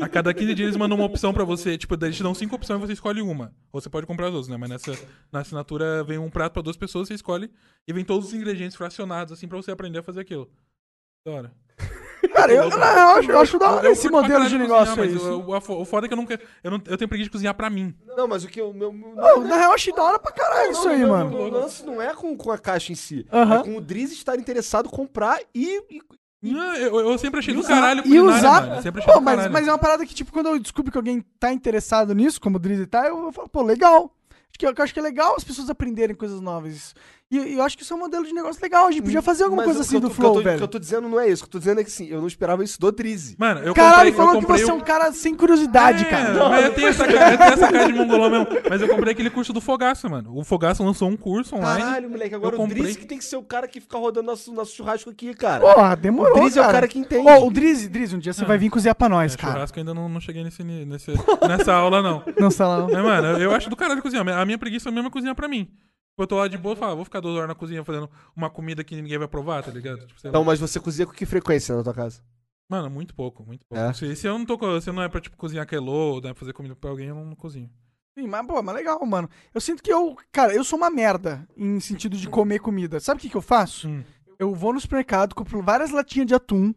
S4: A cada 15 dias eles mandam uma opção pra você. Tipo, eles te dão cinco opções e você escolhe uma. Ou você pode comprar as outras, né? Mas nessa, na assinatura vem um prato pra duas pessoas, você escolhe. E vem todos os ingredientes fracionados, assim, pra você aprender a fazer aquilo. Da hora.
S2: Cara, eu, não, eu acho, eu acho da hora
S4: Eu
S2: Ah, esse
S4: curto pra
S2: modelo de
S4: caralho cozinhar,
S2: negócio aí.
S4: mas eu- eu- a fo- o foda é que eu nunca. Eu, não, eu tenho preguiça de cozinhar pra mim.
S3: Não, mas o que o meu. meu-
S2: Não, na real, eu achei da hora pra
S4: É
S2: caralho isso aí,
S3: não,
S2: mano.
S3: O lance não é com, com a caixa em si.
S2: Aham.
S3: É com o Driz estar interessado, comprar e. e-
S4: Não, eu, eu sempre achei do caralho
S2: e
S4: culinária,
S2: usar.
S4: mano. Sempre achei
S2: Pô,
S4: do
S2: mas,
S4: caralho.
S2: mas é uma parada que, tipo, quando eu descubro que alguém tá interessado nisso, como o Drizzy tá, eu, eu falo, pô, legal. Acho que, eu acho que é legal as pessoas aprenderem coisas novas. E e eu acho que isso é um modelo de negócio legal. A gente podia fazer alguma
S3: Mas
S2: coisa
S3: o que
S2: assim
S3: eu
S2: do
S3: tô- o que eu tô-
S2: Flow,
S3: O que eu
S2: velho.
S3: tô dizendo não é isso. O que eu tô dizendo é que sim, eu não esperava isso do Drizzy.
S4: Mano, eu comprei,
S2: Caralho,
S4: eu
S2: falou que
S4: comprei
S2: você é
S4: o-
S2: um cara sem curiosidade,
S4: É,
S2: cara.
S4: Mas eu tenho, essa cara, eu tenho essa cara de mongolão mesmo. Mas eu comprei aquele curso do Fogaça, mano. O Fogaça lançou um curso online.
S3: Caralho, moleque. Agora
S4: eu
S3: o
S4: comprei.
S3: Drizzy que tem que ser o cara que fica rodando nosso, nosso churrasco aqui, cara.
S2: Porra, demorou.
S3: O Drizzy é o
S2: cara.
S3: cara que entende.
S2: Ô, o Drizzy, Drizzy, um dia você vai vir cozinhar pra nós,
S4: É,
S2: cara.
S4: churrasco ainda não, não cheguei nesse, ni- nesse- nessa aula, não.
S2: Não sei lá.
S4: Mas, mano, eu, eu acho do caralho cozinhar. A minha preguiça mesmo é cozinhar pra mim. Eu tô lá de boa e falo, ah, vou ficar duas horas na cozinha fazendo uma comida que ninguém vai provar, tá ligado? Tipo, sei lá.
S3: Então, mas você cozinha com que frequência na tua casa?
S4: Mano, muito pouco, muito pouco.
S3: É?
S4: Se, se eu não tô co- se não é pra tipo, cozinhar aquilo, né, fazer comida pra alguém, eu não cozinho.
S2: Sim, mas, pô, mas legal, mano. Eu sinto que eu, cara, eu sou uma merda em sentido de comer comida. Sabe o que, que eu faço?
S4: Hum.
S2: Eu vou no supermercado, compro várias latinhas de atum.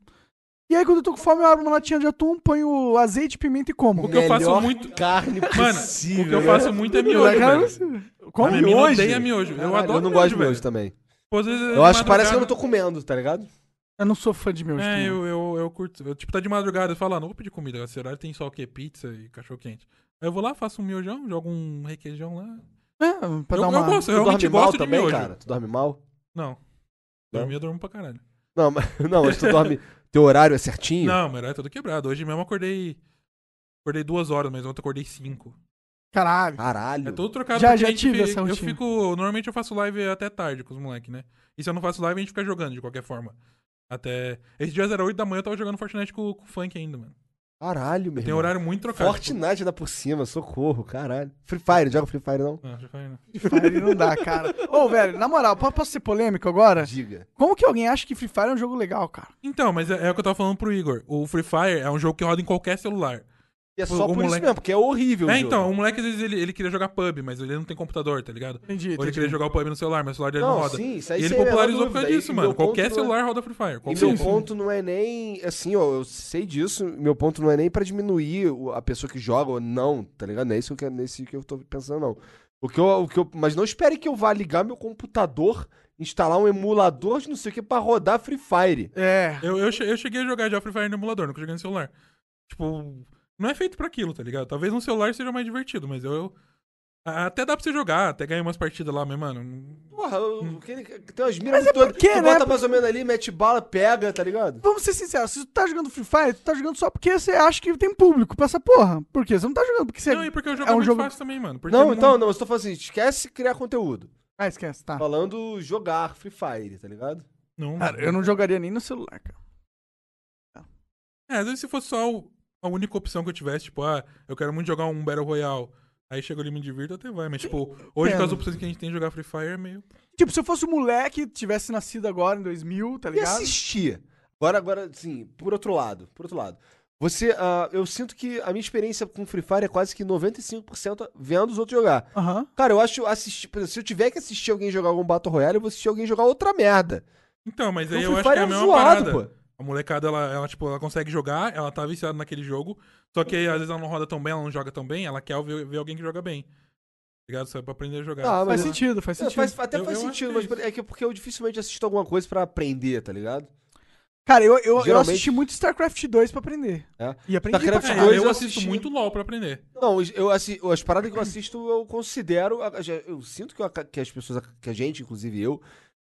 S2: E aí, quando eu tô com fome, eu abro uma latinha de atum, ponho azeite, pimenta e como.
S4: O que eu faço muito-
S3: Carne
S4: Mano,
S3: possível.
S4: o que eu faço muito é miojo,
S2: Cara,
S4: velho.
S3: assim.
S2: você-
S4: A
S2: Come
S4: minha mina
S2: Tá hoje.
S4: odeia miojo. Eu
S3: Caralho,
S4: adoro
S3: eu não gosto de
S4: velho.
S3: miojo também.
S4: Pô, às vezes, de
S3: Eu acho que parece que eu não
S4: madrugada-
S3: tô né? comendo, tá ligado?
S2: Eu não sou fã de miojo.
S4: É,
S2: também.
S4: eu, eu, eu curto. Eu, tipo, tá de madrugada, eu falo, ah, não vou pedir comida. Esse horário tem só o quê? Pizza e cachorro quente. Aí eu vou lá, faço um miojão, jogo um requeijão lá.
S2: É, pra
S4: Eu,
S2: dar uma...
S4: eu gosto, eu
S3: Tu
S4: realmente
S3: dorme mal
S4: gosto de
S3: também,
S4: miojo.
S3: cara? Tu dorme mal?
S4: Não. Dormir, eu durmo pra caralho.
S3: Não, mas, não, mas tu dorme... Teu horário é certinho?
S4: Não, meu horário é todo quebrado. Hoje mesmo eu acordei Acordei duas horas, mas ontem eu acordei cinco.
S2: Caralho.
S3: Caralho.
S4: É tudo trocado
S2: Já-
S4: porque
S2: já
S4: a gente
S2: tive
S4: fi-
S2: essa
S4: Eu
S2: rotina.
S4: fico. Normalmente eu faço live até tarde com os moleques, né? E se eu não faço live, a gente fica jogando de qualquer forma. Até. Esse dia era 8 da manhã, eu tava jogando Fortnite com, com o funk ainda, mano.
S3: Caralho, meu
S4: Tem
S3: irmão.
S4: horário muito trocado.
S3: Fortnite ainda por cima, socorro, caralho. Free Fire, joga Free Fire não?
S4: Tipo... Não, já falei, não.
S2: Free Fire não dá, cara. Ô, velho, na moral, po- posso ser polêmico
S4: É.
S2: agora?
S3: Diga.
S2: Como que alguém acha que Free Fire é um jogo legal, cara?
S4: Então, mas é, é o que eu tava falando pro Igor. O Free Fire é um jogo que roda em qualquer celular.
S3: E é
S4: Pô,
S3: só
S4: o
S3: por isso
S4: moleque-
S3: mesmo, porque é horrível o
S4: É,
S3: jogo.
S4: então, o moleque às vezes ele, ele queria jogar pub, mas ele não tem computador, tá ligado?
S2: Entendi,
S4: Ou ele
S2: entendi.
S4: queria jogar o pub no celular, mas o celular dele não,
S3: Não,
S4: roda.
S3: sim, isso aí
S4: e ele
S3: sem a menor
S4: popularizou por causa
S3: dúvida.
S4: disso,
S3: E
S4: mano.
S3: meu ponto
S4: Qualquer
S3: não é-
S4: celular roda Free Fire.
S3: E
S4: Qualquer um.
S3: meu
S4: Sim.
S3: ponto não é nem, assim, ó, eu sei disso, meu ponto não é nem pra diminuir o- a pessoa que joga ou não, tá ligado? Não é isso que eu, quero- nesse que eu tô pensando, não. O que eu, o que eu, mas não espere que eu vá ligar meu computador, instalar um emulador de não sei o que pra rodar Free Fire.
S2: É.
S4: Eu, eu, che- eu cheguei a jogar já Free Fire no emulador, nunca joguei no celular. Tipo, não é feito pra aquilo, tá ligado? Talvez no celular seja mais divertido, mas eu. eu- a- até dá pra você jogar, até ganhar umas partidas lá, mas, mano.
S3: Porra, eu- aquele- tem umas miras
S2: Mas é
S3: todas,
S2: porque,
S3: tu
S2: né?
S3: bota mais ou menos ali, mete bala, pega, tá ligado?
S2: Vamos ser sinceros, se tu tá jogando Free Fire, tu tá jogando só porque você acha que tem público pra essa porra. Por quê? Você não tá jogando porque você.
S4: Não, e porque o jogo
S2: é
S4: é,
S2: um
S4: muito
S2: jogo-
S4: fácil também, mano. Porque
S3: Não,
S4: mu-
S3: então, não, eu tô falando assim, esquece criar conteúdo.
S2: Ah, esquece, tá.
S3: Falando jogar Free Fire, tá ligado?
S4: Não.
S2: Cara, eu não jogaria nem no celular, cara.
S4: É, às vezes se fosse só o- a única opção que eu tivesse, tipo, ah, eu quero muito jogar um Battle Royale. Aí chega ali e me divirto, até vai. Mas, tipo, hoje com as
S2: entendo.
S4: opções que a gente tem de jogar Free Fire é meio.
S2: Tipo, se eu fosse um moleque, tivesse nascido agora em 2000, tá
S3: E
S2: ligado?
S3: assistir. Agora, agora, sim, por outro lado, por outro lado. Você, ah, eu sinto que a minha experiência com Free Fire é quase que 95% vendo os outros jogar.
S2: Aham.
S3: Cara, eu acho assistir, por exemplo, se eu tiver que assistir alguém jogar algum Battle Royale, eu vou assistir alguém jogar outra merda.
S4: Então, mas
S3: Então,
S4: aí eu
S3: Free
S4: acho que
S3: Fire
S4: é
S3: é
S4: a mesma
S3: zoado,
S4: parada.
S3: pô.
S4: A molecada, ela, ela, tipo, ela consegue jogar, ela tá viciada naquele jogo. Só que aí, às vezes ela não roda tão bem, ela não joga tão bem, ela quer ver, ver alguém que joga bem. Tá Ligado? Só pra aprender a jogar.
S3: Ah,
S2: Faz
S3: mas-
S2: sentido, faz
S3: É,
S2: sentido.
S3: faz- até
S4: Eu-
S3: faz
S4: eu acho
S3: sentido,
S4: que é
S3: mas
S4: isso.
S3: é que porque eu dificilmente assisto alguma coisa pra aprender, tá ligado?
S2: Cara, eu, eu, eu
S3: Geralmente-
S2: assisti muito StarCraft 2 pra aprender.
S3: É.
S2: E aprendi pra
S3: StarCraft
S4: É,
S2: caralho.
S3: dois
S4: eu
S3: eu
S4: assisto
S3: assisti.
S4: muito LOL pra aprender.
S3: Não, eu assi- as paradas que eu assisto, eu considero. a- já- Eu sinto que, eu aca- que as pessoas, que a gente, inclusive eu,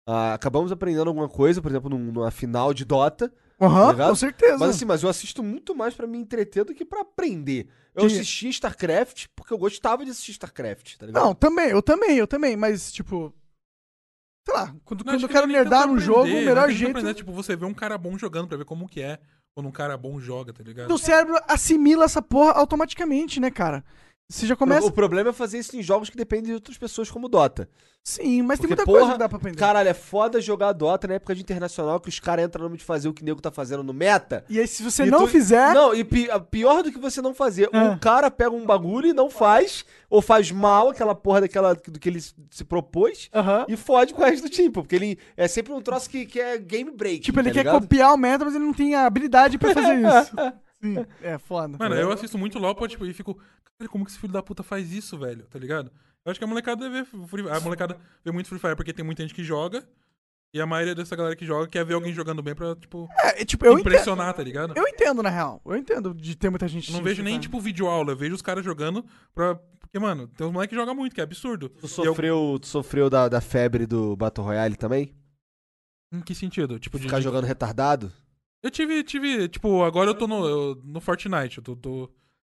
S3: ah, acabamos aprendendo alguma coisa, por exemplo, num- numa final de Dota.
S2: Aham,
S3: tá ligado?
S2: com certeza.
S3: Mas assim, mas eu assisto muito mais pra me entreter do que pra aprender. Eu
S2: Que-
S3: assisti StarCraft porque eu gostava de assistir StarCraft, tá ligado?
S2: Não, também, eu também, eu também, mas tipo. Sei lá, quando,
S4: Não,
S2: quando
S4: acho
S2: eu
S4: que
S2: quero
S4: não é nem
S2: nerdar
S4: tanto
S2: no jogo,
S4: aprender,
S2: o
S4: não
S2: melhor
S4: tem tanto
S2: jeito.
S4: aprender, tipo, você vê um cara bom jogando pra ver como que é quando um cara bom joga, tá ligado?
S2: Teu cérebro assimila essa porra automaticamente, né, cara? Você já começa.
S3: O problema é fazer isso em jogos que dependem de outras pessoas, como Dota.
S2: Sim, mas tem
S3: Porque,
S2: muita
S3: porra,
S2: coisa que dá pra aprender.
S3: Caralho, é foda jogar Dota na época de internacional que os caras entram no nome de fazer o que o nego tá fazendo no meta.
S2: E aí, se você
S3: E
S2: não
S3: tu-
S2: fizer.
S3: Não, e pi- pior do que você não fazer.
S2: Ah.
S3: Um cara pega um bagulho e não faz, ou faz mal aquela porra daquela, do que ele se se propôs,
S2: Aham.
S3: e fode com o resto do time, pô, porque ele é sempre um troço que, que é game break.
S2: Tipo, ele
S3: tá
S2: quer
S3: ligado?
S2: copiar o meta, mas ele não tem a habilidade pra fazer isso. Sim, é foda.
S4: Mano, eu assisto muito LOL pô, tipo, e fico, cara, como que esse filho da puta faz isso, velho? Tá ligado? Eu acho que a molecada vê Free A molecada vê muito Free Fire porque tem muita gente que joga. E a maioria dessa galera que joga quer ver alguém jogando bem pra, tipo,
S2: É, é, tipo, eu entendo,
S4: impressionar, tá ligado? Eu
S2: eu entendo, na real. Eu entendo de ter muita gente.
S4: não vejo nem,
S2: assistindo,
S4: tipo, vídeo aula, eu vejo os caras jogando pra. Porque, mano, tem uns moleques que jogam muito, que é absurdo.
S3: Tu
S4: E eu-
S3: sofreu, tu sofreu da, da febre do Battle Royale também?
S4: Em que sentido? Tipo, de.
S3: Ficar
S4: de-
S3: jogando retardado?
S4: Eu tive, tive, tipo, agora eu tô no, eu- no Fortnite. Eu tô. tô-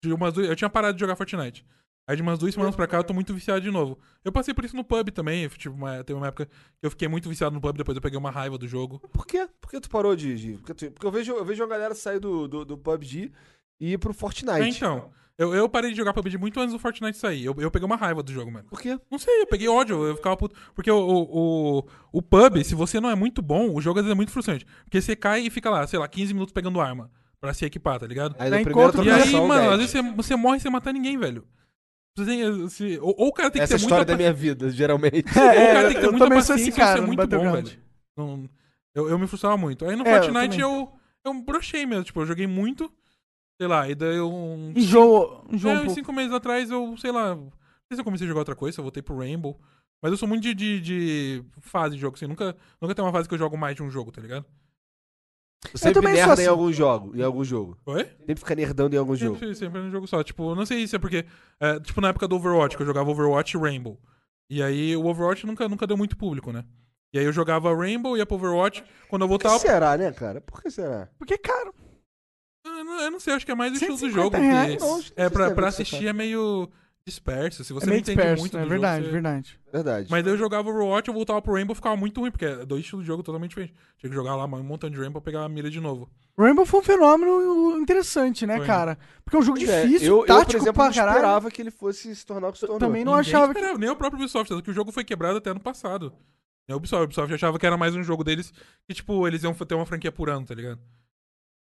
S4: de umas duas- eu tinha parado de jogar Fortnite. Aí de umas duas semanas pra cá eu tô muito viciado de novo. Eu passei por isso no pub também. eu fui, Tipo, uma- teve uma época que eu fiquei muito viciado no pub, depois eu peguei uma raiva do jogo.
S3: Por quê? Por que tu parou de. de- porque, tu- porque eu vejo eu vejo uma galera sair do, do, do PUBG e ir pro Fortnite.
S4: É, então, eu, eu parei de jogar PUBG muito antes do Fortnite sair. Eu, eu peguei uma raiva do jogo, mano.
S3: Por quê?
S4: Não sei, eu peguei ódio, eu ficava puto. Porque o, o, o, o pub, se você não é muito bom, o jogo às vezes é muito frustrante. Porque você cai e fica lá, sei lá, 15 minutos pegando arma pra se equipar, tá ligado?
S3: Aí
S2: Dá
S3: no primeiro
S2: encontro
S4: E aí,
S2: Trocação,
S4: mano, às vezes você, você morre sem matar ninguém, velho. Você tem- se- ou, ou o cara tem que
S3: Essa é a
S4: ter
S3: história
S4: muita
S3: da minha vida, geralmente.
S2: É,
S4: ou o
S2: é,
S4: cara tem que ter
S2: eu
S4: muita
S2: também sou
S4: paciência
S2: esse
S4: ou você
S2: cara
S4: é
S2: no
S4: muito bom,
S2: Battleground.
S4: velho. Não- eu, eu me frustrava muito. Aí no
S2: É, eu
S4: Fortnite
S2: também.
S4: eu, eu, brochei mesmo, tipo, eu joguei muito, sei lá, e daí eu... um-
S2: Enjoo, enjoo
S4: é,
S2: um
S4: uns
S2: pouco.
S4: cinco meses atrás eu, sei lá, não sei se eu comecei a jogar outra coisa, se eu voltei pro Rainbow. Mas eu sou muito de, de, de fase de jogo, assim, nunca, nunca tem uma fase que eu jogo mais de um jogo, tá ligado?
S3: Eu sempre
S2: também sou
S3: nerda em
S2: assim.
S3: algum jogo. Em algum jogo.
S4: Oi?
S3: Sempre fica nerdando em algum jogo.
S4: Sempre, sempre num jogo só. Tipo, eu não sei se é porque. é, tipo, na época do Overwatch, que eu jogava Overwatch e Rainbow. E aí o Overwatch nunca, nunca deu muito público, né? E aí eu jogava Rainbow, ia pro Overwatch. Quando eu
S3: Por que
S4: voltava.
S3: será, né, cara? Por que será?
S2: Porque é caro.
S4: Eu não, eu não sei, acho que é mais o estilo do
S2: 150
S4: jogo. porque
S2: reais?
S3: Não, acho que
S4: é,
S3: não
S4: pra,
S3: sei
S4: pra
S3: se deve
S4: assistir é meio disperso. Se você
S2: é
S4: não
S2: meio
S4: entende
S2: disperso,
S4: muito
S2: né?
S4: do
S2: verdade,
S4: jogo, você-
S2: verdade.
S3: Verdade.
S4: Mas daí eu jogava Overwatch, eu voltava pro Rainbow, ficava muito ruim, porque é dois estilos de jogo totalmente diferentes. Tinha que jogar lá um montão de Rainbow pra pegar a mira de novo.
S2: Rainbow foi um fenômeno interessante, né,
S4: Foi.
S2: cara? Porque é um jogo
S3: Pois é,
S2: difícil,
S3: eu, eu,
S2: tático
S3: por exemplo,
S2: pra
S3: não
S2: caralho.
S3: esperava que ele fosse se tornar o que se tornou.
S2: Também não
S4: Ninguém
S2: achava que...
S4: esperava, nem o próprio Ubisoft, tanto que o jogo foi quebrado até ano passado. Nem o Ubisoft, o Ubisoft achava que era mais um jogo deles, que tipo, eles iam ter uma franquia por ano, tá ligado?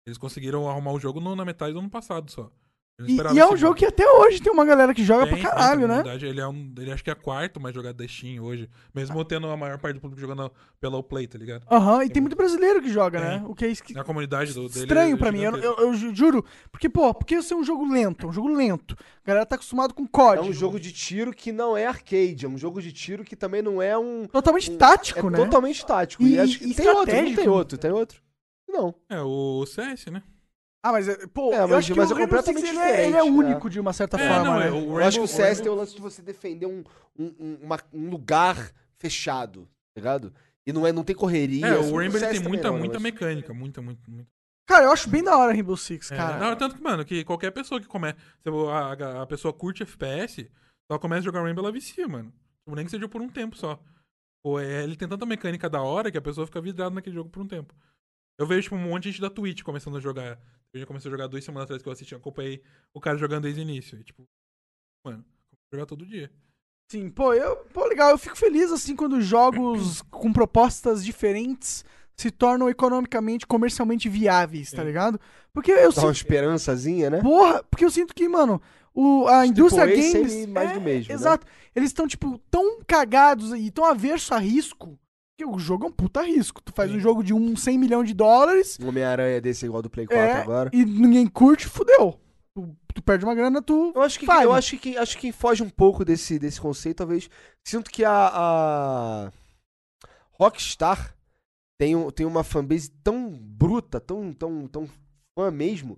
S4: Eles conseguiram arrumar o jogo no- na metade do ano passado só. Eu não
S2: E,
S4: esperava
S2: e é
S4: esse
S2: um jogo que até hoje tem uma galera que joga pra
S4: Tem, tem,
S2: caralho,
S4: tem,
S2: né?
S4: na verdade, ele é um, ele acho que é quarto mais jogado da Steam hoje,
S2: Ah.
S4: mesmo tendo a maior parte do público jogando pela Play, tá ligado?
S2: Aham, e tem muito brasileiro que joga,
S4: Tem.
S2: né? O que é esqui-
S4: A comunidade do, dele
S2: estranho
S4: é
S2: pra mim. Eu,
S4: gigantesca.
S2: eu, eu ju- juro. Porque, pô, porque isso é um jogo lento. É um jogo lento. A galera tá acostumada com
S3: É
S2: código.
S3: um jogo de tiro que não é arcade, é um jogo de tiro que também não é um.
S2: totalmente
S3: um-
S2: tático,
S3: é
S2: né?
S3: totalmente tático.
S2: E-
S3: E, acho que
S2: e
S3: tem outro, não tem
S2: estratégico.
S3: outro, tem outro. Não.
S4: É, o CS, né?
S2: Ah, mas, é- pô,
S3: É,
S2: eu
S3: mas-
S2: acho que
S3: mas
S2: o
S3: é
S2: Rainbow Six,
S3: completamente
S2: ele é, ele é
S3: diferente, né?
S2: único de uma certa
S4: É,
S2: forma,
S4: não,
S2: né?
S4: é, o
S3: eu acho que
S4: Rainbow-
S3: o CS tem o lance de você defender um, um, um, uma- um lugar fechado, tá ligado? E não, é, não tem correria.
S4: É,
S3: assim,
S4: o Rainbow ele
S3: CS
S4: tem
S3: também
S4: muita,
S3: não, né,
S4: muita
S3: mas-
S4: mecânica, muita, muita, muita.
S2: Cara, eu acho bem da hora Rainbow Six,
S4: É,
S2: cara.
S4: não, tanto que, mano, que qualquer pessoa que começa. Se a, a- a pessoa curte FPS, ela começa a jogar Rainbow, ela vicia, mano. Tipo, nem que seja por um tempo só. Pô, é, ele tem tanta mecânica da hora que a pessoa fica vidrada naquele jogo por um tempo. Eu vejo, tipo, um monte de gente da Twitch começando a jogar. Eu já comecei a jogar duas semanas atrás que eu assisti, eu acompanhei o cara jogando desde o início. E, tipo, mano, jogar todo dia.
S2: Sim, pô, eu, pô, legal, eu fico feliz assim quando jogos com propostas diferentes se tornam economicamente, comercialmente viáveis, tá
S4: É.
S2: ligado? Porque eu
S3: Dá uma
S2: sinto,
S3: esperançazinha, né?
S2: porra, porque eu sinto que, mano, o, a
S3: Os
S2: indústria
S3: AAA sempre
S2: games
S3: tipo, mais
S2: é,
S3: do mesmo, né?
S2: Exato. Eles estão tipo tão cagados e tão averso a risco, que o jogo é um puta risco. Tu faz
S4: Sim.
S2: um jogo de um 100 milhões de dólares,
S3: Um Homem-Aranha desse igual do Play 4
S2: é,
S3: agora.
S2: e ninguém curte, fudeu. Tu, tu perde uma grana, tu
S3: Eu acho que
S2: Fale.
S3: eu acho que acho que foge um pouco desse desse conceito, talvez. Sinto que a, a Rockstar tem, um- tem uma fanbase tão bruta, tão tão tão fã mesmo,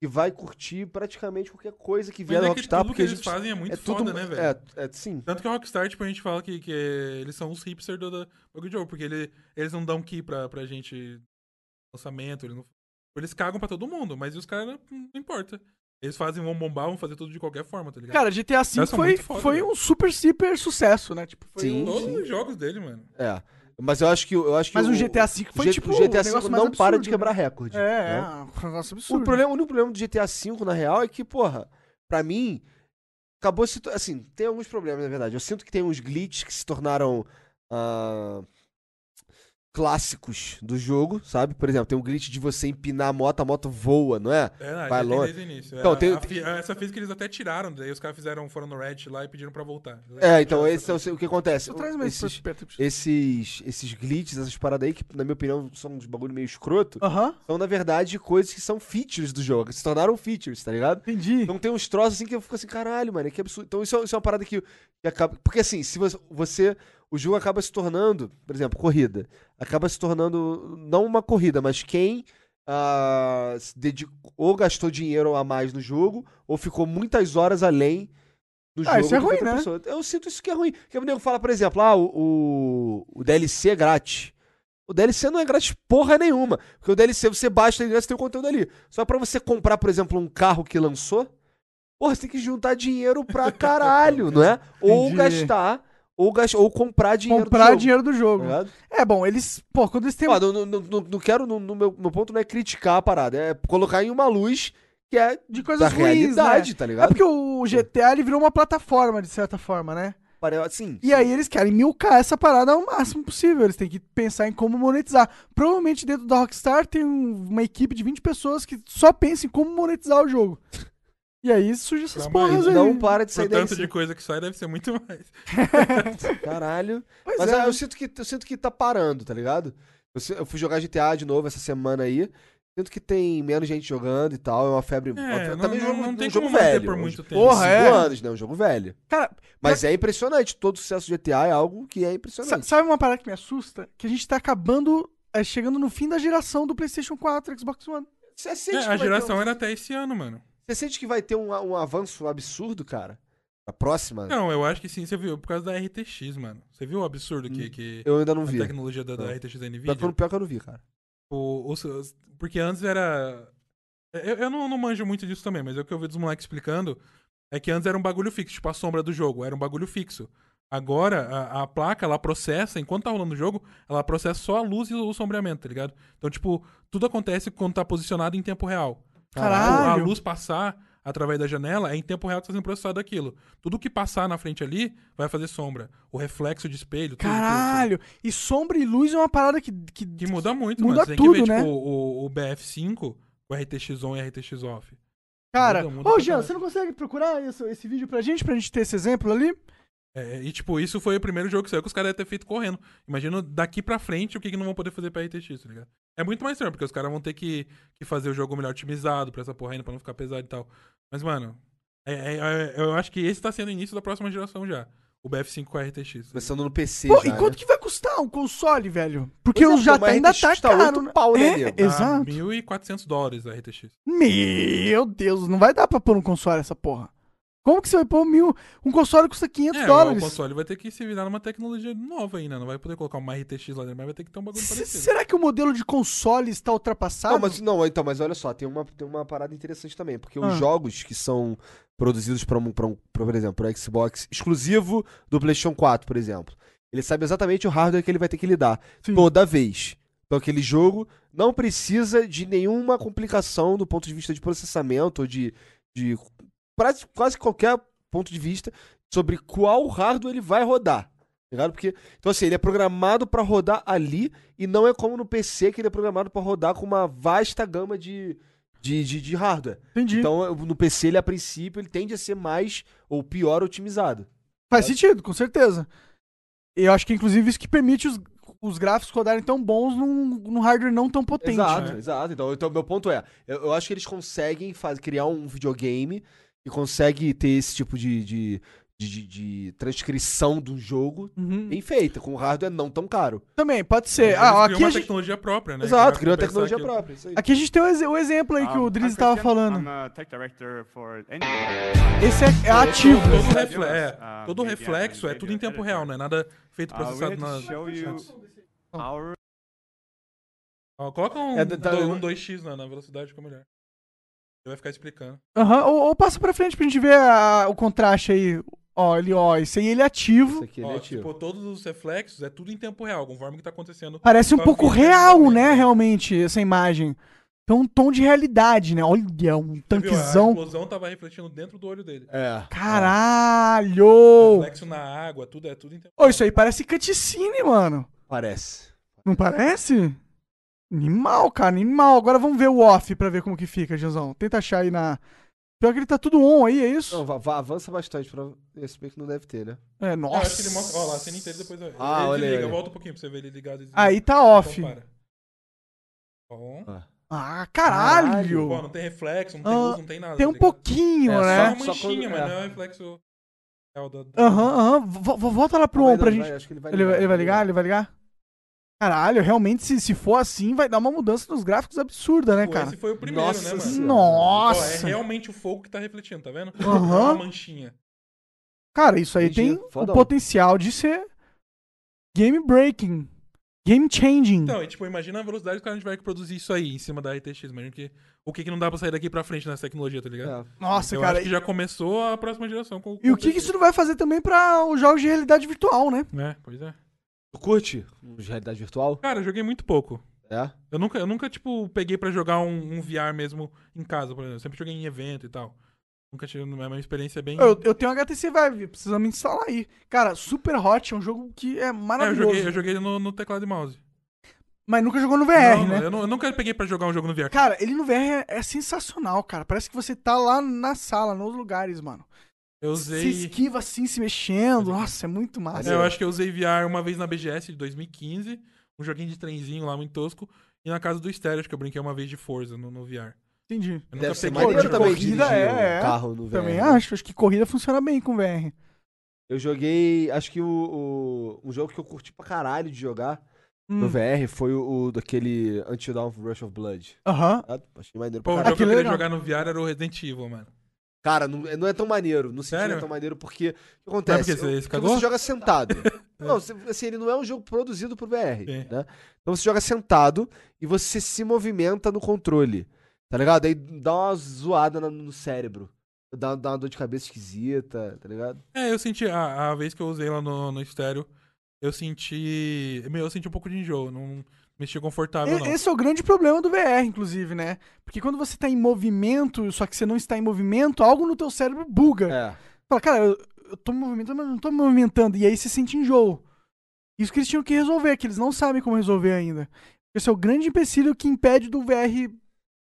S3: que vai curtir praticamente qualquer coisa que
S4: Mas
S3: vier da
S4: é que
S3: Rockstar,
S4: tudo que
S3: porque a
S4: eles
S3: gente-
S4: fazem é muito
S3: é
S4: foda,
S3: tudo,
S4: né, velho?
S3: É, é sim.
S4: Tanto que a Rockstar, tipo, a gente fala que, que é- eles são os hipsters do, do, do jogo, porque ele- eles não dão key pra, pra gente lançamento, eles, não- eles cagam pra todo mundo, mas os caras hum, não importa. Eles fazem, vão bombar, vão fazer tudo de qualquer forma, tá ligado?
S2: Cara, GTA V
S4: Elas são
S2: foi,
S4: muito foda,
S2: foi
S4: velho.
S2: um super, super sucesso, né? Tipo, foi
S3: Sim,
S2: um-
S4: Todos
S3: sim.
S4: os jogos dele, mano.
S3: É. Mas eu acho que eu acho que
S2: Mas o GTA V foi,
S3: G-
S2: tipo,
S3: o GTA
S2: o
S3: V
S2: negócio
S3: não
S2: mais
S3: para
S2: absurdo,
S3: de quebrar recorde.
S2: É, é,
S3: né?
S2: é um negócio absurdo.
S3: O, problema, o único problema do GTA V, na real, é que, porra, pra mim, acabou se. to- Assim, tem alguns problemas, na verdade. Eu sinto que tem uns glitches que se tornaram. ah, clássicos do jogo, sabe? Por exemplo, tem um glitch de você empinar a moto, a moto voa, não é?
S4: É, não,
S3: Vai
S4: já tem
S3: longe.
S4: desde o início.
S3: Então,
S4: É,
S3: tem-
S4: a fi- Essa física eles até tiraram, daí os caras fizeram, foram no Reddit lá e pediram pra voltar.
S3: É, então esse é o, o que acontece.
S2: Só traz mais
S3: Esses-
S2: isso pra perto.
S3: esses, esses glitches, essas paradas aí, que na minha opinião são uns bagulho meio escroto,
S2: Aham,
S3: são na verdade coisas que são features do jogo, que se tornaram features, tá ligado?
S2: entendi.
S3: Então tem uns troços assim que eu fico assim, caralho, mano, que absurdo. Então isso é, isso é uma parada que, que acaba. Porque assim, se você, você- O jogo acaba se tornando, por exemplo, corrida. Acaba se tornando não uma corrida, mas quem ah, se dedicou, ou gastou dinheiro a mais no jogo, ou ficou muitas horas além do
S2: Ah,
S3: jogo.
S2: isso é
S3: do que
S2: ruim,
S3: outra
S2: né?
S3: pessoa. Eu sinto isso que é ruim. Porque o nego fala, por exemplo, ah, o, o, o DLC é grátis. O DLC não é grátis porra nenhuma. Porque o DLC você baixa e você tem o conteúdo ali. Só pra você comprar, por exemplo, um carro que lançou, porra, você tem que juntar dinheiro pra caralho, não é? Ou
S2: Entendi.
S3: gastar, ou, gas- ou comprar dinheiro do
S2: Comprar
S3: jogo,
S2: dinheiro do
S3: tá
S2: jogo.
S3: ligado?
S2: É bom, eles. Pô, quando eles têm.
S3: Ó, não, não- não- não- não quero, não, no meu, meu ponto não é criticar a parada, é colocar em uma luz que é
S2: um de
S3: da
S2: coisas ruins, né?
S3: realidade, tá
S2: É
S3: ligado?
S2: porque o GTA ele virou uma plataforma, de certa forma, né?
S3: Pare- Assim,
S2: E aí eles querem milcar essa parada ao máximo possível. Eles têm que pensar em como monetizar. Provavelmente dentro da Rockstar tem um- uma equipe de 20 pessoas que só pensa em como monetizar o jogo. E aí surge essas
S4: Não, mas
S2: porras aí.
S3: não para de
S4: Pro
S3: sair
S4: tanto
S3: desse
S4: de coisa que sai, deve ser muito mais.
S3: caralho.
S2: Pois
S3: Mas
S2: é.
S3: ah, eu, sinto que, eu sinto que tá parando, tá ligado? Eu, se- eu fui jogar GTA de novo essa semana aí. Sinto que tem menos gente jogando e tal, é uma febre. uma
S4: É,
S3: febre-
S4: não,
S3: também
S4: não,
S3: jogo,
S4: não
S3: um
S4: tem
S3: jogo
S4: como manter
S3: velho.
S4: por
S3: um
S4: muito
S3: jogo-
S4: tempo.
S2: Porra,
S3: cinco
S2: é.
S3: anos, né? Um jogo velho.
S2: Cara,
S3: Mas é impressionante, todo o sucesso do GTA é algo que é
S2: sa-
S3: impressionante.
S2: sabe uma parada que me assusta? Que a gente tá acabando, é, chegando no fim da geração do PlayStation 4, Xbox One.
S3: Você
S4: É,
S3: sente, que
S4: a
S3: vai ter
S4: geração
S3: um-
S4: era até esse ano, mano.
S3: você sente que vai ter um, um avanço absurdo, cara? A próxima?
S4: Não, eu acho que sim, você viu, por causa da RTX, mano. Você viu o absurdo que, que
S3: Eu ainda não
S4: a
S3: vi.
S4: tecnologia da, da
S3: Não.
S4: RTX da
S3: Pior
S4: NVIDIA?
S3: que eu- pior que eu não vi, cara.
S4: O- os- os- porque antes era. Eu, eu não, não manjo muito disso também, mas é o que eu vi dos moleques explicando é que antes era um bagulho fixo, tipo a sombra do jogo, era um bagulho fixo. Agora, a, a placa, ela processa, enquanto tá rolando o jogo, ela processa só a luz e o sombreamento, tá ligado? Então, tipo, tudo acontece quando tá posicionado em tempo real. Tipo, a
S2: Caralho.
S4: luz passar através da janela é em tempo real que tá sendo processado aquilo. Tudo que passar na frente ali vai fazer sombra. O reflexo de espelho, tudo, tudo, tudo.
S2: Caralho. E sombra e luz é uma parada que. que...
S4: Que muda muito,
S2: Muda
S4: mano. Você
S2: tudo,
S4: tem que ver,
S2: né?
S4: tipo, o, o BF5, o RTX on um e RTX off.
S2: Cara,
S4: muda, muda
S2: ô
S4: pra
S2: Jean,
S4: caralho.
S2: você não consegue procurar isso- esse vídeo pra gente, pra gente ter esse exemplo ali?
S4: É, e, tipo, isso foi o primeiro jogo que saiu que os caras iam ter feito correndo. Imagina daqui pra frente o que, que não vão poder fazer pra RTX, tá ligado? É muito mais trampo, porque os caras vão ter que, que fazer o jogo melhor otimizado pra essa porra ainda, pra não ficar pesado e tal. Mas, mano, é- é- é- eu acho que esse tá sendo o início da próxima geração já. O BF5 com a RTX.
S3: Começando no PC
S2: Pô,
S3: já,
S2: e quanto
S3: né?
S2: que vai custar um console, velho? Porque
S3: Pois é,
S2: eu já
S3: pô, mas
S2: tá, ainda
S3: RTX
S2: tá
S3: tá
S2: caro.
S3: oito
S2: né?
S3: pau, né,
S2: É,
S3: nego?
S4: Tá
S2: Exato.
S4: 1.400 dólares a RTX.
S2: Meu Deus, não vai dar pra pôr um console essa porra. Como que você vai pôr mil? Um console custa 500
S4: É, o
S2: dólares.
S4: console vai ter que se virar numa tecnologia nova ainda. Não vai poder colocar uma RTX lá dentro, mas vai ter que ter um bagulho
S2: Se-
S4: parecido.
S2: Será que o modelo de console está ultrapassado?
S3: é Não, mas, não, então, mas olha só, tem uma, tem uma parada interessante também, porque
S2: Ah.
S3: os jogos que são produzidos pra, um, pra, um, pra, por exemplo, pro Xbox exclusivo do PlayStation 4, por exemplo, ele sabe exatamente o hardware que ele vai ter que lidar
S2: Sim.
S3: toda vez. Então aquele jogo não precisa de nenhuma complicação do ponto de vista de processamento ou de, de quase, quase qualquer ponto de vista sobre qual hardware ele vai rodar. tá Ligado? Porque, então assim, ele é programado pra rodar ali e não é como no PC que ele é programado pra rodar com uma vasta gama de, de, de, de hardware.
S2: Entendi.
S3: Então no PC ele a princípio ele tende a ser mais ou pior otimizado.
S2: Faz
S3: é-
S2: sentido, com certeza. E eu acho que, inclusive, isso que permite os, os gráficos rodarem tão bons num, num hardware não tão potente.
S3: Exato,
S4: né?
S3: exato. Então, então, meu ponto é: eu, eu acho que eles conseguem faz, criar um videogame que consegue ter esse tipo de, de, de, de- de transcrição do jogo
S2: Uhum.
S3: bem feita, com hardware não tão caro.
S2: Também, pode ser.
S3: É,
S4: Eles
S2: Ah,
S4: criam
S2: aqui,
S4: uma
S2: Né, a gente,
S4: tecnologia própria, né?
S3: exato,
S4: Pra
S3: criou uma
S4: compensar
S3: tecnologia
S4: aquilo.
S3: própria. Isso aí.
S2: aqui a gente tem o, exe- o exemplo aí que
S7: Um,
S2: o
S7: I'm
S2: Drizzy estava
S7: Christian.
S2: falando.
S7: I'm a tech director for any-
S2: Esse é, é ativo.
S4: Todo,
S7: Ah,
S4: refle- é,
S7: ah,
S4: todo
S7: media
S4: reflexo é
S7: and
S4: tudo em
S7: radio
S4: tempo real, não é nada feito
S7: Uh, we're
S4: processado
S7: here to
S4: na.
S7: show you our
S4: Ó, coloca um,
S3: É, tá-
S4: do- um 2x na, na velocidade, fica melhor. Ele vai ficar explicando.
S2: Aham, ou, ou passa pra frente pra gente ver a- o contraste aí. Ó, ele, ó, esse aí ele é
S3: Isso
S2: ativo.
S3: aqui,
S4: Ó,
S3: né, tio?
S4: tipo, todos os reflexos é tudo em tempo real, conforme que tá acontecendo.
S3: Ah,
S2: Parece um
S4: Só
S2: pouco
S4: fica em
S2: real,
S4: movimento.
S2: né, realmente, essa imagem. Tem um tom de realidade, né? Olha, um
S4: Você viu? A
S2: tanquezão.
S4: explosão tava refletindo dentro do olho dele.
S3: É.
S2: Caralho!
S4: Reflexo na água, tudo é tudo em tempo
S2: Ô, isso aí parece cutscene, mano.
S3: Parece.
S2: Não parece? Animal, cara, animal. Agora vamos ver o off pra ver como que fica, Janzão. Tenta achar aí na. Pior que ele tá tudo on aí, é isso?
S3: Não, va- va- avança bastante pra esse bem que não deve ter, né?
S2: É,
S4: Eu acho que
S2: nossa.
S4: ele mostra. Ó lá, a cena inteira depois. eu-
S3: Ah,
S4: ele
S3: olha aí,
S4: desliga,
S3: olha.
S4: volta um pouquinho pra você ver ele ligado. e desliga.
S2: Aí tá
S4: Então
S2: off.
S4: para. Bom.
S2: Ah,
S4: Pô,
S2: caralho!
S4: não tem reflexo, não tem
S2: Tipo, Ah,
S4: luz, não tem nada.
S2: Tem
S4: tá
S2: um
S4: ligado?
S2: pouquinho,
S3: É,
S4: Só uma
S2: né?
S3: Só quando-
S4: manchinha, mas
S3: é.
S4: não é um reflexo. real da- da-
S2: Aham, aham. Vo- vo- Volta lá pro
S3: Vai
S2: on pra
S3: dando,
S2: gente.
S3: vai, acho que ele vai
S2: Ele vai, ele vai ligar?
S3: ligar. tá
S2: Ele vai ligar? Caralho, realmente, se, se for assim, vai dar uma mudança nos gráficos absurda, né,
S4: Pô,
S2: cara?
S4: Esse foi o primeiro,
S3: Nossa
S4: né, mano?
S3: Senhora.
S4: Ó, é
S2: Nossa!
S4: realmente o fogo que tá refletindo, tá vendo? Não é
S2: Aham.
S4: uma manchinha.
S2: Cara, isso aí
S3: Entendi.
S4: é
S2: tem
S3: Fodão.
S2: o potencial de ser game breaking, game changing.
S4: Então, e, tipo, imagina a velocidade que a gente vai produzir isso aí em cima da RTX. Imagina que, o que, que não dá pra sair daqui pra frente nessa tecnologia, tá ligado?
S3: É.
S2: Nossa,
S4: Eu
S2: cara.
S4: acho que já começou a próxima geração. Com,
S2: E o que, que isso não vai fazer também pra os jogos de realidade virtual, né?
S4: É, pois é.
S3: Tu curte? De realidade virtual?
S4: Cara, eu joguei muito pouco.
S3: É.
S4: Hum. Eu nunca, eu nunca tipo, peguei pra jogar um, um VR mesmo em casa, por exemplo. Eu sempre joguei em evento e tal. Nunca tive uma uma experiência bem...
S2: Eu, eu tenho HTC Vive, precisa me instalar aí. Cara, Super Hot é um jogo que é
S4: É, eu
S2: maravilhoso.
S4: joguei, eu joguei no, no teclado e mouse.
S2: Mas nunca jogou no VR,
S4: não,
S2: né?
S4: eu, nu- eu nunca peguei pra jogar um jogo no VR.
S2: Cara, ele no VR é, é sensacional, cara. Parece que você tá lá na sala, nos lugares, mano.
S4: Eu
S2: Se
S4: usei...
S2: esquiva assim, se mexendo. Nossa, é muito massa.
S4: É, eu acho que eu usei VR uma vez na BGS de 2015, um joguinho de trenzinho lá muito tosco, e na casa do estéreo, acho que eu brinquei uma vez de Forza no, no VR.
S2: Entendi.
S4: Eu nunca
S3: Deve ser
S4: peguei
S2: maneiro de
S3: maneiro
S4: pra
S3: também
S4: jogar.
S2: corrida,
S3: dirigir
S2: é, é.
S3: um carro no VR.
S2: Também
S3: né?
S2: acho. Acho que corrida funciona bem com VR.
S3: Eu joguei, acho que o, o- um jogo que eu curti pra caralho de jogar no
S2: Hum.
S3: VR foi o, o daquele Until Dawn Rush of Blood.
S2: Aham.
S3: tá? Achei maneiro pra
S4: Pô,
S3: caralho.
S4: o jogo que eu
S2: Ah, que
S4: queria
S2: legal.
S4: jogar no VR era o Resident Evil, mano.
S3: Cara, não, não é tão maneiro. Não sei se não é
S4: Sério?
S3: tão maneiro porque. O que acontece?
S4: porque você-
S3: Eu-
S4: você
S3: porque
S4: cagou?
S3: você joga sentado. não, você- assim, ele não é um jogo produzido pro VR.
S4: Sim.
S3: Né? Então você joga sentado e você se movimenta no controle. Tá ligado? Aí dá uma zoada na- no cérebro. Dá, dá uma dor de cabeça esquisita, tá ligado?
S4: É, eu senti. A, a vez que eu usei lá no, no estéreo, eu senti. Meu, eu senti um pouco de enjoo. Não me senti confortável, não.
S2: E- Esse é o grande problema do VR, inclusive, né? Porque quando você tá em movimento, só que você não está em movimento, algo no teu cérebro buga.
S3: É.
S2: Fala, cara, eu, eu tô me movimentando, mas eu não tô me movimentando. E aí você sente enjoo. Isso que eles tinham que resolver, que eles não sabem como resolver ainda. Esse é o grande empecilho que impede do VR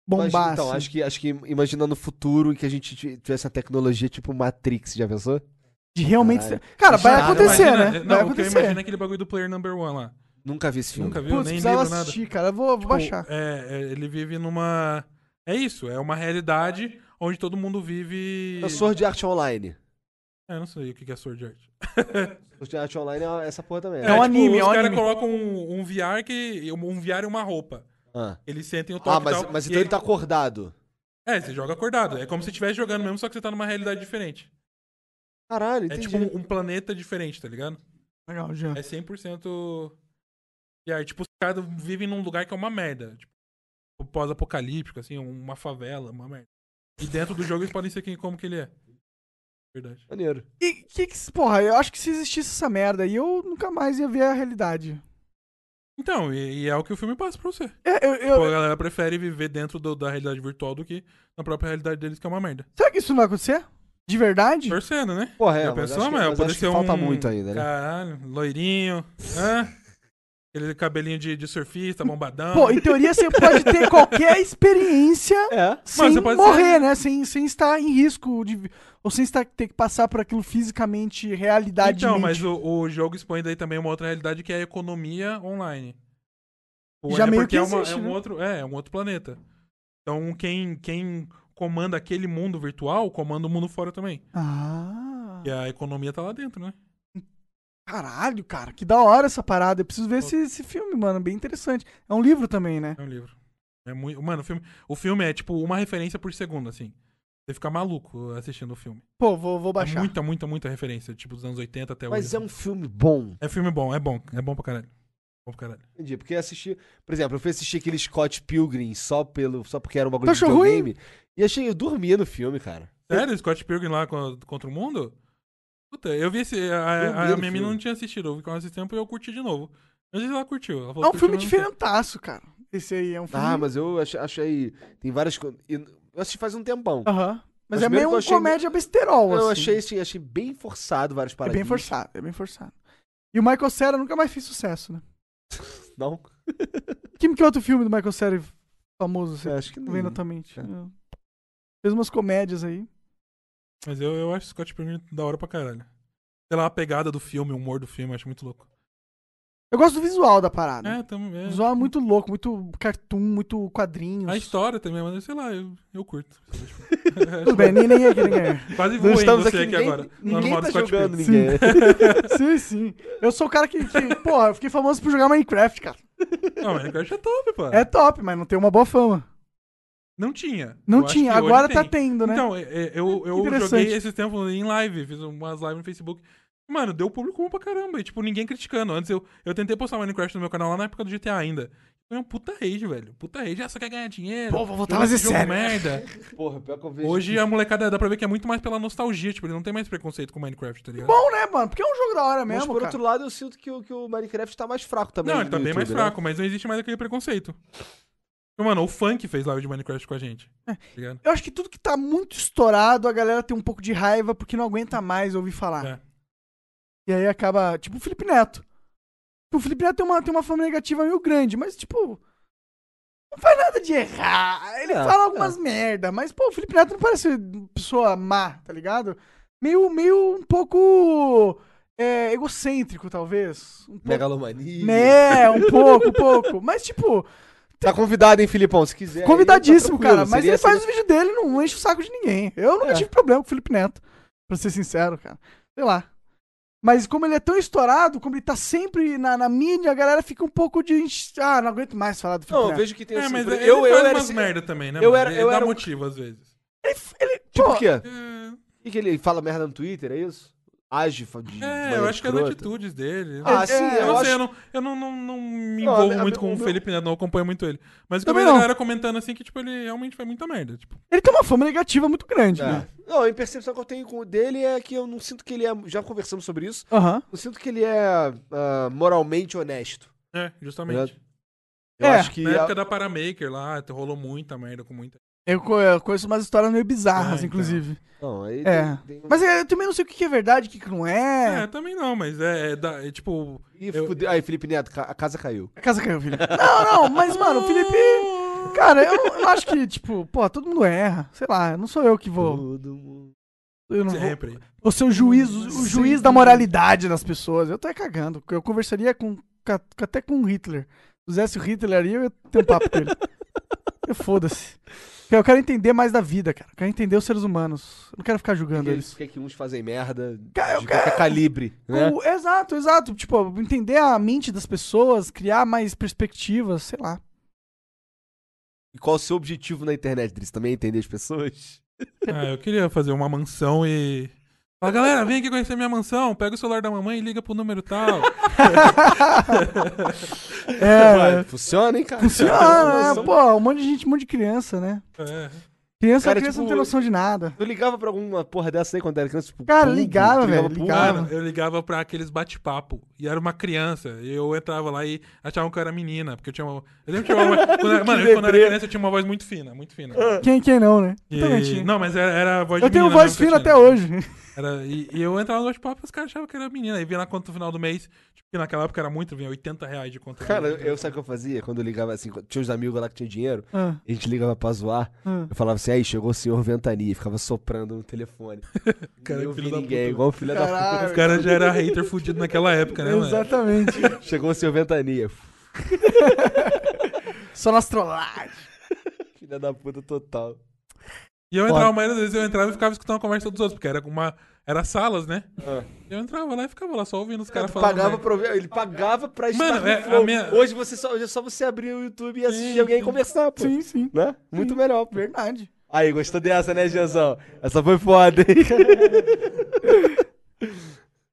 S3: Mas,
S2: bombar.
S3: então,
S2: assim.
S3: acho que, acho que imagina no futuro em que a gente t- tivesse a tecnologia tipo Matrix, já pensou?
S2: De realmente.
S3: Caralho.
S2: ser- Cara, vai
S3: Nada,
S2: acontecer,
S4: Imagina-
S2: né? vai
S4: Não, o que eu
S2: acontecer.
S4: imagino é aquele bagulho do player number one lá.
S3: Nunca vi esse filme.
S4: Nunca viu,
S2: Putz,
S4: nem
S2: precisava
S4: livro, nada.
S2: assistir, cara. Eu vou, vou
S4: Tipo,
S2: baixar.
S4: É, é, ele vive numa. É isso, é uma realidade onde todo mundo vive.
S3: É Sword Art Online.
S4: É, eu não sei o que que é Sword Art. tipo,
S3: Sword Art Online é uma- essa porra também.
S2: É um anime, é
S4: os
S2: um
S4: caras
S2: anime.
S4: colocam um, um VR que. Um VR e uma roupa.
S3: Ah,
S4: Eles sentem o toque
S3: Ah,
S4: e
S3: mas,
S4: tal,
S3: mas
S4: e
S3: então ele tá acordado.
S4: É, você joga acordado. É como se estivesse jogando mesmo, só que você tá numa realidade diferente.
S3: Caralho,
S4: É
S3: entendi.
S4: tipo um, um planeta diferente, tá ligado?
S2: Legal, Jean.
S4: É 100% VR. Tipo, os caras vivem num lugar que é uma merda. Tipo, pós-apocalíptico, assim, uma favela, uma merda. E dentro do jogo eles podem ser quem, como que ele é. Verdade.
S3: Maneiro.
S2: E que que. Porra, eu acho que se existisse essa merda aí, eu nunca mais ia ver a realidade.
S4: Então, e, e é o que o filme passa pra você.
S2: É, eu, eu-
S4: Pô, a galera prefere viver dentro do- da realidade virtual do que na própria realidade deles, que é uma merda.
S2: Será que isso não vai acontecer? De verdade?
S4: Torcendo, né?
S3: Porra, é,
S4: Já
S3: mas
S4: pensou,
S3: acho que-
S4: mano?
S3: mas
S4: Poder
S3: acho que
S4: ser
S3: falta
S4: um-
S3: muito ainda, né?
S4: Caralho, loirinho. Hã? Aquele cabelinho de, de surfista, bombadão.
S2: Pô, em teoria você pode ter qualquer experiência
S3: É.
S2: sem
S4: você pode
S2: morrer,
S4: ser- um
S2: né? Sem, sem estar em risco de. Ou sem estar, ter que passar por aquilo fisicamente, realidade.
S4: Então, mas o, o jogo expõe daí também uma outra realidade que é a economia online. Pô,
S2: Já
S4: é
S2: meio
S4: porque
S2: que
S4: é, uma-
S2: existe,
S4: é um
S2: né?
S4: outro, é, é um outro planeta. Então, quem, quem comanda aquele mundo virtual, comanda o mundo fora também.
S2: Ah.
S4: E a economia tá lá dentro, né?
S2: Caralho, cara, que da hora essa parada. Eu preciso ver esse, esse filme, mano. Bem interessante. É um livro também, né?
S4: É um livro. É muito, mano, o filme, o filme é tipo uma referência por segundo, assim. Você fica maluco assistindo o filme.
S2: Pô, vou, vou
S4: É
S2: baixar.
S4: muita, muita, muita referência, tipo dos anos 80 até
S3: Mas
S4: hoje.
S3: é um filme bom.
S4: É filme bom, é bom, é bom pra caralho. Bom pra caralho.
S3: Entendi, porque assistir, por exemplo, eu fui assistir aquele Scott Pilgrim só pelo, só porque era um bagulho
S2: Tu
S3: de
S2: achou ruim?
S3: videogame e achei eu dormia no filme, cara.
S4: Sério, Scott Pilgrim lá co- contra o mundo? Puta, eu vi esse. A, a-
S3: Eu vi
S4: a
S3: no
S4: minha
S3: filme.
S4: mina não tinha assistido, eu vi com esse tempo e eu curti de novo. Mas ela curtiu. Ela falou,
S2: É um
S4: "Curtiu,
S2: filme
S4: mas não curtiu."
S2: diferentaço, cara. Esse aí é um filme.
S3: Ah, mas eu achei, achei tem várias coisas. Eu assisti faz um tempão.
S2: Aham. Mas,
S3: Mas
S2: é meio
S3: primeiro que eu
S2: um
S3: achei-
S2: comédia besterol,
S3: eu
S2: assim.
S3: achei assim, achei bem forçado várias
S2: É
S3: paradas.
S2: bem forçado, é bem forçado. E o Michael Cera nunca mais fez sucesso, né?
S3: Não.
S2: Que, que outro filme do Michael Cera é famoso, você
S3: É, acho que
S2: não vem na
S3: não.
S2: tua mente?
S3: É.
S2: Não. Fez umas comédias aí.
S4: Mas eu, eu acho Scott Pilgrim da hora pra caralho. Sei lá, a pegada do filme, o humor do filme, eu acho muito louco.
S2: Eu gosto do visual da
S3: Ah,
S2: parada.
S3: né?
S4: É, também.
S2: O visual é muito louco, muito cartoon, muito quadrinhos.
S4: A história também, mas sei lá, eu, eu curto.
S2: Tudo bem, nem, nem é que nem é.
S4: Quase
S3: Não
S4: voei em
S3: estamos
S4: você
S3: aqui,
S4: aqui,
S3: ninguém,
S4: agora. lá no
S3: ninguém
S4: modo
S3: tá
S4: Scott
S3: jogando
S4: Pilgrim.
S3: ninguém.
S2: Sim, sim. Eu sou o cara que, que, porra, eu fiquei famoso por jogar Minecraft, cara.
S4: Não, Minecraft é top, pô.
S2: É top, mas não tem uma boa fama.
S4: Não tinha.
S2: Não
S4: Eu acho
S2: tinha,
S4: que hoje
S2: agora
S4: tem.
S2: tá tendo, né?
S4: Então, é- é- eu, eu
S2: Interessante.
S4: joguei esse tempo em live, fiz umas lives no Facebook. Mano, deu público bom pra caramba. E, tipo, ninguém criticando. Antes eu, eu tentei postar Minecraft no meu canal lá na época do GTA ainda. Foi um puta rage, velho. Puta rage. Ah, só quer ganhar dinheiro.
S2: Pô, vou voltar a
S4: Jogo-
S2: fazer
S4: jogo
S2: sério.
S4: merda.
S3: Porra, pior que eu vejo.
S4: Hoje a molecada dá pra ver que é muito mais pela nostalgia. Tipo, ele não tem mais preconceito com Minecraft, tá ligado?
S2: Bom, né, mano? Porque é um jogo da hora
S3: Mas
S2: mesmo,
S3: por
S2: cara.
S3: outro lado, eu sinto que, o- que o Minecraft tá mais fraco também.
S4: não, ele tá
S3: no
S4: bem mais
S3: YouTube, né?
S4: fraco, mas não existe mais aquele preconceito. Mano, o funk fez live de Minecraft com a gente.
S2: É.
S4: Tá ligado?
S2: Eu acho que tudo que tá muito estourado, a galera tem um pouco de raiva porque não aguenta mais ouvir falar.
S4: É.
S2: E aí acaba, tipo, o Felipe Neto. Tipo, O Felipe Neto tem uma, tem uma fama negativa meio grande, mas, tipo. Não faz nada de errar. Ele
S3: É,
S2: fala algumas merda, mas, pô, o Felipe Neto não parece uma pessoa má, tá ligado? Meio, meio um pouco. É, egocêntrico, talvez. Um pouco.
S3: Megalomania.
S2: Né, um pouco, um pouco. Mas, tipo,
S3: Tá convidado, hein, Filipão, se quiser. aí, tá
S2: convidadíssimo,
S3: tranquilo,
S2: cara. Mas
S3: seria
S2: ele faz
S3: assim-
S2: os vídeos dele e não enche o saco de ninguém. Eu nunca
S3: É.
S2: tive problema com o Felipe Neto, pra ser sincero, cara. Sei lá. Mas como ele é tão estourado, como ele tá sempre na, na mídia, a galera fica um pouco de. enche- Ah, não aguento mais falar do Felipe
S3: Não, eu
S2: Neto.
S3: vejo que tem
S4: É,
S3: assim,
S4: mas
S3: por-
S4: ele
S3: eu, eu
S4: faz
S3: era
S4: umas
S3: assim,
S4: merda também, né?
S3: eu
S4: mano?
S3: era-
S4: Ele
S3: eu
S4: dá
S3: era um-
S4: motivo às vezes.
S2: Ele, ele-
S3: Tipo
S2: pô,
S3: o quê?
S4: É,
S3: E que ele fala merda no Twitter, é isso? age fa- de.
S4: É, eu acho que é das
S3: da
S4: atitudes dele.
S3: Ah, sim,
S4: eu,
S3: eu
S4: não
S3: acho-
S4: sei, eu não, eu não, não, não me
S3: Não,
S4: envolvo
S3: a- a-
S4: muito com
S3: o
S4: o
S3: meu-
S4: Felipe Neto, não acompanho muito ele. Mas o que eu vi
S2: Também
S4: da
S2: não.
S4: galera comentando assim que, tipo, ele realmente faz muita merda. Tipo,
S2: Ele tem uma fama negativa muito grande,
S3: É.
S2: né?
S3: Não, a percepção que eu tenho com- dele é que eu não sinto que ele é. Já conversamos sobre isso.
S2: Aham.
S3: Não sinto que ele é ah, moralmente honesto.
S4: é, justamente.
S3: Eu
S2: É,
S3: acho que.
S4: Na
S3: a-
S4: época da Paramaker lá, rolou muita merda com muita.
S2: Eu, co- eu conheço umas histórias meio
S4: Ah,
S2: bizarras,
S4: então.
S2: inclusive.
S3: Não, aí
S2: É.
S3: tem- um tem-
S2: Mas é, eu também não sei o que que é verdade, o que que não
S4: É,
S2: é.
S4: também não, mas é, é da- é, tipo.
S3: Ih,
S4: eu-
S3: fude- Aí, Felipe Neto, ca- a casa caiu.
S2: A casa caiu, Felipe. Não, não, mas, mano, o Felipe. Cara, eu não, eu não acho que, tipo, pô, todo mundo erra. Sei lá, não sou eu que vou.
S3: Todo mundo.
S2: Eu não
S3: é
S2: vou,
S4: Sempre.
S2: vou ser o juiz, o juiz da moralidade das pessoas. Eu tô aí cagando. Eu conversaria com, ca- até com o Hitler. Se fizesse o Hitler ali, eu ia ter um papo com ele. Eu Foda-se. Eu quero entender mais da vida, cara. Eu quero entender os seres humanos. Eu não quero ficar julgando eles.
S3: Por que que uns fazem merda
S2: Cara,
S3: de
S2: eu quero-
S3: qualquer calibre, né?
S2: O- exato, exato. Tipo, entender a mente das pessoas, criar mais perspectivas, sei lá.
S3: E qual o seu objetivo na internet, Driz? Também entender as pessoas?
S4: Ah, eu queria fazer uma mansão e. Fala, galera, vem aqui conhecer minha mansão. Pega o celular da mamãe e liga pro número tal.
S2: É,
S3: Funciona, hein, cara?
S2: funciona,
S3: Nossa,
S2: né? Pô, um monte de gente, um monte de criança, né?
S4: É.
S2: Criança,
S3: Cara,
S2: criança
S3: tipo,
S2: não tem noção de nada.
S3: Tu ligava pra alguma porra dessa aí quando era criança? Tipo,
S2: Cara,
S3: Pumbo?
S2: ligava,
S3: Tu
S2: velho,
S3: pro
S2: ligava.
S3: Pumbo?
S4: Cara, eu ligava pra aqueles bate-papo. E era uma criança. E eu entrava lá e achavam que eu era menina. Porque eu tinha uma. Eu lembro que tinha uma. quando eu era- mano, eu- quando eu era criança, eu tinha uma voz muito fina, muito fina.
S2: Quem, quem não, né?
S4: E-
S2: Também tinha.
S4: Não, mas era, era a voz de
S2: Eu tenho
S4: menina né,
S2: voz
S4: mesmo que eu
S2: fina
S4: tinha.
S2: até hoje.
S4: Era, e, e eu entrava no bate-papo e os caras achavam que era menina. E vinha na conta no final do mês. Tipo, que naquela época era muito, vinha 80 reais de conta.
S3: Cara, eu sabe o que eu fazia? Quando eu ligava assim, quando tinha uns amigos lá que tinha dinheiro,
S2: Ah,
S3: a gente ligava pra zoar.
S2: ah.
S3: Eu falava assim, aí chegou o senhor Ventania, e ficava soprando no telefone.
S4: Cara,
S3: Cara, eu
S4: filho
S3: vi
S4: da
S3: ninguém,
S4: puta.
S3: igual o filho da
S4: Os caras já eram hater fudido naquela época, né, mano?
S2: Exatamente.
S3: puta. Chegou o senhor Ventania.
S2: Só nas trollagens.
S3: Filha da puta total.
S4: E eu entrava, mas às vezes eu entrava e ficava escutando a conversa dos outros, porque era uma. Era salas, né?
S3: Ah.
S4: Eu entrava lá e ficava lá só
S2: É,
S4: ouvindo os caras
S3: Tu
S4: falando.
S3: pagava
S4: merda.
S3: pra ouvir- ele pagava pra estar
S4: Mano,
S3: no
S4: é, a
S3: flow.
S4: minha-
S3: Hoje, você só, hoje é só você abrir o YouTube e assistir
S4: Sim.
S3: alguém conversar, pô.
S2: Sim, sim.
S3: Né? Muito melhor, pô.
S2: Verdade.
S3: Aí, gostou dessa, né, Gianzão? Essa foi foda, hein?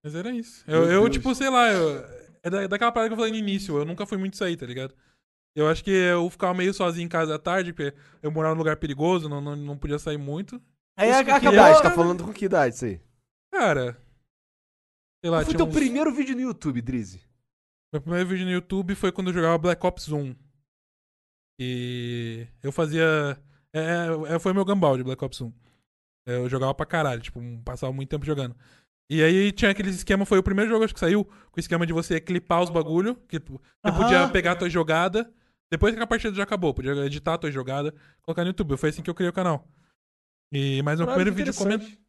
S4: Mas era isso. Eu, eu, tipo, sei lá, eu- é da- daquela parada que eu falei no início, eu nunca fui muito isso aí, tá ligado? Eu acho que eu ficava meio sozinho em casa à tarde, porque eu morava num lugar perigoso, não, não, não podia sair muito.
S2: Aí
S4: Isso que eu
S2: acabou.
S3: que idade? Tá
S2: né?
S3: falando com que idade isso aí?
S4: Cara. Sei lá,
S3: Foi
S4: tinha
S3: teu
S4: uns-
S3: primeiro vídeo no YouTube, Drizzy.
S4: Meu primeiro vídeo no YouTube foi quando eu jogava Black Ops 1. E eu fazia. É, é, foi meu gambal de Black Ops 1. É, Eu jogava pra caralho, tipo, passava muito tempo jogando. E aí tinha aquele esquema, foi o primeiro jogo acho que saiu, com o esquema de você clipar os bagulho, que tu- você
S2: Aham.
S4: podia pegar a tua jogada, depois que a partida já acabou, podia editar a tua jogada, colocar no YouTube. Foi assim que eu criei o canal. E, mas meu primeiro vídeo comentando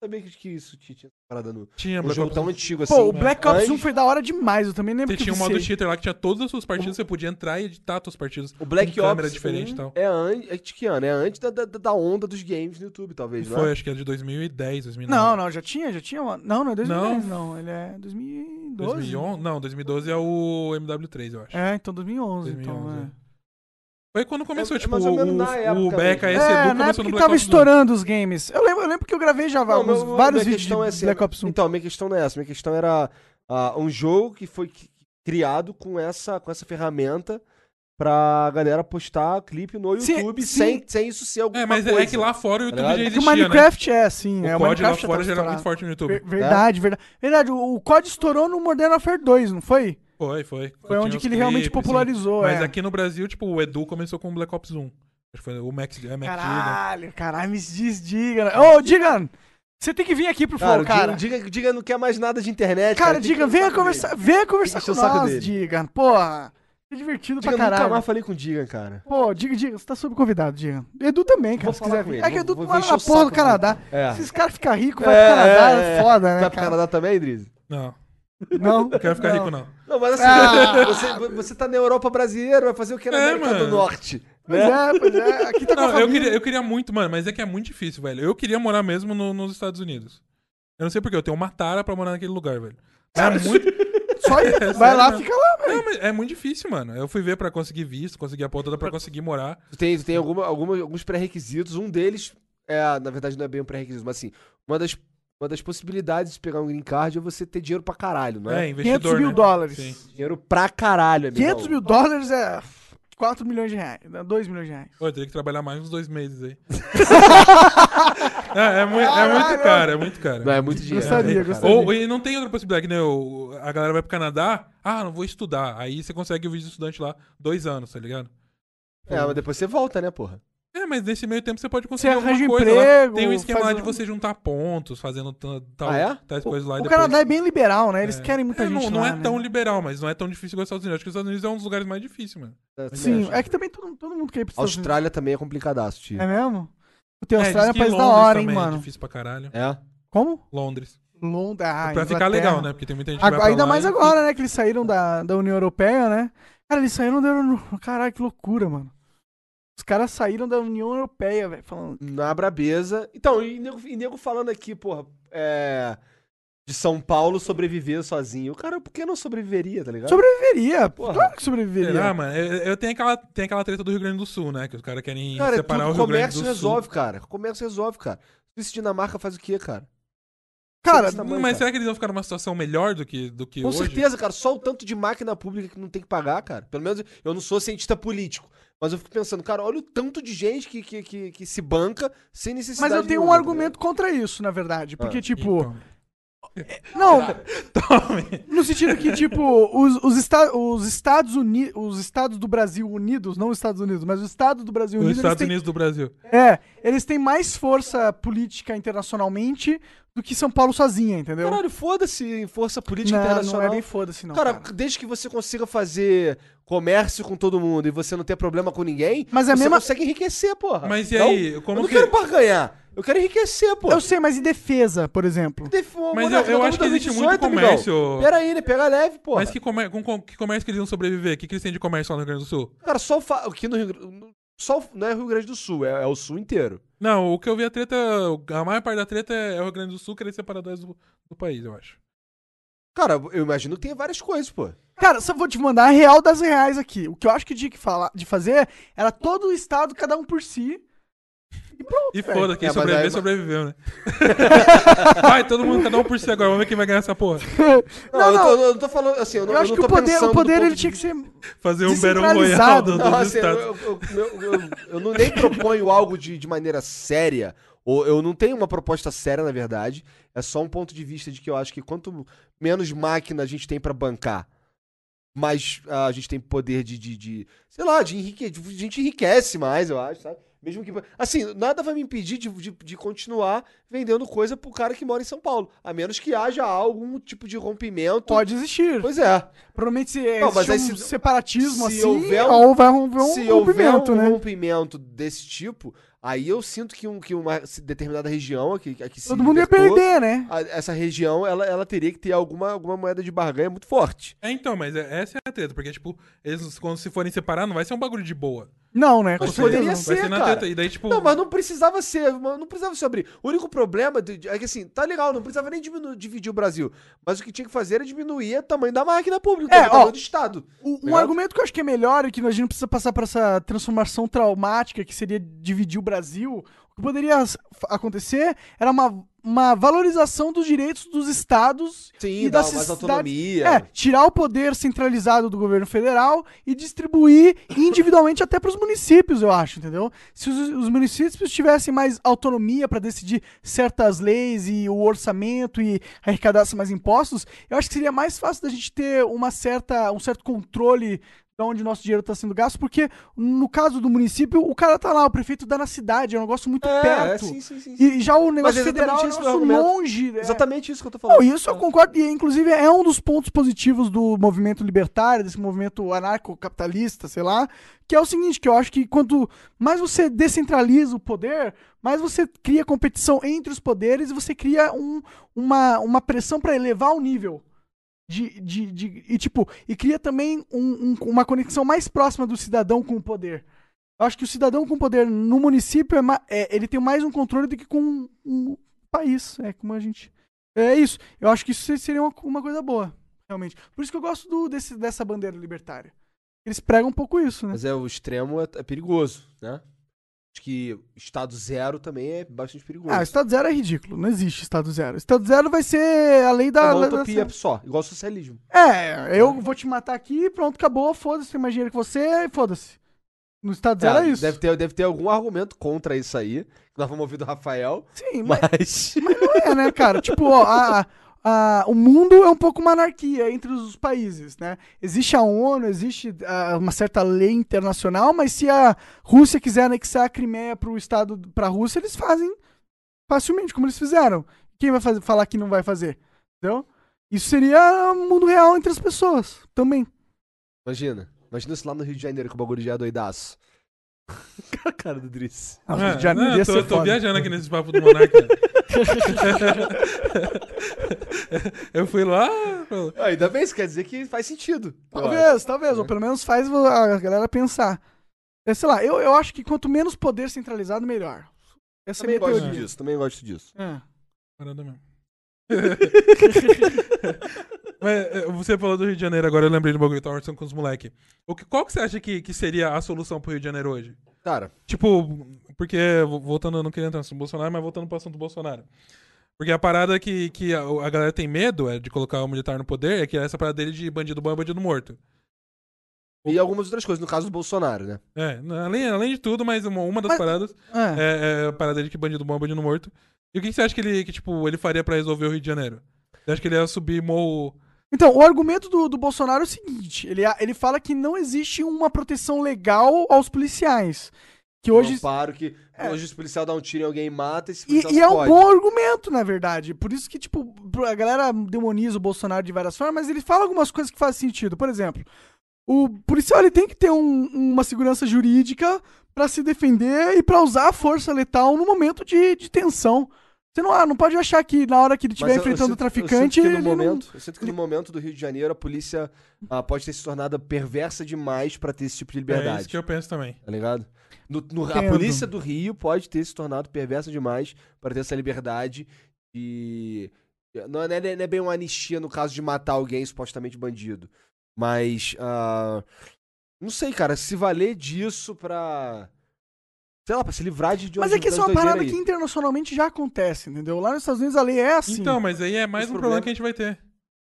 S3: Sabia que que isso tinha tinha parada no...
S4: tinha
S3: Um
S4: Black
S3: jogo
S4: Ops 1.
S3: tão antigo assim.
S2: Pô, o Black Ops
S3: Mas
S2: 1 foi da hora demais. Eu também lembro
S4: Você
S2: que eu
S4: tinha um modo
S2: viciei.
S4: cheater lá que tinha todas as suas partidas, você podia entrar e editar as suas partidas.
S3: O Black
S4: com câmera
S3: Ops
S4: diferente então. e
S3: 1
S4: tal.
S3: é, an... é de que ano? É antes da, da, da onda dos games no YouTube, talvez, não
S4: Foi,
S3: é?
S4: acho que é de 2010, 2009.
S2: Não, não, já tinha, já tinha. uma- Não, não é 2010, não. Ele é 2012.
S4: 2011? Não, 2012 é o MW3, eu acho.
S2: É, então 2011, então,
S4: 2011,
S2: é.
S4: é. Foi quando começou,
S3: É
S4: tipo,
S3: mais ou menos na época
S4: o, o BKS
S3: mesmo.
S2: É,
S4: Edu
S2: na
S4: começou
S2: época
S4: no
S2: que
S4: Black
S2: tava
S4: Ops 1.
S2: estourando os games. Eu lembro, eu lembro que eu gravei já
S3: Não,
S2: alguns,
S3: meu-
S2: vários
S3: minha
S2: vídeos de
S3: questão é assim,
S2: Black Ops 1.
S3: Então, a minha questão não é essa. Minha questão era ah, um jogo que foi cri- criado com essa, com essa ferramenta pra galera postar clipe no
S2: Sim,
S3: YouTube
S2: sim.
S3: sem, sem isso ser alguma
S4: É, mas
S3: coisa. Tá
S4: é que lá fora o YouTube
S3: ligado?
S2: É
S4: já
S2: que o
S4: existia,
S2: Minecraft é assim,
S4: né?
S2: é
S4: O
S2: o
S4: COD lá
S2: Minecraft
S4: fora já era
S2: estourado.
S4: muito forte no YouTube.
S2: Ver-
S3: né?
S2: Verdade, verdade. Verdade, o, o COD estourou no Modern Warfare 2, não foi?
S4: Foi, foi.
S2: Foi
S4: Tinha
S2: onde
S4: os
S2: que ele realmente
S4: clipes,
S2: popularizou,
S4: assim. Mas
S2: é.
S4: aqui no Brasil, tipo, o Edu começou com o Black Ops 1. Acho que foi o Max, é, Max Diga.
S2: Caralho, caralho, me diz, diga. Ô, Digan, você tem que vir aqui pro
S3: Cara,
S2: Flow,
S3: o
S2: cara.
S3: Diga, Diga- Diga não quer mais nada de internet.
S2: Cara,
S3: tem
S2: Digan,
S3: que-
S2: venha conversar, venha conversar
S3: encher
S2: com
S3: o saco
S2: nós,
S3: dele.
S2: Digan. Porra, é divertido pra
S3: Diga, eu nunca
S2: caralho.
S3: mais falei com o Diga, cara.
S2: Pô, diga, diga, você tá sob convidado, diga. Edu também, cara,
S3: Vou
S2: se
S3: falar
S2: quiser
S3: com
S2: vir.
S3: ele,
S2: É que
S3: vou-
S2: Edu
S3: vou
S2: mora
S3: encher
S2: na
S3: o saco
S2: porra do
S3: do
S2: Canadá.
S3: maluco. É.
S2: Se esses caras ficam ricos, vai pro Canadá, é, foda, né?
S3: Vai tá pro
S2: cara?
S3: Canadá também, Idris?
S4: Não,
S2: Não,
S4: não quero ficar rico, não.
S3: Não, mas assim,
S2: Ah!
S3: você, você tá na Europa brasileira, vai fazer o que na
S4: É,
S3: América do
S4: mano.
S3: Norte. né?
S2: Pois é, pois é. Aqui tá com a
S4: Não, eu
S2: família.
S4: queria, eu queria muito, mano, mas é que é muito difícil, velho. Eu queria morar mesmo no- nos Estados Unidos. Eu não sei porquê, eu tenho uma tara pra morar naquele lugar, velho. É muito,
S2: Só ir.
S4: É
S2: Vai
S4: sério,
S2: lá,
S4: né?
S2: fica lá, velho.
S4: Não, mas é muito difícil, mano. Eu fui ver pra conseguir visto, conseguir a porra toda pra conseguir morar.
S3: Tu tem, tu tem alguma, alguma- alguns pré-requisitos, um deles é, na verdade não é bem um pré-requisito, mas assim, uma das Uma das possibilidades de pegar um green card é você ter dinheiro pra caralho, não é?
S4: É,
S2: 500
S4: investidor,
S2: mil
S4: né?
S2: dólares.
S4: Sim.
S3: Dinheiro pra caralho, amigo.
S2: 500 mil dólares é 4 milhões de reais. 2 milhões de reais.
S4: Pô, eu teria que trabalhar mais uns dois meses aí. é, é mui- é muito caro, é muito caro.
S3: Não, é muito dinheiro.
S2: Gostaria,
S3: né, cara?
S2: gostaria.
S4: Ou e não tem outra possibilidade, que, né? o- A galera vai pro Canadá, ah, não vou estudar. Aí você consegue o visto de estudante lá dois anos, tá ligado?
S3: É, mas depois você volta, né, porra?
S4: É, mas nesse meio tempo você pode conseguir
S2: Você
S4: alguma
S2: arranja
S4: coisa
S2: emprego,
S4: lá. Tem um esquema
S2: faz
S4: lá de
S2: um-
S4: você juntar pontos, fazendo ta- tal,
S3: Ah, é?
S4: tais coisas lá. e
S2: O
S4: depois-
S2: Canadá é bem liberal, né? Eles
S4: É.
S2: querem muita
S4: É,
S2: gente
S4: Não, não
S2: lá,
S4: é
S2: né?
S4: tão liberal, mas não é tão difícil igual os Estados Unidos. Acho que os Estados Unidos é um dos lugares mais difíceis, mano.
S3: Eu também
S2: Sim,
S3: acho.
S2: é que também todo, todo mundo quer ir
S3: A
S2: pra Estados Unidos.
S3: Austrália também é complicadaço, tio.
S2: É mesmo? Puta, a
S4: diz
S2: Austrália é um
S4: que
S2: país da
S4: Londres
S2: hora, hein,
S4: também é
S2: mano.
S4: difícil pra caralho.
S3: É?
S2: Como?
S4: Londres.
S2: Londres. Ah,
S4: pra ficar
S2: Inglaterra.
S4: legal, né? Porque tem muita gente que
S2: Agora-
S4: vai pra
S2: ainda
S4: lá
S2: mais
S4: e-
S2: agora, né? Que eles saíram da, da União Europeia, né? Cara, eles saíram da União. Caralho, que loucura, mano. Os caras saíram da União Europeia, velho. Falando.
S3: Na Brabeza. Então, e nego, e nego falando aqui, porra, é, de São Paulo sobreviver sozinho. Cara, por que não sobreviveria, tá ligado?
S2: Sobreviveria.
S3: Porra.
S2: Claro que sobreviveria.
S4: Será, mano? Eu, eu tenho, aquela, tem aquela treta do Rio Grande do Sul, né? Que os caras querem
S3: Cara, é
S4: separar
S3: tudo-
S4: o Rio Grande do
S3: comércio
S4: Sul.
S3: resolve, cara. Comércio resolve, cara. Suíça e Dinamarca faz o quê, cara?
S2: Cara,
S3: Essa-
S4: Mas
S3: Tamanho, cara.
S4: será que eles vão ficar numa situação melhor do que, do que
S3: Com
S4: hoje?
S3: certeza, cara. Só o tanto de máquina pública que não tem que pagar, cara. Pelo menos eu não sou cientista político. Mas eu fico pensando, cara, olha o tanto de gente que, que, que, que se banca sem necessidade.
S2: mas eu tenho um
S3: nenhuma, tá
S2: argumento contra isso, na verdade. Porque, tipo.
S4: Então,
S2: Não,
S4: tome.
S2: no sentido que, tipo, os, os, esta- os Estados Unidos. Os Estados do Brasil Unidos, não os Estados Unidos, mas os Estados do Brasil
S4: Os
S2: Unidos. eles
S4: Estados
S2: têm-
S4: Unidos do Brasil.
S2: É, eles têm mais força política internacionalmente do que São Paulo sozinha, entendeu?
S3: ligado? Caralho, foda-se força política
S2: não, não
S3: internacional.
S2: é bem foda-se, não.
S3: cara,
S2: Cara,
S3: desde que você consiga fazer comércio com todo mundo e você não ter problema com ninguém,
S2: Mas é
S3: você
S2: mesmo-
S3: consegue enriquecer, porra.
S4: Mas e
S3: Não?
S4: aí, como
S3: eu não
S4: que-
S3: quero barganhar. Eu quero enriquecer, porra.
S2: Eu sei, mas em defesa, por exemplo.
S3: Def- ô,
S4: Mas
S3: Monarca,
S4: eu- eu
S3: tá
S4: acho que
S3: mudando
S4: existe muito
S3: 18, amigão.
S4: comércio.
S3: Pera aí, né? Pega leve, porra.
S4: Mas que, comér- com- com- que comércio que eles vão sobreviver? O que, que eles têm de comércio lá no Rio Grande do Sul?
S3: Cara, só o fa... aqui no Rio Grande... Só o- não é Rio Grande do Sul, é, é o Sul inteiro.
S4: Não, o que eu vi a treta. A maior parte da treta é o Rio Grande do Sul querer separar do, resto do- do país, eu acho.
S3: Cara, eu imagino que tem várias coisas, pô.
S2: Cara, só vou te mandar a real das reais aqui. O que eu acho que tinha que falar, de fazer era todo o estado, cada um por si. E pronto.
S4: E
S2: velho.
S4: foda, quem
S3: É, mas
S4: sobreviver,
S3: aí-
S4: sobreviveu, né? vai, todo mundo, cada um por si agora, vamos ver quem vai ganhar essa porra.
S2: Não,
S3: Não,
S2: não.
S3: eu, tô, eu tô falando assim, eu não
S2: Eu acho
S3: eu
S2: que
S3: não
S2: o
S3: tô
S2: poder,
S3: pensando
S2: o
S3: do
S2: poder
S3: ponto
S2: ele
S3: de
S2: tinha que ser.
S4: Fazer um Battle Royale do-
S3: Não,
S4: dos
S3: assim, eu,
S4: estados.
S3: eu, eu- eu- eu- eu não nem proponho algo de, de maneira séria. Ou eu não tenho uma proposta séria, na verdade. É só um ponto de vista de que eu acho que quanto menos máquina a gente tem pra bancar, mais ah, a gente tem poder de. de, de- sei lá, de enriquecer. A gente enriquece mais, eu acho, sabe? Mesmo que. Assim, nada vai me impedir de, de, de continuar vendendo coisa pro cara que mora em São Paulo. A menos que haja algum tipo de rompimento.
S2: Pode existir.
S3: Pois é.
S2: Provavelmente se
S3: Não, mas
S2: existe
S3: aí
S2: um
S3: se-
S2: separatismo
S3: se
S2: assim,
S3: houver um-
S2: ou vai haver um
S3: se houver
S2: rompimento,
S3: um
S2: né?
S3: rompimento desse tipo, aí eu sinto que, um, que uma se- determinada região aqui, aqui se
S2: Todo mundo ia
S3: libertou,
S2: perder, né?
S3: a- essa região, ela, ela teria que ter alguma, alguma moeda de barganha muito forte.
S4: É, então, mas é- essa é a treta, porque, tipo, eles quando se forem separar, não vai ser um bagulho de boa.
S2: Não, né? Com
S4: Vai
S2: certeza
S4: ser-
S3: poderia
S2: não.
S4: vai
S3: ser,
S4: ser na
S3: cara.
S4: treta. E daí, tipo,
S3: Não, mas não precisava ser, mas não precisava se abrir. O único problema de- de- é que assim, tá legal, não precisava nem diminu- dividir o Brasil. Mas o que tinha que fazer era diminuir o tamanho da máquina pública,
S2: É,
S3: o tamanho
S2: ó,
S3: do Estado.
S2: O- Um
S3: Obrigado.
S2: argumento que eu acho que é melhor e que a gente não precisa passar por essa transformação traumática que seria dividir o Brasil, o que poderia as- f- acontecer era uma, uma valorização dos direitos dos estados
S3: Sim,
S2: e
S3: dá
S2: das
S3: mais
S2: cidades.
S3: autonomia.
S2: É, tirar o poder centralizado do governo federal e distribuir individualmente até para os municípios, eu acho, entendeu? Se os, os municípios tivessem mais autonomia para decidir certas leis e o orçamento e arrecadasse mais impostos, eu acho que seria mais fácil da gente ter uma certa, um certo controle de onde o nosso dinheiro está sendo gasto, porque no caso do município, o cara tá lá, o prefeito dá na cidade, é um negócio muito perto.
S3: sim, sim.
S2: E já o negócio
S3: exatamente
S2: federal é um
S3: esse
S2: negócio
S3: meu argumento.
S2: longe. né?
S3: Exatamente isso que eu tô falando.
S2: Não, isso eu concordo, e inclusive é um dos pontos positivos do movimento libertário, desse movimento anarcocapitalista, sei lá, que é o seguinte, que eu acho que quanto mais você descentraliza o poder, mais você cria competição entre os poderes e você cria um- uma, uma pressão para elevar o nível. De, de, de- e tipo, e cria também um- um- uma conexão mais próxima do cidadão com o poder. Eu acho que o cidadão com poder no município é, ma- é- ele tem mais um controle do que com um país. É como a gente. É isso. Eu acho que isso seria uma, uma coisa boa, realmente. Por isso que eu gosto do- desse- dessa bandeira libertária. Eles pregam um pouco isso, né?
S3: Mas é, o extremo é, é perigoso, né? Acho que estado zero também é bastante perigoso.
S2: Ah, Estado Zero é ridículo. Não existe Estado Zero. Estado Zero vai ser a lei da.
S3: é uma
S2: da- da-
S3: utopia só, igual socialismo.
S2: É, eu vou te matar aqui, pronto, acabou, foda-se, tem mais dinheiro que você, e foda-se. No Estado
S4: Tá,
S2: Zero é isso.
S3: Ah, Deve ter, deve ter algum argumento contra isso aí. que Nós vamos ouvir do Rafael.
S2: Sim, mas,
S3: Mas.
S2: mas não é, né, cara? Tipo, ó, a- a- o mundo é um pouco uma anarquia entre os países, né? Existe a ONU, existe ah, uma certa lei internacional, mas se a Rússia quiser anexar a Crimeia pro Estado, pra Rússia, eles fazem facilmente, como eles fizeram. Quem vai fazer- falar que não vai fazer? Entendeu? Isso seria o mundo real entre as pessoas também.
S3: Imagina. Imagina isso lá no Rio de Janeiro que o bagulho já é doidaço. Cara, cara do Driss.
S2: Ah,
S4: É,
S2: já
S4: não,
S2: ia
S4: eu tô,
S2: ser
S4: eu tô
S2: foda.
S4: viajando aqui nesse papo do Monarca. eu fui lá. falei,
S3: Ah, Ainda bem, isso quer dizer que faz sentido. eu acho.
S2: Talvez, talvez, ou pelo menos faz vo- a galera pensar. É, sei lá, eu, eu acho que quanto menos poder centralizado, melhor. Essa
S3: Também
S2: é a minha
S3: gosto
S2: teoria.
S3: disso, também gosto disso.
S2: É.
S4: Parada mesmo. Mas é, você falou do Rio de Janeiro, agora eu lembrei do bagulho que eu tava conversando com os moleques. Qual que você acha que, que seria a solução pro Rio de Janeiro hoje?
S3: Cara,
S4: Tipo, porque, vo- voltando, eu não queria entrar no assunto do Bolsonaro, mas voltando pro assunto do Bolsonaro. Porque a parada que, que a, a galera tem medo é de colocar o militar no poder é que essa parada dele de bandido bom é bandido morto.
S3: e algumas outras coisas, no caso do Bolsonaro, né?
S4: É, na- além, além de tudo, mas uma, uma das
S2: Mas-
S4: paradas
S2: É.
S4: é, é a parada dele que bandido bom é bandido morto. E o que, que você acha que ele, que, tipo, ele faria pra resolver o Rio de Janeiro? Você acha que ele ia subir morro É
S2: Então, o argumento do, do Bolsonaro é o seguinte: ele, a- ele fala que não existe uma proteção legal aos policiais. Que hoje. é.
S3: Não paro que hoje os policial dá um tiro em alguém e mata, esse policial
S2: E, e é um
S3: explode.
S2: bom argumento, na verdade. Por isso que, tipo, a galera demoniza o Bolsonaro de várias formas, mas ele fala algumas coisas que fazem sentido. Por exemplo, o policial ele tem que ter um- uma segurança jurídica pra se defender e pra usar a força letal no momento de, de tensão. Você não, ah, não pode achar que na hora que ele estiver
S3: Mas eu- eu
S2: enfrentando o
S3: sinto- eu sinto
S2: traficante.
S3: que no
S2: ele não-
S3: momento, Eu sinto que no momento do Rio de Janeiro a polícia ah, pode ter se tornado perversa demais pra ter esse tipo de
S4: É isso
S3: liberdade.
S4: que eu penso também.
S3: Tá ligado? No- no- a
S2: Entendo.
S3: polícia do Rio pode ter se tornado perversa demais pra ter essa liberdade de. Não é, não é- não é bem uma anistia no caso de matar alguém supostamente bandido. Mas. ah, não sei, cara, se valer disso pra. Sei lá, pra se livrar de. de
S2: Mas é
S3: umas-
S2: que isso é
S3: das
S2: uma parada
S3: doideiras
S2: que
S3: aí.
S2: internacionalmente já acontece, entendeu? Lá nos Estados Unidos a lei é assim.
S4: Então, mas aí é mais
S3: Esse
S4: um problema
S3: problema-
S4: que a gente vai ter.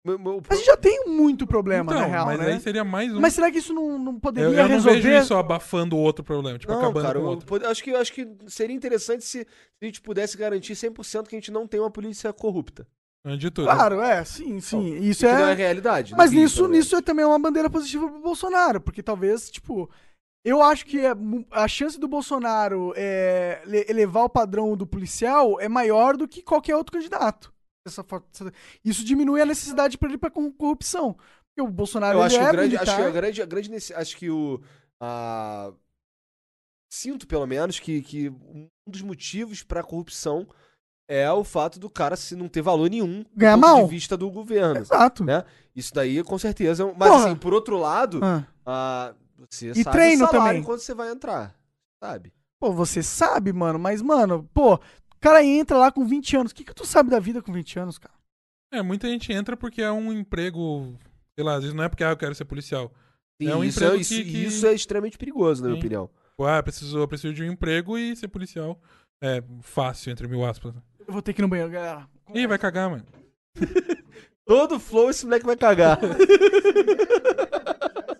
S3: Meu- meu-
S2: a gente já tem muito problema,
S4: então,
S2: na real,
S4: mas
S2: né?
S4: aí seria mais um.
S2: Mas será que isso não, não poderia
S4: eu, eu não
S2: resolver?
S4: vejo isso abafando o outro problema, tipo,
S3: Não,
S4: acabando
S3: cara,
S4: com o
S3: eu
S4: outro.
S3: pod- acho que, acho que seria interessante se, se a gente pudesse garantir 100% que a gente não tem uma polícia corrupta.
S4: Antes De tudo.
S2: Claro, é, sim, sim. isso
S3: não é
S2: é.
S3: realidade. né? no
S2: Mas
S3: Rio,
S2: nisso,
S3: pelo menos.
S2: nisso é também uma bandeira positiva pro Bolsonaro, porque talvez, tipo. Eu acho que é mu- a chance do Bolsonaro é, le- elevar o padrão do policial é maior do que qualquer outro candidato. Essa fa- essa- isso diminui a necessidade para ele para corrupção. Porque o Bolsonaro
S3: Eu
S2: ele
S3: acho que,
S2: é
S3: o grande,
S2: militar.
S3: acho que a grande, a grande nesse- acho que o a- sinto pelo menos que, que um dos motivos pra corrupção é o fato do cara se não ter valor nenhum do
S2: Ganhar
S3: ponto
S2: mal.
S3: de vista do governo.
S2: Exato.
S3: né? Isso daí com certeza, é um- mas
S2: Porra.
S3: assim, por outro lado,
S2: Ah.
S3: ah, você
S2: E
S3: sabe
S2: treino
S3: o salário
S2: também.
S3: quando você vai entrar, sabe?
S2: Pô, você sabe, mano, mas, mano, pô, o cara entra lá com 20 anos. O que, que tu sabe da vida com 20 anos, cara?
S4: É, muita gente entra porque é um emprego. Sei lá, às vezes não é porque ah, eu quero ser policial. É um
S3: isso,
S4: emprego
S3: isso-
S4: que- que-
S3: isso é extremamente perigoso, na minha
S4: Sim.
S3: opinião.
S4: Tipo, ah, preciso, eu preciso de um emprego e ser policial. É fácil, entre mil aspas.
S2: Eu vou ter que ir no banheiro, galera.
S4: Ih, vai cagar, mano.
S3: Todo flow esse moleque vai cagar.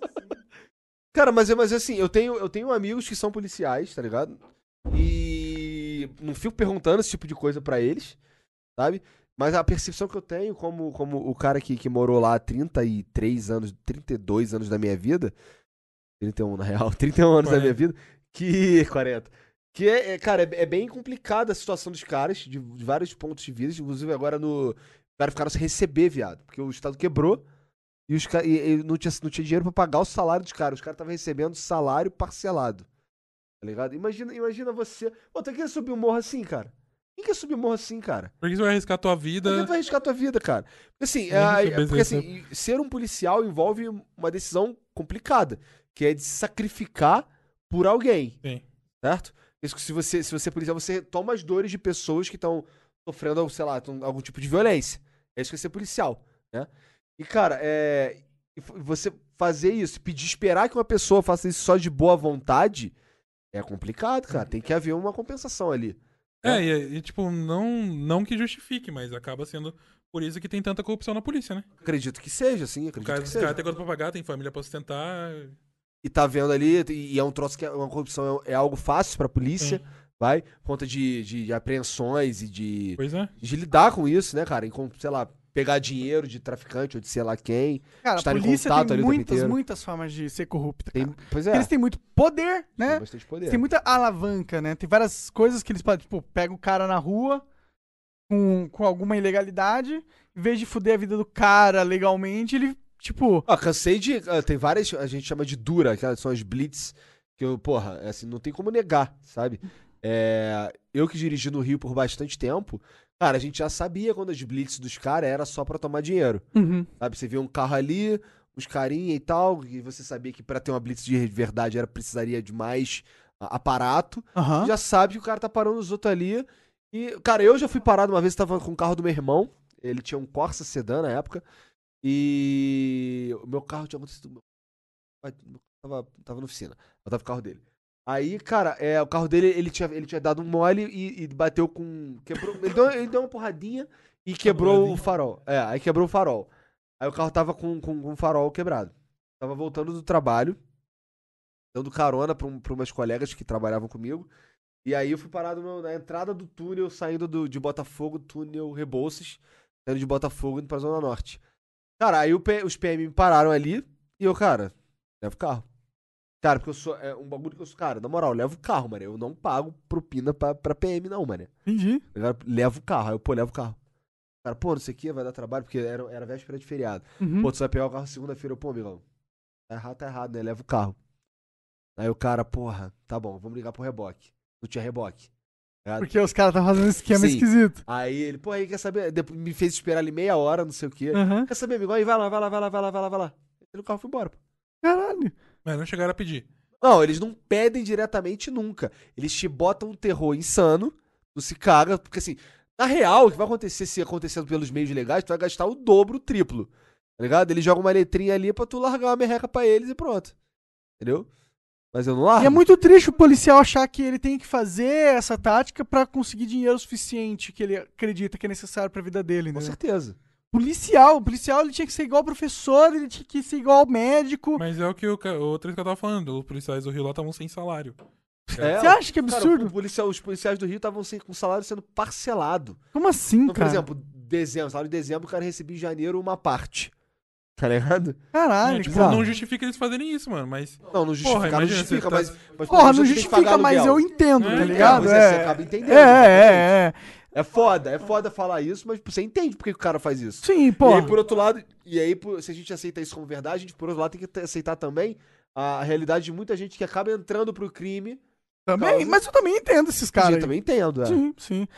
S3: Cara, mas, é- mas assim, eu tenho, eu tenho amigos que são policiais, tá ligado? E não fico perguntando esse tipo de coisa pra eles, sabe? Mas a percepção que eu tenho como, como o cara que, que morou lá há 33 anos, 32 anos da minha vida, 31 na real, 31 anos da minha
S4: 40.
S3: vida, que 40. Que é, é, cara, é, é bem complicada a situação dos caras, de, de vários pontos de vista, inclusive agora no, os caras ficaram sem receber, viado. Porque o Estado quebrou e, os ca- e- e não, tinha, não tinha dinheiro pra pagar o salário dos caras. Os caras estavam recebendo salário parcelado. Tá ligado? Imagina, imagina você. Pô, tu quer subir um morro assim, cara? Quem quer subir um morro assim, cara?
S4: Por que você vai arriscar a tua
S3: Por é que
S4: vida?
S3: tu vai arriscar a tua vida, cara? Porque assim,
S4: Nem
S3: é-
S4: receber
S3: é- porque,
S4: esse-
S3: assim e ser um policial envolve uma decisão complicada, que é de se sacrificar por alguém.
S4: Sim.
S3: Certo? Isso que se você, se você é policial, você toma as dores de pessoas que estão sofrendo, sei lá, tão- algum tipo de violência. É isso que é ser policial, né? E, cara, é. e f- Você fazer isso, pedir, esperar que uma pessoa faça isso só de boa vontade, É complicado, cara. Tem que haver uma compensação ali.
S4: É, e, e, tipo, não, não que justifique, mas acaba sendo por isso que tem tanta corrupção na polícia, né?
S3: Acredito que seja, sim.
S4: O
S3: Acredito
S4: cara,
S3: que
S4: os
S3: seja.
S4: caras têm conta pra pagar, tem família pra sustentar.
S3: e tá vendo ali, e e é um troço que é uma corrupção é, é algo fácil pra polícia, vai? Por conta de, de, de apreensões e de,
S4: Pois é.
S3: de lidar com isso, né, cara? E com, sei lá, pegar dinheiro de traficante ou de sei lá quem.
S2: Cara, a
S3: Estar em
S2: polícia
S3: contato
S2: tem
S3: ali o tempo
S2: muitas,
S3: inteiro.
S2: muitas formas de ser corrupta.
S3: Tem,
S2: cara.
S3: pois
S2: Porque
S3: é,
S2: Ah, Eles têm muito poder,
S3: tem
S2: né?
S3: bastante poder.
S2: Tem muita alavanca, né? Tem várias coisas que eles podem, tipo, pega o cara na rua com, com alguma ilegalidade, em vez de fuder a vida do cara legalmente, ele, tipo,
S3: Ó, cansei de. ah, tem várias. A gente chama de dura, que são as blitz. Que eu, porra, é assim, não tem como negar, sabe? É, eu que dirigi no Rio por bastante tempo, cara, a gente já sabia quando as blitz dos caras era só pra tomar dinheiro. Sabe? Você via um carro ali, uns carinha e tal, e você sabia que pra ter uma blitz de verdade era precisaria de mais ah, aparato.
S2: aham.
S3: Já sabe que o cara tá parando os outros ali. E, cara, eu já fui parado uma vez, tava com o carro do meu irmão. Ele tinha um Corsa Sedan na época. E o meu carro tinha acontecido. meu- meu- Tava, tava na oficina. Eu tava com o carro dele. Aí, cara, é, o carro dele, ele tinha, ele tinha dado um mole e, e bateu com. Quebrou, ele, deu, ele deu uma porradinha e quebrou o
S4: porradinha.
S3: farol. É, aí quebrou o farol. Aí o carro tava com, com, com o farol quebrado. Tava voltando do trabalho, dando carona pra, um, pra umas colegas que trabalhavam comigo. E aí eu fui parado no- na entrada do túnel, saindo do, de Botafogo, túnel Rebouças, saindo de Botafogo indo pra Zona Norte. Cara, aí o P- os PM me pararam ali e eu, cara, leva o carro. Cara, porque eu sou. É um bagulho que eu sou. Cara, na moral, leva o carro, mano. Eu não pago propina pra, pra PM, não, mano.
S2: Entendi.
S3: Eu quero- Leva o carro. Aí eu, pô, leva o carro. Cara, pô, não sei o que, vai dar trabalho, porque era, era véspera de feriado.
S2: Uhum.
S3: Pô, tu vai pegar o carro segunda-feira, eu, pô, amigão. Tá errado, tá errado, né? Leva o carro. Aí o cara, porra, tá bom, vamos ligar pro reboque. Não tinha reboque. Tá ligado?
S2: Porque os caras estão fazendo um esquema
S3: Sim.
S2: esquisito.
S3: Aí ele, pô, aí quer saber? Depois me fez esperar ali meia hora, não sei o quê.
S2: Aham.
S3: Quer saber, amigão? Aí vai lá, vai lá, vai lá, vai lá, vai lá, vai lá. Entrei no carro e fui embora, pô.
S2: Caralho.
S4: Mas não chegaram a pedir.
S3: Não, eles não pedem diretamente nunca. Eles te botam um terror insano, tu se caga, porque assim, na real, o que vai acontecer se acontecendo pelos meios legais, tu vai gastar o dobro, o triplo. Tá ligado? Eles jogam uma letrinha ali pra tu largar uma merreca pra eles e pronto. Entendeu? Mas eu não largo.
S2: E é muito triste o policial achar que ele tem que fazer essa tática pra conseguir dinheiro suficiente que ele acredita que é necessário pra vida dele, né?
S3: Com certeza.
S2: Policial, o policial ele tinha que ser igual professor, ele tinha que ser igual médico.
S4: Mas é o que o, ca- o outro que eu tava falando. Os policiais do Rio lá estavam sem salário.
S3: É,
S2: Você acha que é
S3: cara,
S2: absurdo?
S3: o policial- os policiais do Rio estavam sem- com o salário sendo parcelado.
S2: Como assim,
S3: Então, por
S2: cara?
S3: exemplo, dezembro, salário de dezembro, o cara recebia em janeiro uma parte. Tá ligado? Ah,
S2: Caralho,
S4: É, tipo,
S2: cara.
S4: não justifica eles fazerem isso, mano. Mas
S3: Não, não justifica, não
S4: imagina,
S3: justifica,
S4: você tá-
S3: mas, mas
S2: Porra,
S3: você
S2: não
S3: tem que pagar
S2: justifica, mas
S3: aluguel.
S2: eu entendo,
S4: É,
S2: tá
S4: então,
S2: ligado?
S3: mas é, você acaba entendendo, né?
S2: É, é, é.
S3: É foda, é foda falar isso, mas você entende por que que o cara faz isso.
S2: Sim,
S3: E
S2: pô.
S3: aí, por outro lado, e aí, por- se a gente aceita isso como verdade, a gente, por outro lado, tem que te- aceitar também a realidade de muita gente que acaba entrando pro crime.
S2: Também,
S3: causa-
S2: mas eu também entendo esses caras.
S3: eu
S2: aí.
S3: também entendo, é.
S2: Sim, sim.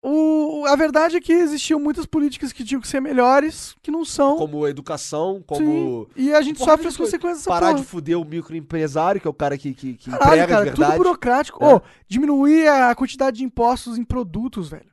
S2: O, a verdade é que existiam muitas políticas que tinham que ser melhores, que não são.
S3: Como educação,
S2: Sim.
S3: como
S2: E a gente
S3: Porra,
S2: sofre as
S3: tem que
S2: consequências dessa
S3: parar
S2: porra.
S3: de fuder o microempresário, que é o cara que, que, que
S2: Caralho,
S3: emprega
S2: cara,
S3: de verdade.
S2: tudo burocrático.
S3: É.
S2: Ô, diminuir a quantidade de impostos em produtos, velho.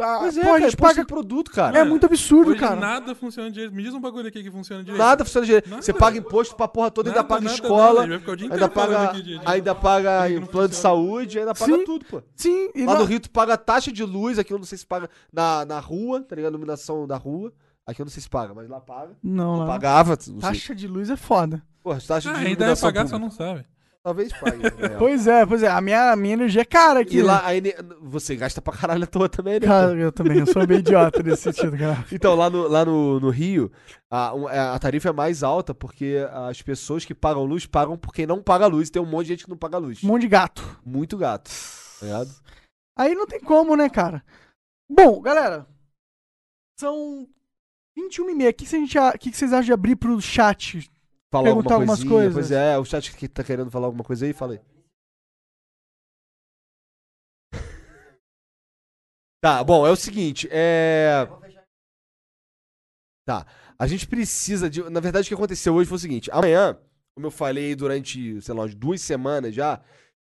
S2: Ah,
S3: Pois é,
S2: pô, a
S3: cara,
S2: gente
S3: imposto
S2: paga.
S3: de produto, cara.
S2: É muito absurdo,
S4: hoje
S2: cara.
S4: nada funciona direito. Me diz um bagulho aqui que funciona direito.
S3: é Nada funciona direito.
S4: Nada. é
S3: Você paga imposto pra porra toda, ainda
S4: Nada,
S3: paga
S4: nada, nada.
S3: escola,
S4: A gente vai ficar o dia
S3: ainda
S4: inteiro falando
S3: paga,
S4: aqui de- de-
S3: ainda paga
S4: de- de-
S3: plano de saúde, ainda paga
S2: Sim.
S3: tudo, pô.
S2: Sim, e
S3: Lá
S2: na-
S3: no Rio tu paga a taxa de luz, aqui eu não sei se paga na, na rua, tá ligado? Iluminação da rua. Aqui eu não sei se paga, mas lá paga.
S2: Não, não.
S3: Pagava, não sei.
S2: Taxa de luz é foda.
S3: Porra, taxa
S4: Ah,
S3: de
S4: ainda vai
S3: iluminação
S4: pagar, só
S3: pública.
S4: não sabe.
S3: Talvez pague. né?
S2: Pois é, pois é. A minha, a minha energia é cara aqui.
S3: e lá, aí, ne- você gasta pra caralho à toa também, né?
S2: Cara, eu também, eu sou meio idiota nesse sentido, cara.
S3: Então, lá no, lá no, no Rio, a, um- a tarifa é mais alta porque as pessoas que pagam luz pagam por quem não paga luz. Tem um monte de gente que não paga luz.
S2: Um monte de gato.
S3: Muito gato. Tá ligado?
S2: Aí não tem como, né, cara? Bom, galera. São 21 e meia. O que, que a gente a- o que que vocês acham de abrir pro
S3: É
S2: chat?
S3: Falar
S2: Perguntar algumas
S3: coisinha,
S2: coisas.
S3: Pois é, o chat que tá querendo falar alguma coisa aí, fala aí. Tá, bom, é o seguinte, é... Tá, a gente precisa de... Na verdade, o que aconteceu hoje foi o seguinte, amanhã, como eu falei durante, sei lá, umas duas semanas já,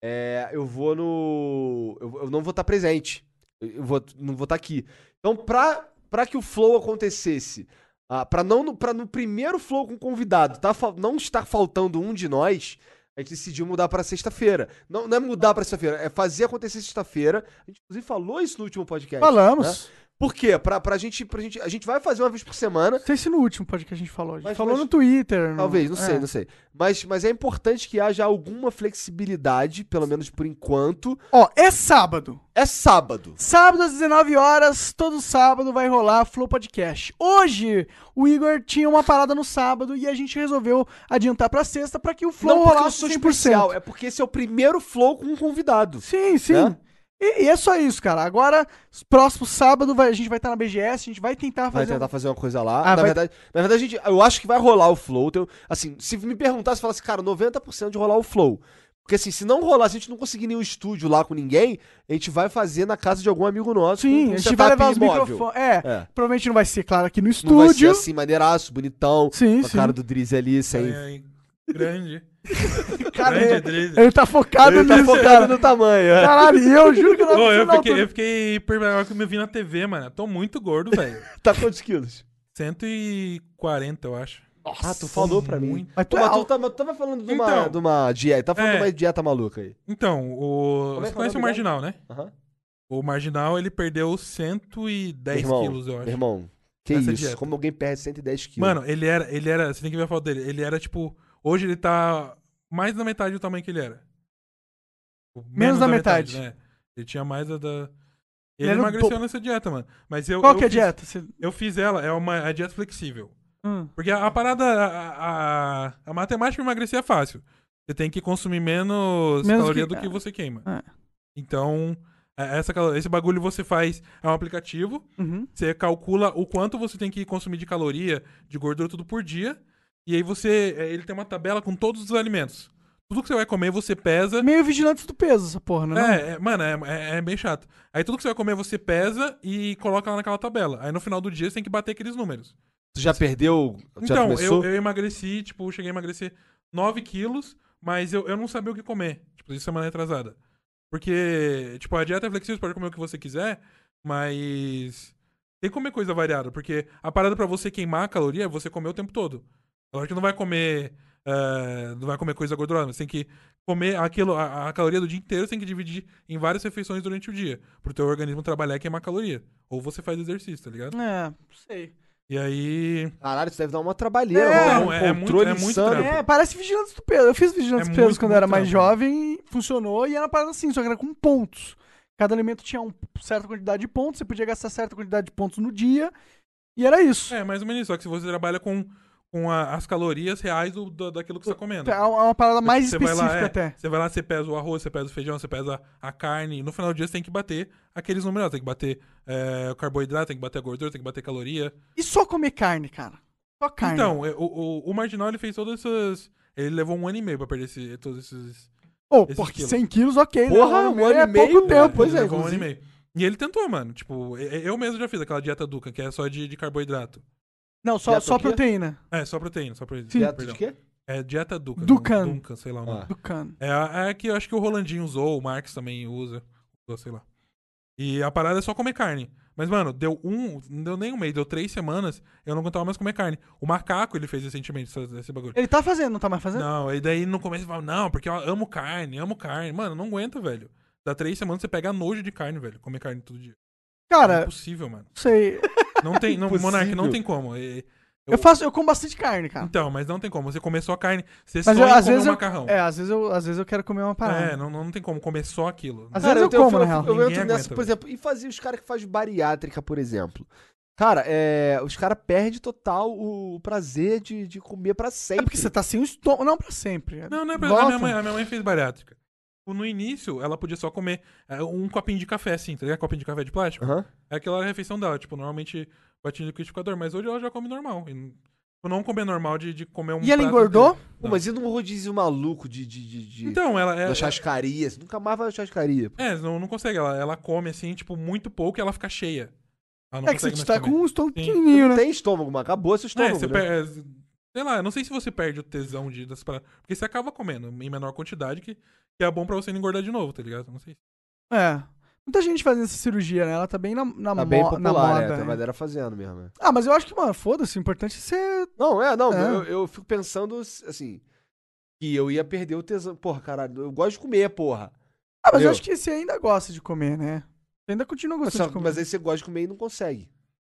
S3: é, eu vou no... Eu, eu não vou estar presente, eu eu vou, não vou estar aqui. Então, pra, pra que o flow acontecesse, ah, para não no, pra no primeiro flow com convidado, tá, fa- não estar faltando um de nós, a A gente decidiu mudar pra sexta-feira. Não, não é mudar pra sexta-feira, é fazer acontecer sexta-feira. A gente, inclusive, falou isso no último podcast. né?
S2: Falamos.
S3: Por quê? Pra, pra, gente, pra gente. A gente vai fazer uma vez por semana.
S2: Não sei se no último podcast que a gente falou. A gente
S3: Mas-
S2: falou
S3: mas-
S2: no Twitter. no-
S3: Talvez, não
S2: é.
S3: sei, não sei. Mas, mas é importante que haja alguma flexibilidade, pelo menos por enquanto.
S2: Ó, é sábado.
S3: É sábado.
S2: Sábado às 19 horas, todo sábado vai rolar Flow Podcast. Hoje, o Igor tinha uma parada no sábado e a gente resolveu adiantar pra sexta pra que o Flow
S3: não porque eu
S2: rolasse
S3: sou
S2: 100%.
S3: especial, é porque esse é o primeiro flow com um convidado.
S2: Sim, sim.
S3: Né?
S2: E, e é só isso, cara. Agora, próximo sábado, vai- a gente vai estar na BGS, a gente vai tentar
S3: Vai
S2: fazer. um-
S3: tentar fazer uma coisa lá.
S2: Ah,
S3: na,
S2: vai-
S3: verdade, na verdade, a gente, eu acho que vai rolar o flow. Tem- assim, se me perguntasse, falasse, assim, cara, 90% de rolar o flow. Porque assim, se não rolar, se a gente não conseguir nenhum estúdio lá com ninguém, a gente vai fazer na casa de algum amigo nosso. com-
S2: Sim,
S3: com
S2: a
S3: um
S2: gente vai
S3: setup
S2: levar os
S3: móvel.
S2: microfones. É,
S3: É.
S2: provavelmente não vai ser, claro, aqui no
S3: Não vai ser
S2: estúdio.
S3: assim, maneiraço, bonitão.
S2: Sim,
S3: com a
S2: sim.
S3: cara do Drizzy ali, sem.
S4: É, é, grande.
S3: assim,
S2: Cara,
S4: grande,
S3: né?
S2: ele,
S4: Drizzy.
S2: ele tá focado
S3: Ele tá
S2: nisso,
S3: focado
S2: cara.
S3: no tamanho, é.
S2: Caralho, e eu juro que eu não
S4: Ô, eu
S2: tava pensando
S4: fiquei,
S2: na
S4: eu fiquei perguntando que eu me vi na TV, mano. Eu tô muito gordo, velho.
S3: Tá quantos quilos?
S4: 140, eu acho.
S3: ah, tu falou pra mim.
S4: muito.
S2: Mas tu
S3: Pô,
S2: é
S3: mas tu
S2: alto.
S3: tava, tu tava falando de uma,
S4: Então.
S3: de uma dieta. Tava falando
S4: É.
S3: de uma dieta maluca aí.
S4: Então, o.
S3: Como é que é
S4: Você
S3: o
S4: conhece o
S3: nome dele?
S4: Marginal, né?
S3: Aham.
S4: O Marginal, ele perdeu 110
S3: Irmão,
S4: quilos, eu acho.
S3: Meu irmão, que
S4: Essa é
S3: isso?
S4: dieta.
S3: Como alguém perde 110 quilos?
S4: Mano, ele era, ele era. Você tem que ver a foto dele. Ele era, tipo. Hoje ele tá mais da metade do tamanho que ele era. Tipo,
S2: Menos da
S4: né? Ele tinha mais a da. Ele
S2: era um
S4: emagreceu
S2: pouco.
S4: nessa dieta, mano. Mas eu.
S2: Qual
S4: eu
S2: que é a
S4: fiz-
S2: dieta? Você-
S4: Eu fiz ela, é uma a dieta flexível.
S2: Hum.
S4: Porque a, a parada. A, a, a matemática pra emagrecer é fácil. Você tem que consumir menos,
S2: Menos
S4: caloria
S2: que-
S4: do que você queima.
S2: É.
S4: Então, é- essa, calo- esse bagulho você faz. É um aplicativo.
S2: Uhum.
S4: Você calcula o quanto você tem que consumir de caloria, de gordura, tudo por dia. E aí você. é, Ele tem uma tabela com todos os alimentos. Tudo que você vai comer, você pesa.
S2: Meio vigilantes do peso, essa porra, né? não?
S4: É, é, mano, é, é, é bem chato. Aí tudo que você vai comer, você pesa e coloca lá naquela tabela. Aí no final do dia você tem que bater aqueles números.
S3: Tu já perdeu? Tu já
S4: então,
S3: começou?
S4: eu, eu emagreci, tipo, eu cheguei a emagrecer 9 quilos, mas eu, eu não sabia o que comer. Tipo, de semana retrasada. Porque, tipo, a dieta é flexível, você pode comer o que você quiser, mas. Tem que comer coisa variada, porque a parada pra você queimar a caloria é você comer o tempo todo. Lógico que não vai comer. eh, não vai comer coisa gordurosa, mas tem que comer aquilo, a, a caloria do dia inteiro, você tem que dividir em várias refeições durante o dia. Pro teu organismo trabalhar e queimar caloria. Ou você faz exercício, tá ligado?
S2: É, não sei.
S4: E aí.
S3: Caralho, isso deve dar uma trabalheira.
S2: É,
S3: rola
S4: não,
S3: um
S4: é-
S3: controle
S4: é muito- é muito
S3: insano.
S4: trampo.
S2: É, parece vigilantes do peso. Eu fiz vigilantes
S4: É
S2: do peso
S4: muito,
S2: quando eu era
S4: muito
S2: mais
S4: trampo.
S2: jovem, e funcionou e era uma parada assim, só que era com pontos. Cada alimento tinha uma certa quantidade de pontos, você podia gastar certa quantidade de pontos no dia, e era isso.
S4: É, mais ou menos isso. Só que se você trabalha com, com a- as calorias reais do, da- daquilo que você tá comendo.
S2: É uma é uma parada mais
S4: Você
S2: específica
S4: vai lá, é,
S2: até.
S4: Você vai lá, você pesa o arroz, você pesa o feijão, você pesa a carne. E no final do dia você tem que bater aqueles números. lá. Tem que bater é, o carboidrato, tem que bater a gordura, tem que bater caloria.
S2: E só comer carne, cara. Só carne.
S4: Então, é, o, o, o Marginal ele fez todas essas. Ele levou um ano e meio pra perder esse, todos esses.
S2: Ou,
S4: esses
S2: porque
S4: quilos.
S2: 100 quilos, ok. né?
S3: Porra, um ano
S2: é
S3: e meio,
S2: pouco
S3: velho.
S2: tempo.
S3: Pois é,
S4: ele levou um ano e
S3: inclusive.
S4: meio. E ele tentou, mano. Tipo, e- e- eu mesmo já fiz aquela dieta Duca, que é só de, de carboidrato.
S2: Não, só,
S3: Dieta
S2: só
S3: o quê?
S2: proteína.
S4: É, só proteína, só proteína.
S2: Sim.
S3: Dieta de
S4: perdão.
S3: quê?
S4: É dieta Duca.
S2: Dukan.
S4: não, Duncan, sei lá o nome.
S3: Ah.
S2: Do cano.
S4: É, a- é a que eu acho que o Rolandinho usou, o Marx também usa, usou, sei lá. E a parada é só comer carne. Mas, mano, deu um, não deu nem um mês, deu três semanas, eu não aguentava mais comer carne. O macaco, ele fez recentemente essa- esse bagulho.
S2: Ele tá fazendo, não tá mais fazendo?
S4: Não, e daí no começo ele fala, não, porque eu amo carne, amo carne. Mano, não aguento, velho. Dá três semanas você pega nojo de carne, velho. Comer carne todo dia. é
S2: Cara, não
S4: impossível, mano.
S2: sei.
S4: Não tem, não,
S3: Impossível.
S4: Monark, não tem como. E-
S2: Eu faço, eu como bastante carne, cara.
S4: Então, mas não tem como. Você comer só carne, você
S2: Mas
S4: só
S2: eu-
S4: em
S2: às
S4: comer
S2: vezes
S4: um
S2: eu,
S4: macarrão.
S2: é, às vezes eu, às vezes eu quero comer uma parada.
S4: É, não, não tem como comer só aquilo.
S2: Às vezes eu,
S3: tenho-
S2: como, na real.
S3: eu,
S4: Ninguém
S3: entro
S4: aguenta,
S3: nessa, por
S4: velho.
S3: exemplo, e fazia os caras que fazem bariátrica, por exemplo. Cara, é, os caras perdem total o prazer de, de comer pra sempre.
S2: É porque você tá sem o estômago. Não, pra sempre.
S4: Não, não é pra a
S2: Volta.
S4: minha, mãe, a minha mãe fez bariátrica. Tipo, No início, ela podia só comer é, um copinho de café, assim, tá ligado? Copinho de café de plástico.
S3: Aham.
S4: É aquela era a refeição dela, tipo, normalmente batia no liquidificador, mas hoje ela já come normal. E não- tipo, não comer normal de, de comer um.
S2: E ela
S4: prato
S2: engordou?
S4: inteiro.
S3: Pô, mas e num rodízio maluco de... de, de, de-
S4: Então, ela. É,
S3: da chascaria? Você nunca mais vai na chascaria.
S4: é, não, não consegue. Ela, ela come, assim, tipo, muito pouco e ela fica cheia. Ela não
S2: É que você
S4: consegue
S2: tá
S4: mais comer.
S2: com um estômago
S4: Sim.
S2: pequenininho,
S3: Não
S2: né?
S3: tem estômago, mano. Acabou seu
S4: É,
S3: estômago,
S4: você
S3: né?
S4: perde. Sei lá, eu não sei se você perde o tesão de das paradas. Porque você acaba comendo em menor quantidade, que, que é bom pra você não engordar de novo, tá ligado? Não sei.
S2: É. Muita gente fazendo essa cirurgia, né? Ela tá bem na, na,
S3: Tá bem
S2: mo- na
S3: popular,
S2: moda.
S3: né? Tá
S2: né?
S3: a galera fazendo mesmo, é.
S2: Ah, mas eu acho que, mano, foda-se. O importante é ser.
S3: Não, é, não.
S2: É.
S3: Eu, eu fico pensando, assim... que eu ia perder o tesão. Porra, caralho, eu gosto de comer, porra.
S2: Ah, mas eu
S3: Entendeu?
S2: acho que você ainda gosta de comer, né? Você ainda continua
S3: Mas,
S2: gostando
S3: só-
S2: de comer.
S3: mas aí você gosta de comer e não consegue.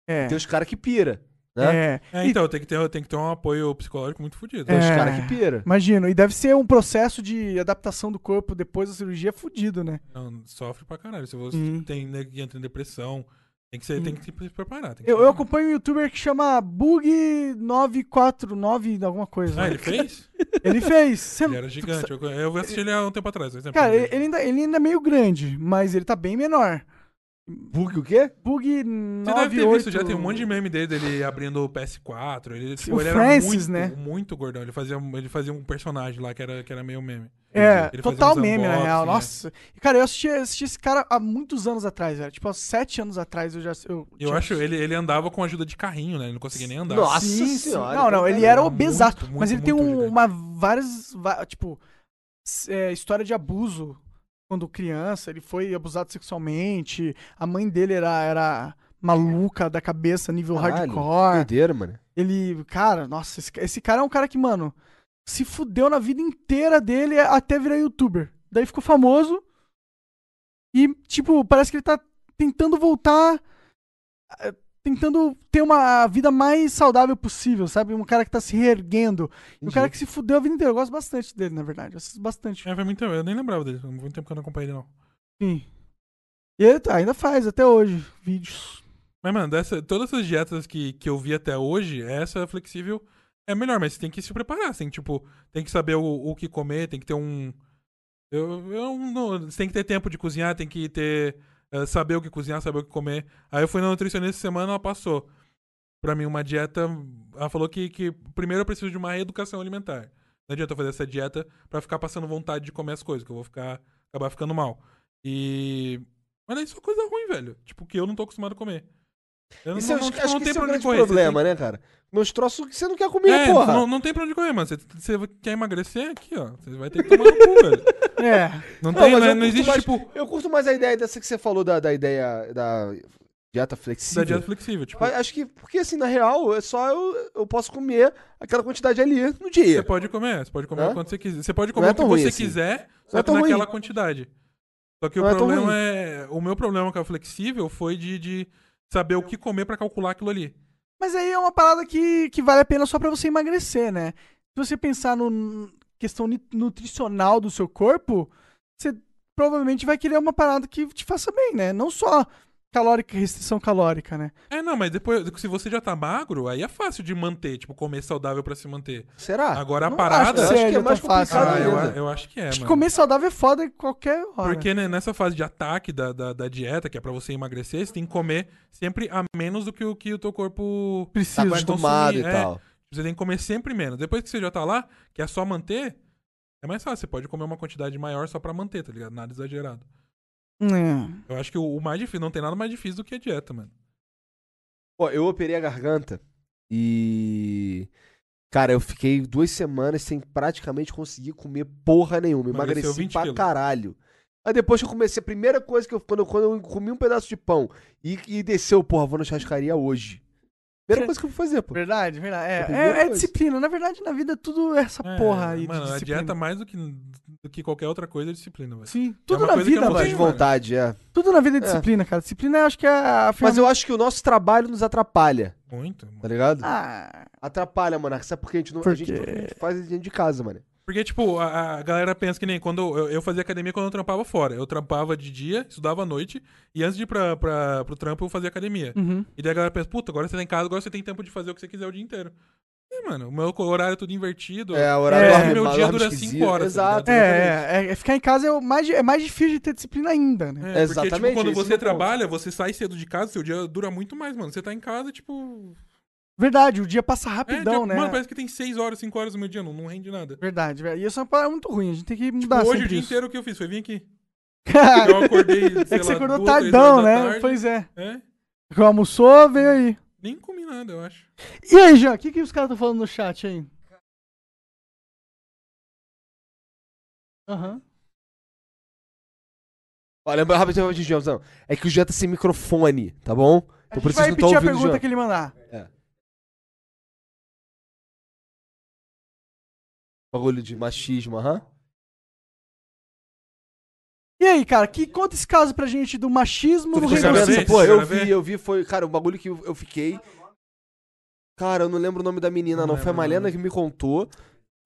S2: é.
S3: Tem os caras que pira, né?
S2: é.
S4: É,
S2: E-
S4: então, tem que, ter, tem que ter um apoio psicológico muito fodido.
S3: Tem os
S2: É.
S3: caras que pira.
S2: Imagino. E deve ser um processo de adaptação do corpo depois da cirurgia fudido, né?
S4: Não, sofre pra caralho. Se você
S2: Hum.
S4: tem né, que entra em depressão, tem que, ser, tem que se pre- preparar. tem que
S2: Eu,
S4: se
S2: eu
S4: preparar.
S2: acompanho um youtuber que chama Bug949, alguma coisa.
S4: Ah, ele fez?
S2: Ele fez. Você-
S4: Ele era gigante. Eu, eu assisti ele há um tempo atrás. mas é
S2: Cara,
S4: porque-
S2: ele ele ainda, ele ainda é meio grande, mas ele tá bem menor.
S3: Bug o quê?
S2: Bug
S4: Você
S2: 9,
S4: deve ter visto, já tem um monte de meme dele, dele abrindo o PS4. Ele, tipo,
S2: O
S4: ele
S2: Francis,
S4: era
S2: né?
S4: muito, muito gordão. Ele fazia, um- ele fazia um personagem lá que era, que era meio meme.
S2: É,
S4: Ele fazia
S2: total
S4: uns
S2: meme, na
S4: unboxing,
S2: real.
S4: é.
S2: Nossa. Cara, eu assisti, assisti esse cara há muitos anos atrás, velho. Tipo, há sete anos atrás eu já. Eu,
S4: Eu acho, ele, ele andava com ajuda de carrinho, né? Ele não conseguia nem andar.
S3: Nossa.
S2: Sim, sim.
S3: senhora,
S2: Não, não,
S3: então,
S2: ele era
S3: cara,
S4: ele era
S2: obesato.
S4: muito,
S2: mas ele
S4: muito,
S2: tem
S4: muito
S2: um-
S4: gigante.
S2: uma várias. va- Tipo, s- é, história de abuso quando criança. Ele foi abusado sexualmente. A mãe dele era, era maluca da cabeça, nível
S3: Caralho,
S2: hardcore.
S3: Doideira, mano.
S2: Ele, cara, nossa, esse, ca- esse cara é um cara que, mano, se fudeu na vida inteira dele até virar youtuber. Daí ficou famoso. E, tipo, parece que ele tá tentando voltar. eh, Tentando ter uma vida mais saudável possível, sabe? Um cara que tá se reerguendo. E um
S3: Entendi.
S2: cara que se fudeu a vida inteira. Eu gosto bastante dele, na verdade. Eu assisto bastante.
S4: É, foi muito tempo. Eu nem lembrava dele. Foi muito tempo que eu não acompanhei ele, não.
S2: Sim. E ele tá- ainda faz até hoje vídeos.
S4: Mas, mano, dessa, todas essas dietas que, que eu vi até hoje, essa flexível é melhor, mas você tem que se preparar, assim, tipo, tem que saber o, o que comer, tem que ter um. Eu, eu não, você tem que ter tempo de cozinhar, tem que ter. eh, saber o que cozinhar, saber o que comer. Aí eu fui na nutricionista essa semana, ela passou pra mim uma dieta. Ela falou que, que primeiro eu preciso de uma reeducação alimentar. Não adianta eu fazer essa dieta pra ficar passando vontade de comer as coisas, que eu vou ficar acabar ficando mal. E. Mas é só coisa ruim, velho. Tipo, que eu não tô acostumado a comer. Eu
S3: Esse é,
S4: não-
S3: acho
S4: tipo,
S3: acho
S4: não
S3: que
S4: tem
S3: esse é
S4: pra
S3: o
S4: onde
S3: grande
S4: correr, você
S3: problema,
S4: tem-
S3: né, cara? Meus troços que você não quer comer,
S4: é,
S3: porra.
S4: Não, não tem pra onde correr, mano. Você, você quer emagrecer aqui, ó. Você vai ter que tomar no cu, velho.
S2: É.
S4: Não,
S3: Não,
S4: tem,
S3: mas
S4: né?
S3: eu
S4: não
S3: curto
S4: existe,
S3: mais-
S4: tipo,
S3: Eu curto mais a ideia dessa que você falou da, da ideia da dieta flexível.
S4: da dieta flexível. Tipo,
S3: Mas Acho que, porque assim, na real, é só eu, eu posso comer aquela quantidade ali no dia.
S4: você pode comer, você pode comer
S3: Hã?
S4: o quanto você quiser. Você pode
S3: Não
S4: comer
S3: é
S4: o que
S3: tão ruim
S4: você
S3: assim.
S4: quiser,
S3: é
S4: só que
S3: tão ruim.
S4: naquela quantidade. Só que
S3: Não é
S4: o
S3: tão
S4: problema
S3: ruim.
S4: é, O meu problema com a flexível foi de, de saber o que comer pra calcular aquilo ali.
S2: Mas aí é uma parada que, que vale a pena só pra você emagrecer, né? Se você pensar no questão ni- nutricional do seu corpo, você provavelmente vai querer uma parada que te faça bem, né? Não só calórica, restrição calórica, né?
S4: É, não, mas depois, se você já tá magro, aí é fácil de manter, tipo, comer saudável pra se manter.
S3: Será?
S4: Agora a
S2: não
S4: parada.
S2: acho
S3: Eu Ah, acho que
S2: Sério,
S3: é mais
S2: tá fácil,
S3: complicado
S4: Ah, eu,
S3: ainda.
S4: eu acho que é,
S2: Acho que
S4: mano.
S2: comer saudável é foda em qualquer hora.
S4: Porque né, nessa fase de ataque da, da, da dieta, que é pra você emagrecer, você tem que comer sempre a menos do que o que o teu corpo
S3: Tá
S4: precisa.
S3: acostumado e
S4: consumir, é.
S3: tal.
S4: Você tem que comer sempre menos. Depois que você já tá lá, que é só manter, é mais fácil. Você pode comer uma quantidade maior só pra manter, tá ligado? Nada exagerado.
S2: É.
S4: Eu acho que o, o mais difícil, não tem nada mais difícil do que a dieta, mano.
S3: Ó, eu operei a garganta e. Cara, eu fiquei duas semanas sem praticamente conseguir comer porra nenhuma.
S4: Emagreceu
S3: Emagreci
S4: 20
S3: pra
S4: quilos.
S3: caralho. Aí depois que eu comecei, a primeira coisa que eu. Quando eu, quando eu comi um pedaço de pão e, e desceu, porra, vou na churrascaria hoje. Primeira coisa que eu vou fazer, pô.
S2: Verdade, verdade.
S3: É a
S2: É,
S3: primeira
S2: é- é
S3: coisa.
S2: disciplina. Na verdade, na vida tudo é essa
S4: É,
S2: porra aí
S4: Mano,
S2: de
S4: a
S2: disciplina.
S4: dieta é mais do que, do que qualquer outra coisa é disciplina, velho.
S2: Sim, tudo
S4: uma
S2: na
S4: coisa que eu
S2: vida,
S4: não
S3: Mais
S4: sei,
S2: velho.
S4: mano.
S3: vontade, é.
S2: Tudo na vida é
S3: É.
S2: disciplina, cara. Disciplina eu acho que é a
S3: Mas eu acho que o nosso trabalho nos atrapalha,
S4: Muito, mano.
S3: tá ligado?
S2: Ah,
S3: Atrapalha, mano. Sabe por que a gente não.
S2: Por
S3: a gente
S2: quê?
S3: tudo que a gente faz é dentro de casa, mano.
S4: Porque, tipo, a, a galera pensa que nem quando eu, eu fazia academia quando eu trampava fora. Eu trampava de dia, estudava à noite, e antes de ir pra, pra, pro trampo eu fazia academia.
S2: uhum.
S4: E daí a galera pensa, puta, agora você tá em casa, agora você tem tempo de fazer o que você quiser o dia inteiro. É, mano, o meu horário é tudo invertido.
S3: É, o
S2: É.
S3: horário dorme,
S4: Meu dia
S3: dorme
S4: dura
S3: esquisito.
S4: cinco horas, tá
S3: Exato.
S4: ligado?
S2: É, é, é, ficar em casa é o mais, é mais difícil de ter disciplina ainda, né?
S4: É, porque,
S3: Exatamente,
S4: tipo,
S3: esse
S4: quando
S3: é o
S4: você
S3: meu
S4: trabalha, você sai cedo de casa, seu dia dura muito mais, mano. Você tá em casa, tipo.
S2: Verdade, o dia passa
S4: é,
S2: rapidão,
S4: tipo,
S2: né?
S4: Mano, parece que tem 6 horas, 5 horas no meu dia, não, não rende nada.
S2: Verdade, velho. E isso é uma parada muito ruim, a gente tem que mudar
S4: Tipo, Hoje
S2: sempre
S4: o dia
S2: isso.
S4: inteiro o que eu fiz foi vir aqui.
S2: Cara,
S4: Eu acordei.
S2: é
S4: sei
S2: que você
S4: lá,
S2: acordou
S4: duas, três
S2: tardão,
S4: horas da
S2: né?
S4: tarde.
S2: Pois é.
S4: É,
S2: Eu almoçou, veio aí.
S4: nem comi nada, eu acho.
S2: E aí, Jean, o que, que os caras estão falando no chat aí? Aham.
S3: Ó, lembra rapidinho de Jamzão. É que o Jean tá sem microfone, tá
S2: A
S3: bom? Então
S2: gente
S3: por isso
S2: vai
S3: vocês não estão
S2: repetir a
S3: ouvindo o É.
S2: pergunta
S3: Jean.
S2: que ele mandar.
S3: É. Bagulho de machismo, aham.
S2: E aí, cara, que conta esse caso pra gente do machismo
S4: Tudo
S2: no
S4: que
S2: Reino
S4: eu
S3: Tá
S4: quero
S3: vendo
S2: Unido?
S4: ver.
S3: essa
S4: ver?
S3: porra?
S4: Vocês
S3: Eu
S4: querem
S3: vi,
S4: ver?
S3: eu vi, foi, cara, o bagulho que eu eu fiquei. Cara, eu não lembro o nome da menina, não.
S4: Não
S3: Foi a
S4: lembro,
S3: Malena que me contou.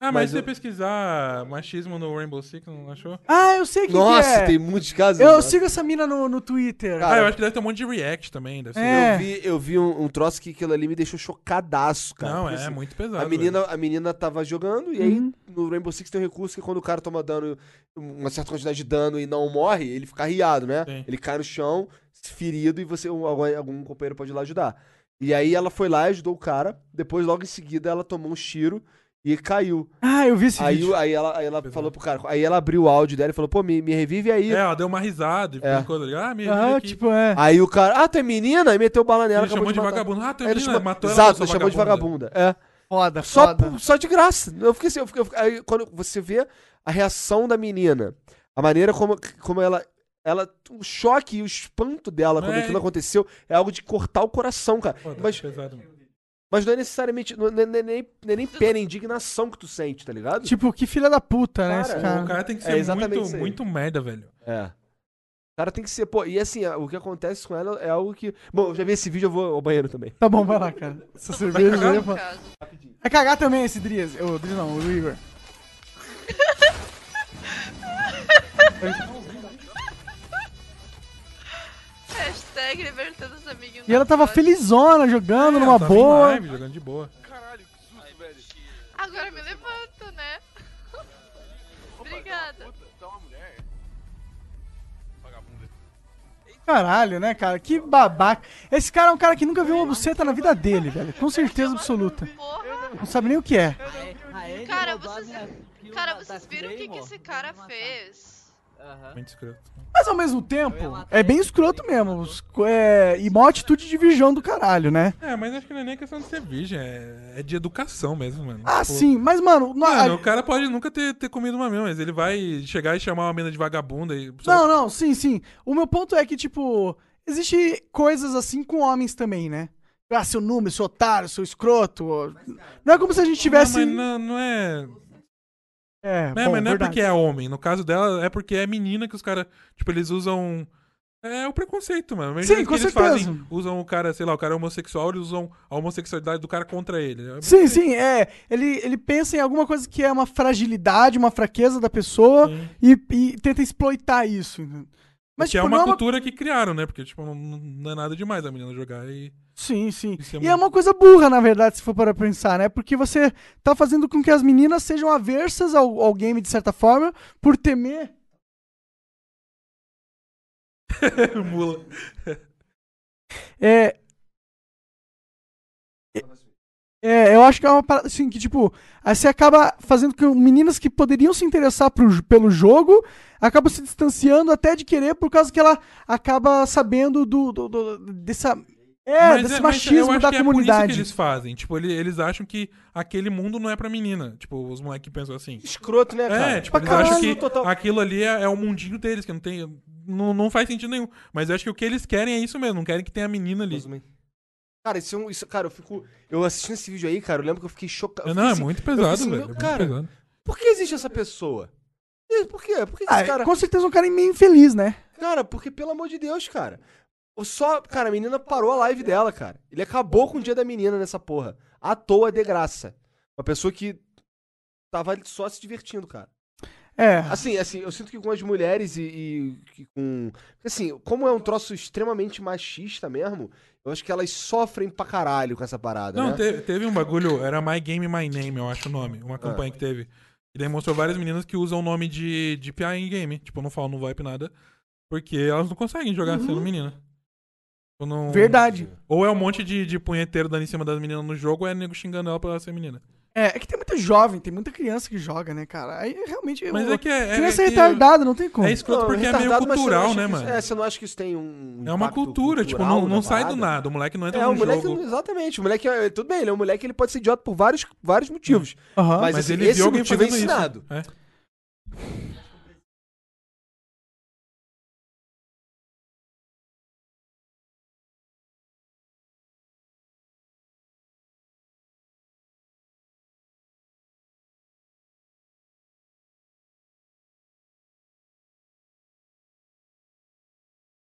S4: Ah,
S3: Mas
S4: mas, se
S3: eu-
S4: você pesquisar machismo no Rainbow Six, não achou?
S2: Ah, eu sei quem que
S3: Nossa,
S2: é.
S3: tem muitos né? casos.
S2: Eu
S3: mano.
S2: sigo essa mina no, no Twitter.
S4: Ah,
S3: Cara,
S4: eu acho que deve ter um monte de react também, deve ser.
S2: É.
S3: Eu vi, eu vi um, um troço que aquilo ali me deixou chocadaço, cara.
S4: Não,
S3: Porque,
S4: é
S3: assim,
S4: muito pesado.
S3: A menina, a menina tava jogando, e aí no Rainbow Six tem um recurso que quando o cara toma dano, uma certa quantidade de dano e não morre, ele fica riado, né?
S4: Sim.
S3: Ele cai no chão, ferido, e você, um- algum, algum companheiro pode ir lá ajudar. E aí ela foi lá, ajudou o cara, depois logo em seguida ela tomou um tiro e caiu.
S2: Ah, eu vi esse
S3: Aí,
S2: vídeo.
S3: o- aí ela, aí ela
S4: Pesado.
S3: velho. falou pro cara, aí ela abriu o áudio dela e falou, pô, me, me revive aí.
S4: velho. É, ela deu uma risada e
S3: É.
S4: brincou ali. Ah, me
S2: Ah,
S4: ah, aqui.
S2: tipo, é.
S3: Aí o cara, ah, tu é menina? Aí meteu bala nela,
S4: Ele
S3: acabou
S4: chamou
S3: de
S4: de
S3: matar.
S4: vagabundo. Ah, tu
S3: Aí
S4: é
S3: ele
S4: menina,
S3: chamou-
S4: matou ela.
S3: tipo Exato,
S4: sua
S3: ele chamou de vagabunda. É.
S2: Foda,
S3: Só,
S2: foda.
S3: por- só de graça. Eu fiquei assim, eu fiquei, eu fiquei- aí quando você vê a reação da menina, a maneira como, como ela, ela. O choque e o espanto dela quando
S4: É.
S3: aquilo aconteceu é algo de cortar o coração, cara.
S4: Foda,
S3: mas,
S4: pesado. mesmo.
S3: mas não é necessariamente. Não é, não é nem, não é nem pena, é indignação que tu sente, tá ligado?
S2: Tipo, que filha da puta, né?
S3: Cara,
S2: Esse
S4: O
S2: cara.
S4: cara tem que
S3: É
S4: ser
S3: exatamente isso
S4: muito,
S3: aí.
S4: muito merda, velho.
S3: É. O cara tem que ser. Pô, e assim, o que acontece com ela é algo que. Bom, eu já vi esse vídeo, eu vou ao banheiro também.
S4: É,
S2: Tá bom, vai lá, cara. Essa cerveja
S4: cagar?
S2: aí é foda. Vai cagar também esse Drias. O Drias não, o Igor.
S8: Hashtag libertando os amigos.
S2: E ela tava
S8: Nossa.
S2: felizona, jogando
S4: É,
S2: numa
S4: tava em
S2: boa.
S4: live, jogando de boa.
S8: Agora me levanto, né? Obrigada.
S2: Caralho, né, cara? Que babaca. Esse cara é um cara que nunca viu uma buceta na vida dele, velho. Com certeza absoluta.
S8: Porra,
S2: Não sabe nem o que é.
S8: cara, vocês, cara, vocês viram o que, que esse cara fez?
S4: Muito escroto.
S2: Mas ao mesmo tempo, é bem escroto mesmo. Os co- é, e mó atitude de virgão do caralho, né?
S4: É, mas acho que não é nem questão de ser virgem, é, é de educação mesmo, mano.
S2: Ah,
S4: Tipo,
S2: sim, mas, mano, não,
S4: Mano, o cara pode nunca ter, ter comido uma mina, mas ele vai chegar e chamar uma mina de vagabunda e.
S2: não, não, sim, sim. O meu ponto é que, tipo, existe coisas assim com homens também, né? Ah, seu número, seu otário, seu escroto. ó. Não é como se a gente tivesse.
S4: Não, mas não, não é.
S2: É,
S4: É,
S2: bom,
S4: mas não é
S2: verdade.
S4: porque é homem. No caso dela, é porque é menina que os caras. Tipo, eles usam. É o preconceito, mano. Mesmo
S2: Sim,
S4: jeito
S2: com
S4: que eles
S2: certeza.
S4: fazem, usam o cara, sei lá, o cara é homossexual, eles usam a homossexualidade do cara contra ele. É
S2: Sim, sim, é. Ele, ele pensa em alguma coisa que é uma fragilidade, uma fraqueza da pessoa e, e tenta exploitar isso. Mas,
S4: que
S2: tipo,
S4: é uma
S2: não é uma...
S4: cultura que criaram, né? Porque, tipo, não, não é nada demais a menina jogar e.
S2: Sim, sim.
S4: Isso é
S2: e é
S4: muito-
S2: uma coisa burra, na verdade, se for para pensar, né? Porque você tá fazendo com que as meninas sejam aversas ao, ao game, de certa forma, por temer.
S4: Mula.
S2: É. É- É, eu acho que é uma parada assim que, tipo, aí você acaba fazendo com que meninas que poderiam se interessar pro jo- pelo jogo acabam se distanciando até de querer por causa que ela acaba sabendo do, do- do- dessa. É,
S4: Mas
S2: desse
S4: é- mas eu
S2: machismo
S4: acho
S2: da
S4: que É por isso
S2: comunidade.
S4: que eles fazem. Tipo, ele- eles acham que aquele mundo não é pra menina. Tipo, os moleques pensam assim.
S3: Escroto, né, cara?
S4: É, tipo,
S2: pra
S4: eles acham
S2: caralho,
S4: que
S3: total.
S4: aquilo ali é, é o mundinho deles, que não tem. Não, não faz sentido nenhum. Mas eu acho que o que eles querem é isso mesmo, não querem que tenha a menina ali.
S3: Cara, isso, é um- isso, cara, eu fico. Eu assistindo esse vídeo aí, cara, eu lembro que eu fiquei chocado. Eu
S4: não, é
S3: fiquei assim,
S4: muito
S3: eu
S4: pesado,
S3: fiquei assim,
S4: velho.
S3: meu,
S4: é muito
S3: cara,
S4: pesado.
S3: Por que existe essa pessoa? E Por quê? Por que esse
S2: Ah,
S3: cara.
S2: com certeza um cara meio infeliz, né?
S3: Cara, porque pelo amor de Deus, cara. O Só. Cara, a menina parou a live dela, cara. Ele acabou com o dia da menina nessa porra. À toa, de graça. Uma pessoa que tava só se divertindo, cara.
S2: É.
S3: Assim, assim, eu sinto que com as mulheres e, e que com. Assim, como é um troço extremamente machista mesmo, eu acho que elas sofrem pra caralho com essa parada.
S4: Não,
S3: né?
S4: te- teve um bagulho, era My Game My Name, eu acho o nome. Uma campanha que teve. E daí mostrou várias meninas que usam o nome de, de PA em game. Tipo, não falam no VoIP nada. Porque elas não conseguem jogar sendo menina. Tipo, não-
S2: Verdade.
S4: Ou é um monte de, de punheteiro dando em cima das meninas no jogo, ou é nego xingando ela pra ela ser menina.
S2: É, é que tem muita jovem, tem muita criança que joga, né, cara? Aí realmente.
S4: Mas
S2: o-
S4: é que é. é-
S2: criança é,
S4: é que-
S2: retardada, não tem como.
S4: É escroto
S3: Não,
S4: porque é meio
S3: retardado, mas você não
S4: cultural,
S3: acha
S4: né,
S3: que
S4: mano?
S3: isso- É, você não acha que isso tem um.
S4: É uma
S3: impacto
S4: cultura, tipo,
S3: cultural
S4: não, não
S3: na
S4: sai
S3: parada?
S4: do nada. O moleque não entra
S3: É, o
S4: num
S3: moleque,
S4: jogo.
S3: exatamente. O moleque, é- tudo bem, ele é um moleque, ele pode ser idiota por vários, vários motivos.
S2: Aham.
S3: Mas,
S4: Mas
S3: assim,
S4: ele
S3: esse
S4: viu alguém
S3: motivo é
S4: fazendo isso.
S3: ensinado.
S4: É.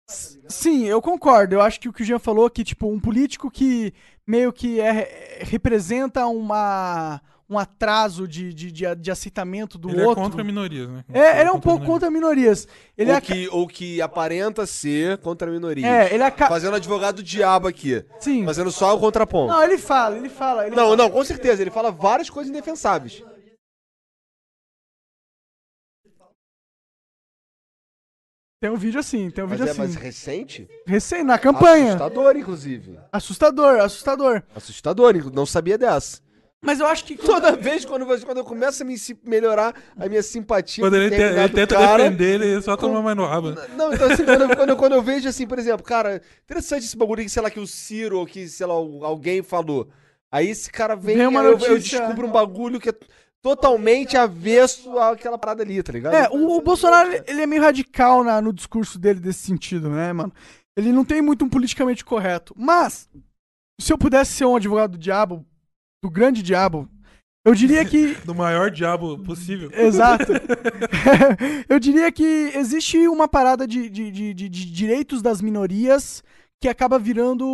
S2: S- Sim, eu concordo. Eu acho que o que o Jean falou que, tipo, um político que meio que é, representa uma, um atraso de, de, de, de aceitamento do
S4: Ele
S2: outro.
S4: é contra minorias, né?
S2: É, ele é um pouco contra minorias. Ele
S3: ou,
S2: é,
S3: que, ou que aparenta ser contra minorias.
S2: é, ele é ca-
S3: Fazendo advogado do diabo aqui.
S2: Sim.
S3: Fazendo só o contraponto.
S2: Não, ele fala, ele fala. Ele
S3: é Não, não, com certeza. Ele fala várias coisas indefensáveis.
S2: Tem um vídeo assim, tem um
S3: Mas
S2: vídeo
S3: é mais
S2: assim.
S3: recente?
S2: Recém, na campanha.
S3: Assustador, inclusive.
S2: Assustador, assustador.
S3: Assustador, inclu- não sabia dessa.
S2: Mas eu acho que.
S3: Toda vez quando, você- quando eu começo a me si- melhorar a minha simpatia
S4: Quando
S3: por
S4: ele, te-
S3: determinado
S4: ele tenta
S3: cara-
S4: defender, ele só toma mais no rabo.
S3: Não, então assim, quando eu, quando, eu, quando eu vejo assim, por exemplo, cara, interessante esse bagulho que, sei lá, que o Ciro ou que, sei lá, o- alguém falou. Aí esse cara vem
S2: Vem
S3: e
S2: uma
S3: eu, eu
S2: notícia.
S3: descubro um bagulho que é totalmente avesso àquela parada ali, tá ligado?
S2: É, o, o Bolsonaro, ele é meio radical na- no discurso dele desse sentido, né, mano? Ele não tem muito um politicamente correto. Mas, se eu pudesse ser um advogado do diabo, do grande diabo, eu diria que.
S4: Do maior diabo possível.
S3: É,
S2: Exato. eu diria que existe uma parada de, de, de- de- de direitos das minorias que acaba virando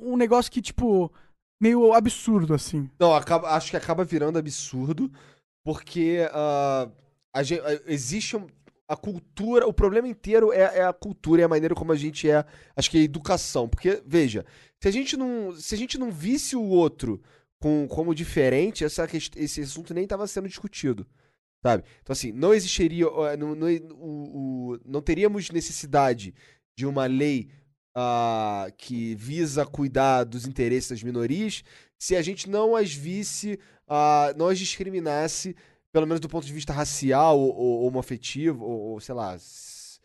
S2: um negócio que, tipo, meio absurdo, assim.
S3: Não, acaba- acho que acaba virando absurdo, porque ah, a gen- a- existe um- a cultura, o problema inteiro é, é a cultura e a maneira como a gente é, acho que é a educação, porque veja, se a gente não, se a gente não visse o outro com, como diferente, essa quest- esse assunto nem estava sendo discutido. Sabe? Então, assim, não existiria. ah, Não, não, o- o- não teríamos necessidade de uma lei ah, que visa cuidar dos interesses das minorias se a gente não as visse, ah, não as discriminasse, pelo menos do ponto de vista racial ou, ou homoafetivo, ou, ou, sei lá, s-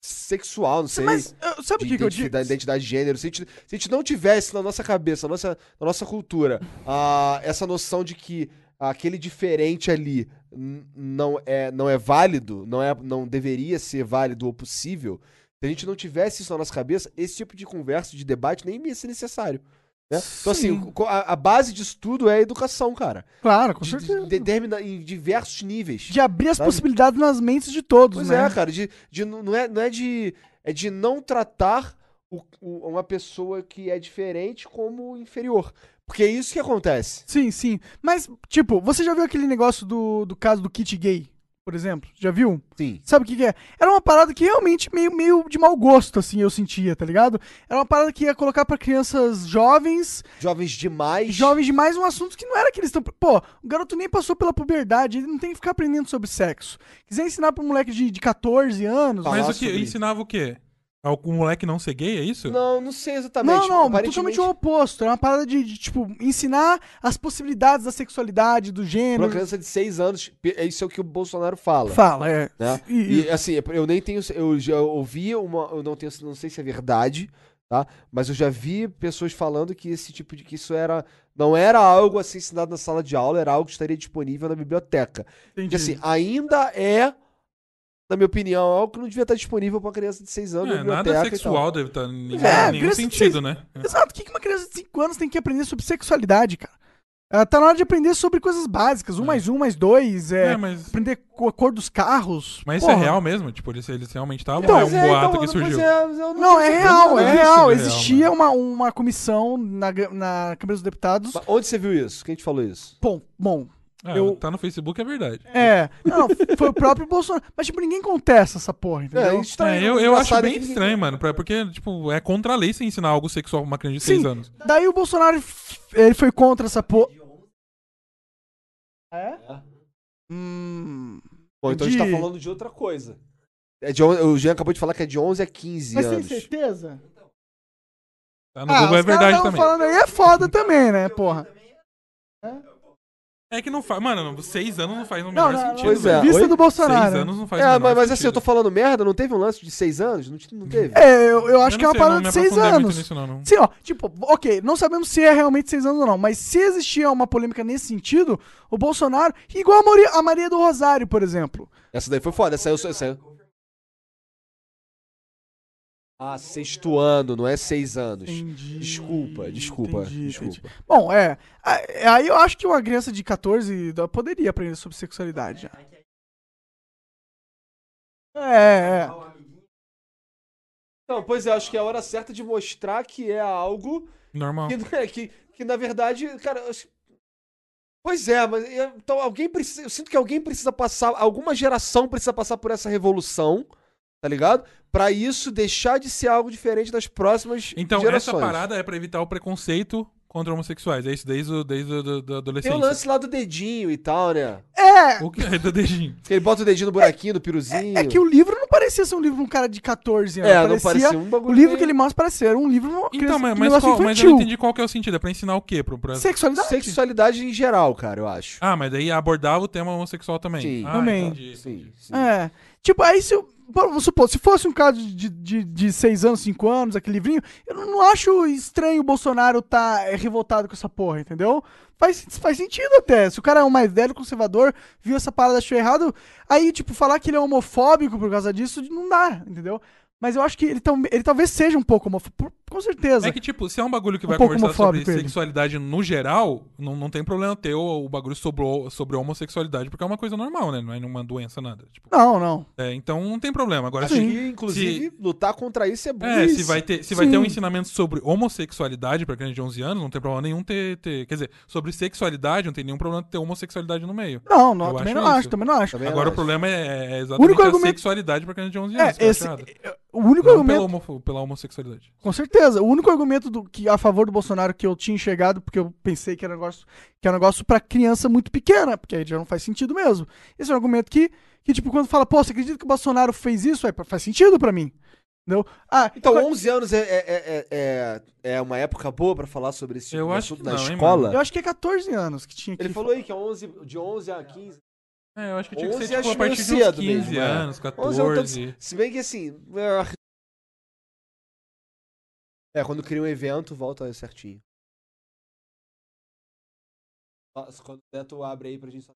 S3: sexual, não sei.
S2: Mas, eu- sabe
S3: de
S2: o que, que eu digo?
S3: identidade, identidade de gênero. Se a, gente, se a gente não tivesse na nossa cabeça, na nossa, na nossa cultura, ah, essa noção de que aquele diferente ali n- não é, não é válido, não, é, não deveria ser válido ou possível, se a gente não tivesse isso na nossa cabeça, esse tipo de conversa, de debate, nem ia ser necessário. né? Então, assim,
S2: Sim.
S3: co- a, a base disso tudo é a educação, cara.
S2: Claro, com
S3: De,
S2: certeza.
S3: de- determina em diversos níveis.
S2: De abrir as
S3: Sabe?
S2: possibilidades nas mentes de todos,
S3: Pois
S2: né?
S3: é, cara, de, de não, não é, não é de. É de não tratar o- o- uma pessoa que é diferente como inferior. Porque é isso que acontece.
S2: Sim, sim. Mas, tipo, você já viu aquele negócio do, do caso do kit gay, por exemplo? Já viu?
S3: Sim.
S2: Sabe o que, que é? Era uma parada que realmente meio, meio de mau gosto, assim, eu sentia, tá ligado? Era uma parada que ia colocar pra crianças jovens,
S3: Jovens demais.
S2: jovens demais, um assunto que não era que eles estão. Pô, o garoto nem passou pela puberdade, ele não tem que ficar aprendendo sobre sexo. Quiser ensinar pra um moleque de, de 14 anos.
S3: Falar
S4: Mas o que?
S3: sobre-
S4: Ensinava o quê? Algum moleque não ser gay, é isso?
S3: Não, não sei exatamente.
S2: Não, não,
S3: aparentemente-
S2: totalmente o oposto. Era uma parada de, de, tipo, ensinar as possibilidades da sexualidade, do
S3: Pra
S2: gênero.
S3: uma criança de 6 anos, pe- é isso é o que o Bolsonaro fala.
S2: Fala, é.
S3: né?
S2: E-
S3: E, assim, eu nem tenho. Eu já ouvi uma. Eu não tenho, não sei se é verdade, tá? Mas eu já vi pessoas falando que esse tipo de. que isso era. Não era algo assim ensinado na sala de aula, era algo que estaria disponível na biblioteca. Porque assim, ainda é, na minha opinião, algo que não devia estar disponível pra uma criança de 6 anos. na
S4: É, nada
S3: biblioteca e
S4: sexual deve estar em nenhum,
S2: É,
S4: nenhum
S2: criança de
S4: sentido, né?
S2: Exato, o que que uma criança de 5 anos tem que aprender sobre sexualidade, cara? Ela tá na hora de aprender sobre coisas básicas, um mais um mais dois, é,
S4: É, mas-
S2: aprender co- a cor dos carros.
S4: Mas isso
S2: porra.
S4: é real mesmo? Tipo, eles, eles realmente estavam
S3: tal.
S4: ou é um
S3: Pois é,
S4: boato
S3: então,
S4: que
S3: pois
S4: surgiu?
S3: é, eu não
S2: Não, é
S3: tenho
S2: real,
S3: certeza
S2: é
S4: isso,
S3: disso.
S2: real.
S4: né?
S2: Existia uma, uma comissão na, ga- na Câmara dos Deputados.
S3: Mas Onde você viu isso? Quem te falou isso?
S2: Bom, bom,
S4: Ah,
S2: Eu-
S4: Tá no Facebook, é verdade.
S2: é. Não, foi o próprio Bolsonaro. Mas, tipo, ninguém contesta essa porra, entendeu?
S4: É, eu, eu acho
S3: engraçado
S4: bem
S3: que-
S4: estranho, mano. pra- Porque, tipo, é contra a lei você ensinar algo sexual pra uma criança de
S2: Sim.
S4: 6 anos.
S2: Daí o Bolsonaro, f- ele foi contra essa porra. É? Hum.
S3: Bom, então a gente
S2: de-
S3: tá falando de outra coisa. É de, on- o Jean acabou de falar que é de 11 a 15
S2: Mas tem
S3: anos.
S2: certeza?
S4: Tá no Google, é
S2: Ah, os caras
S4: verdade
S2: tavam
S4: também.
S2: falando aí é foda também, né, porra?
S4: É que não faz. Mano, 6 anos não faz no
S2: Não,
S4: menor
S2: não, não,
S4: sentido.
S3: Pois
S4: velho.
S3: é.
S2: vista
S3: Oi?
S2: do
S4: Seis
S2: Bolsonaro.
S4: anos não faz o
S3: É,
S4: menor
S3: mas, mas assim, eu
S4: sentido. Uhum.
S3: tô falando merda, não teve um lance de seis anos? Não, te- não teve?
S2: É, eu, eu acho
S4: Eu
S2: que é uma
S4: não sei,
S2: parada
S4: não me
S2: de seis
S4: aprofundei muito
S2: anos.
S4: nisso, não, não.
S2: Sim, ó, tipo, ok, não sabemos se é realmente seis anos ou não, mas se existia uma polêmica nesse sentido, o Bolsonaro, igual a Maria, a Maria do Rosário, por exemplo.
S3: Essa daí foi foda, essa eu saiu. Ah, sexto ano, não é seis anos.
S2: Entendi.
S3: Desculpa, desculpa,
S2: entendi,
S3: desculpa.
S2: entendi. Bom, é, a- aí eu acho que uma criança de 14 da- poderia aprender sobre sexualidade já. É, é.
S3: Então, pois é, acho que é a hora certa de mostrar que é algo
S4: Normal.
S3: que, não é- que, que na verdade, cara. eu acho- Pois é, mas é, então alguém precisa. Eu sinto que alguém precisa passar. Alguma geração precisa passar por essa revolução, tá ligado? Pra isso deixar de ser algo diferente das próximas
S4: Então,
S3: gerações.
S4: essa parada é pra evitar o preconceito contra homossexuais. É isso desde, o, desde o, do, da
S3: Tem
S4: adolescência.
S3: o lance lá do dedinho e tal, né?
S2: assim, É,
S4: O que é do dedinho?
S3: Que ele bota o dedinho no buraquinho, do piruzinho.
S2: é que o livro não parecia ser um livro de um cara de 14 anos.
S3: É, não parecia um bagulho
S2: O livro
S3: meio-
S2: que ele mostra parece ser um livro
S4: Então,
S2: criança,
S4: mas,
S2: um
S4: mas,
S2: negócio
S4: qual- mas eu
S2: infantil.
S4: não entendi qual que é o sentido. É pra ensinar o quê? Pro, pra...
S2: Sexualidade.
S3: Sexualidade em geral, cara, eu acho.
S4: Ah, mas daí abordava o tema homossexual também.
S3: Sim.
S4: ah,
S2: Também.
S4: entendi.
S3: Sim, sim.
S2: É. Tipo, aí se eu. bom, Vamos supor, se fosse um caso de, de, de seis anos, cinco anos, aquele livrinho, eu não acho estranho o Bolsonaro tá é, revoltado com essa porra, entendeu? Faz, faz sentido até. Se o cara é um mais velho, conservador, viu essa parada, achou errado, aí, tipo, falar que ele é homofóbico por causa disso, não dá, entendeu? Mas eu acho que ele, tal- ele talvez seja um pouco homofóbico, com certeza.
S4: É que, tipo, se é um bagulho que
S2: Um
S4: vai
S2: pouco
S4: conversar sobre
S2: homofóbico ele.
S4: sexualidade no geral, não, não tem problema ter o, o bagulho sobre, o- sobre a homossexualidade, porque é uma coisa normal, né? Não é nenhuma doença, nada. Tipo,
S2: Não, não.
S4: é, então não tem problema. Agora,
S3: Acho
S4: se-
S3: que, inclusive, lutar contra isso é bom.
S4: É, se vai ter, se vai ter um
S2: Sim.
S4: ensinamento sobre homossexualidade pra criança de 11 anos, não tem problema nenhum ter, ter- Quer dizer, sobre sexualidade, não tem nenhum problema ter homossexualidade no meio.
S2: Não, não,
S4: Eu
S2: também
S4: acho
S2: não
S4: isso.
S2: acho, também não acho.
S3: Também
S4: Agora
S3: acho.
S4: o problema é, é
S2: O
S4: exatamente
S2: único
S4: a
S2: argumento-
S4: sexualidade pra criança de 11
S2: É,
S4: anos. que eu
S2: esse-
S4: acho errado.
S2: O único
S4: Não
S2: argumento.
S4: pela, homo- pela homossexualidade.
S2: Com certeza. O único argumento do, que, a favor do Bolsonaro que eu tinha enxergado, porque eu pensei que era um negócio, que era negócio pra criança muito pequena, porque aí já não faz sentido mesmo. Esse é um argumento que, que tipo, quando fala, pô, você acredita que o Bolsonaro fez isso? É, pá, faz sentido pra mim. Entendeu? Ah,
S3: Então,
S2: eu,
S3: 11 anos é, é, é, é, é uma época boa pra falar sobre esse tipo
S4: Eu
S3: de
S4: acho
S3: assunto
S4: que
S3: na
S4: não, hein,
S3: escola?
S2: eu acho que é 14 anos que tinha que.
S3: Ele falou aí que é 11, de 11 a 15.
S4: É, eu acho que tinha que
S3: 11
S4: ser tipo, a
S3: acho
S4: partir
S3: meio
S4: de uns
S3: cedo
S4: 15
S3: mesmo, é.
S4: anos,
S3: 11 é um tanto,
S4: 14.
S3: Se bem que assim. É, é, quando cria um evento, volta certinho. Nossa, Quando der, tu abre aí pra gente só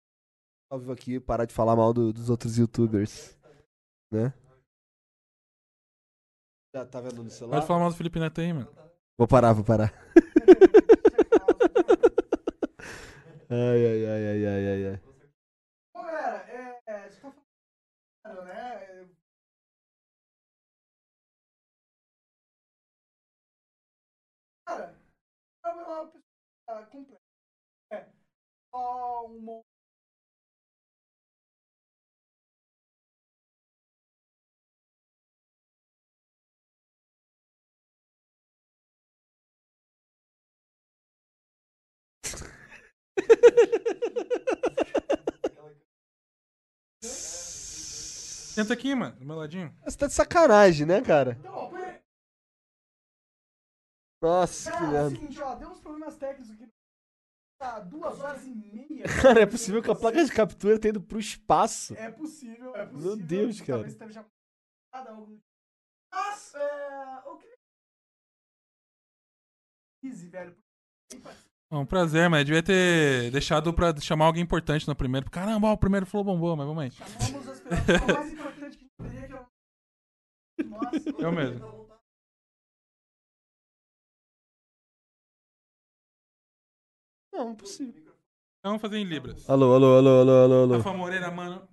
S3: ao vivo aqui parar de falar mal do- dos outros youtubers. Né? Já tá vendo no celular?
S4: Pode falar mal do Felipe Neto aí, mano.
S3: Vou parar, vou parar. ai, ai, ai, ai, ai, ai, ai.
S2: é, tá né? Cara, é uma pessoa complexa. É só um monte
S4: Senta aqui, mano, do meu ladinho.
S3: Você tá de sacanagem, né, cara? Nossa, que
S2: Cara, é o
S3: merda.
S2: seguinte, ó, deu uns problemas técnicos aqui. Tá duas horas e meia.
S3: Cara, é possível que a placa de captura tenha ido pro espaço.
S2: É possível, é possível.
S3: Deus, cara.
S2: Talvez esteja cada um. Mas, é... O que... Easy, velho.
S4: Bom, É um prazer, mas devia ter deixado pra chamar alguém importante no primeiro. Caramba, ó, o primeiro falou bombou, mas vamos aí.
S2: Vamos as pessoas o mais importante que a gente teria, que é era... Nossa.
S4: Eu mesmo.
S3: Não, é impossível.
S4: Então vamos fazer em Libras.
S3: Alô, alô, alô, alô, alô, alô.
S4: Rafa Moreira, mano.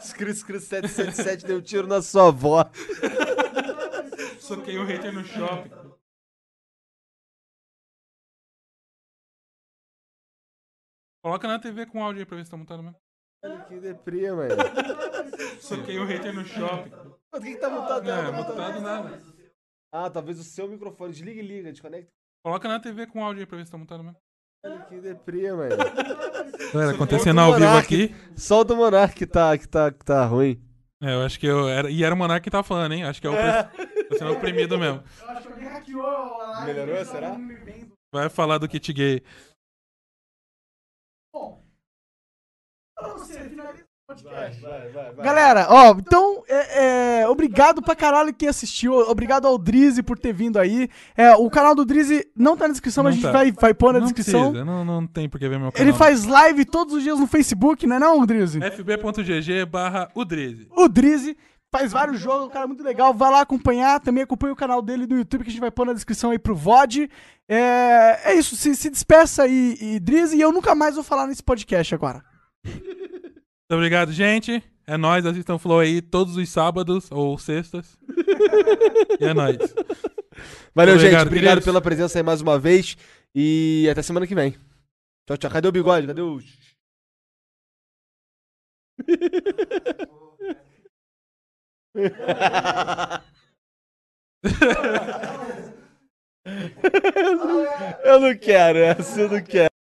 S3: Scris Scris 777 deu um tiro na sua avó.
S4: Soquei o hater no shopping. Coloca na TV com áudio aí pra ver se tá montado mesmo.
S3: Que deprê, mano.
S4: Soquei o hater no shopping.
S3: O que que tá mutado?
S4: É,
S3: Tá mutado?
S4: montado nada.
S3: Ah, talvez o seu microfone. Desliga e liga, desconecta.
S4: Coloca na TV com áudio aí pra ver se tá montado mesmo.
S3: Que deprê, mano.
S4: Galera, acontecendo ao vivo
S3: Monark.
S4: aqui.
S3: Só o do Monark que tá, que tá, que tá ruim.
S4: É, eu acho que eu era. E era o Monark que tá falando, hein? Acho que é o. Tá sendo oprimido mesmo.
S2: Eu acho que alguém hackeou a live.
S3: Melhorou, será?
S4: Vai falar do kit gay.
S2: Pra você, finaliza o podcast.
S3: Vai, vai, vai.
S2: Galera, ó, então, é, é, obrigado pra caralho quem assistiu. Obrigado ao Drizzy por ter vindo aí. É, o canal do Drizzy não tá na descrição, mas a
S4: Não
S2: gente
S4: tá.
S2: vai, vai pôr na
S4: não
S2: descrição.
S4: Precisa, não, não tem por que ver meu canal.
S2: Ele faz live todos os dias no Facebook, não é não, Drizzy?
S4: fb.gg barra udreze.
S2: O Drizzy faz vários jogos, um cara muito legal. Vai lá acompanhar, também acompanha o canal dele no YouTube que a gente vai pôr na descrição aí pro VOD. É, é isso, se, se despeça aí, e Drizzy, e eu nunca mais vou falar nesse podcast agora.
S4: Muito obrigado, gente. É nóis, assistam o Flow aí todos os sábados ou sextas. e é nóis.
S3: Valeu,
S4: Obrigado,
S3: gente. Obrigado
S4: queridos.
S3: pela presença aí mais uma vez. E até semana que vem. Tchau, tchau. Cadê o bigode? Cadê o. eu não quero essa, eu não quero.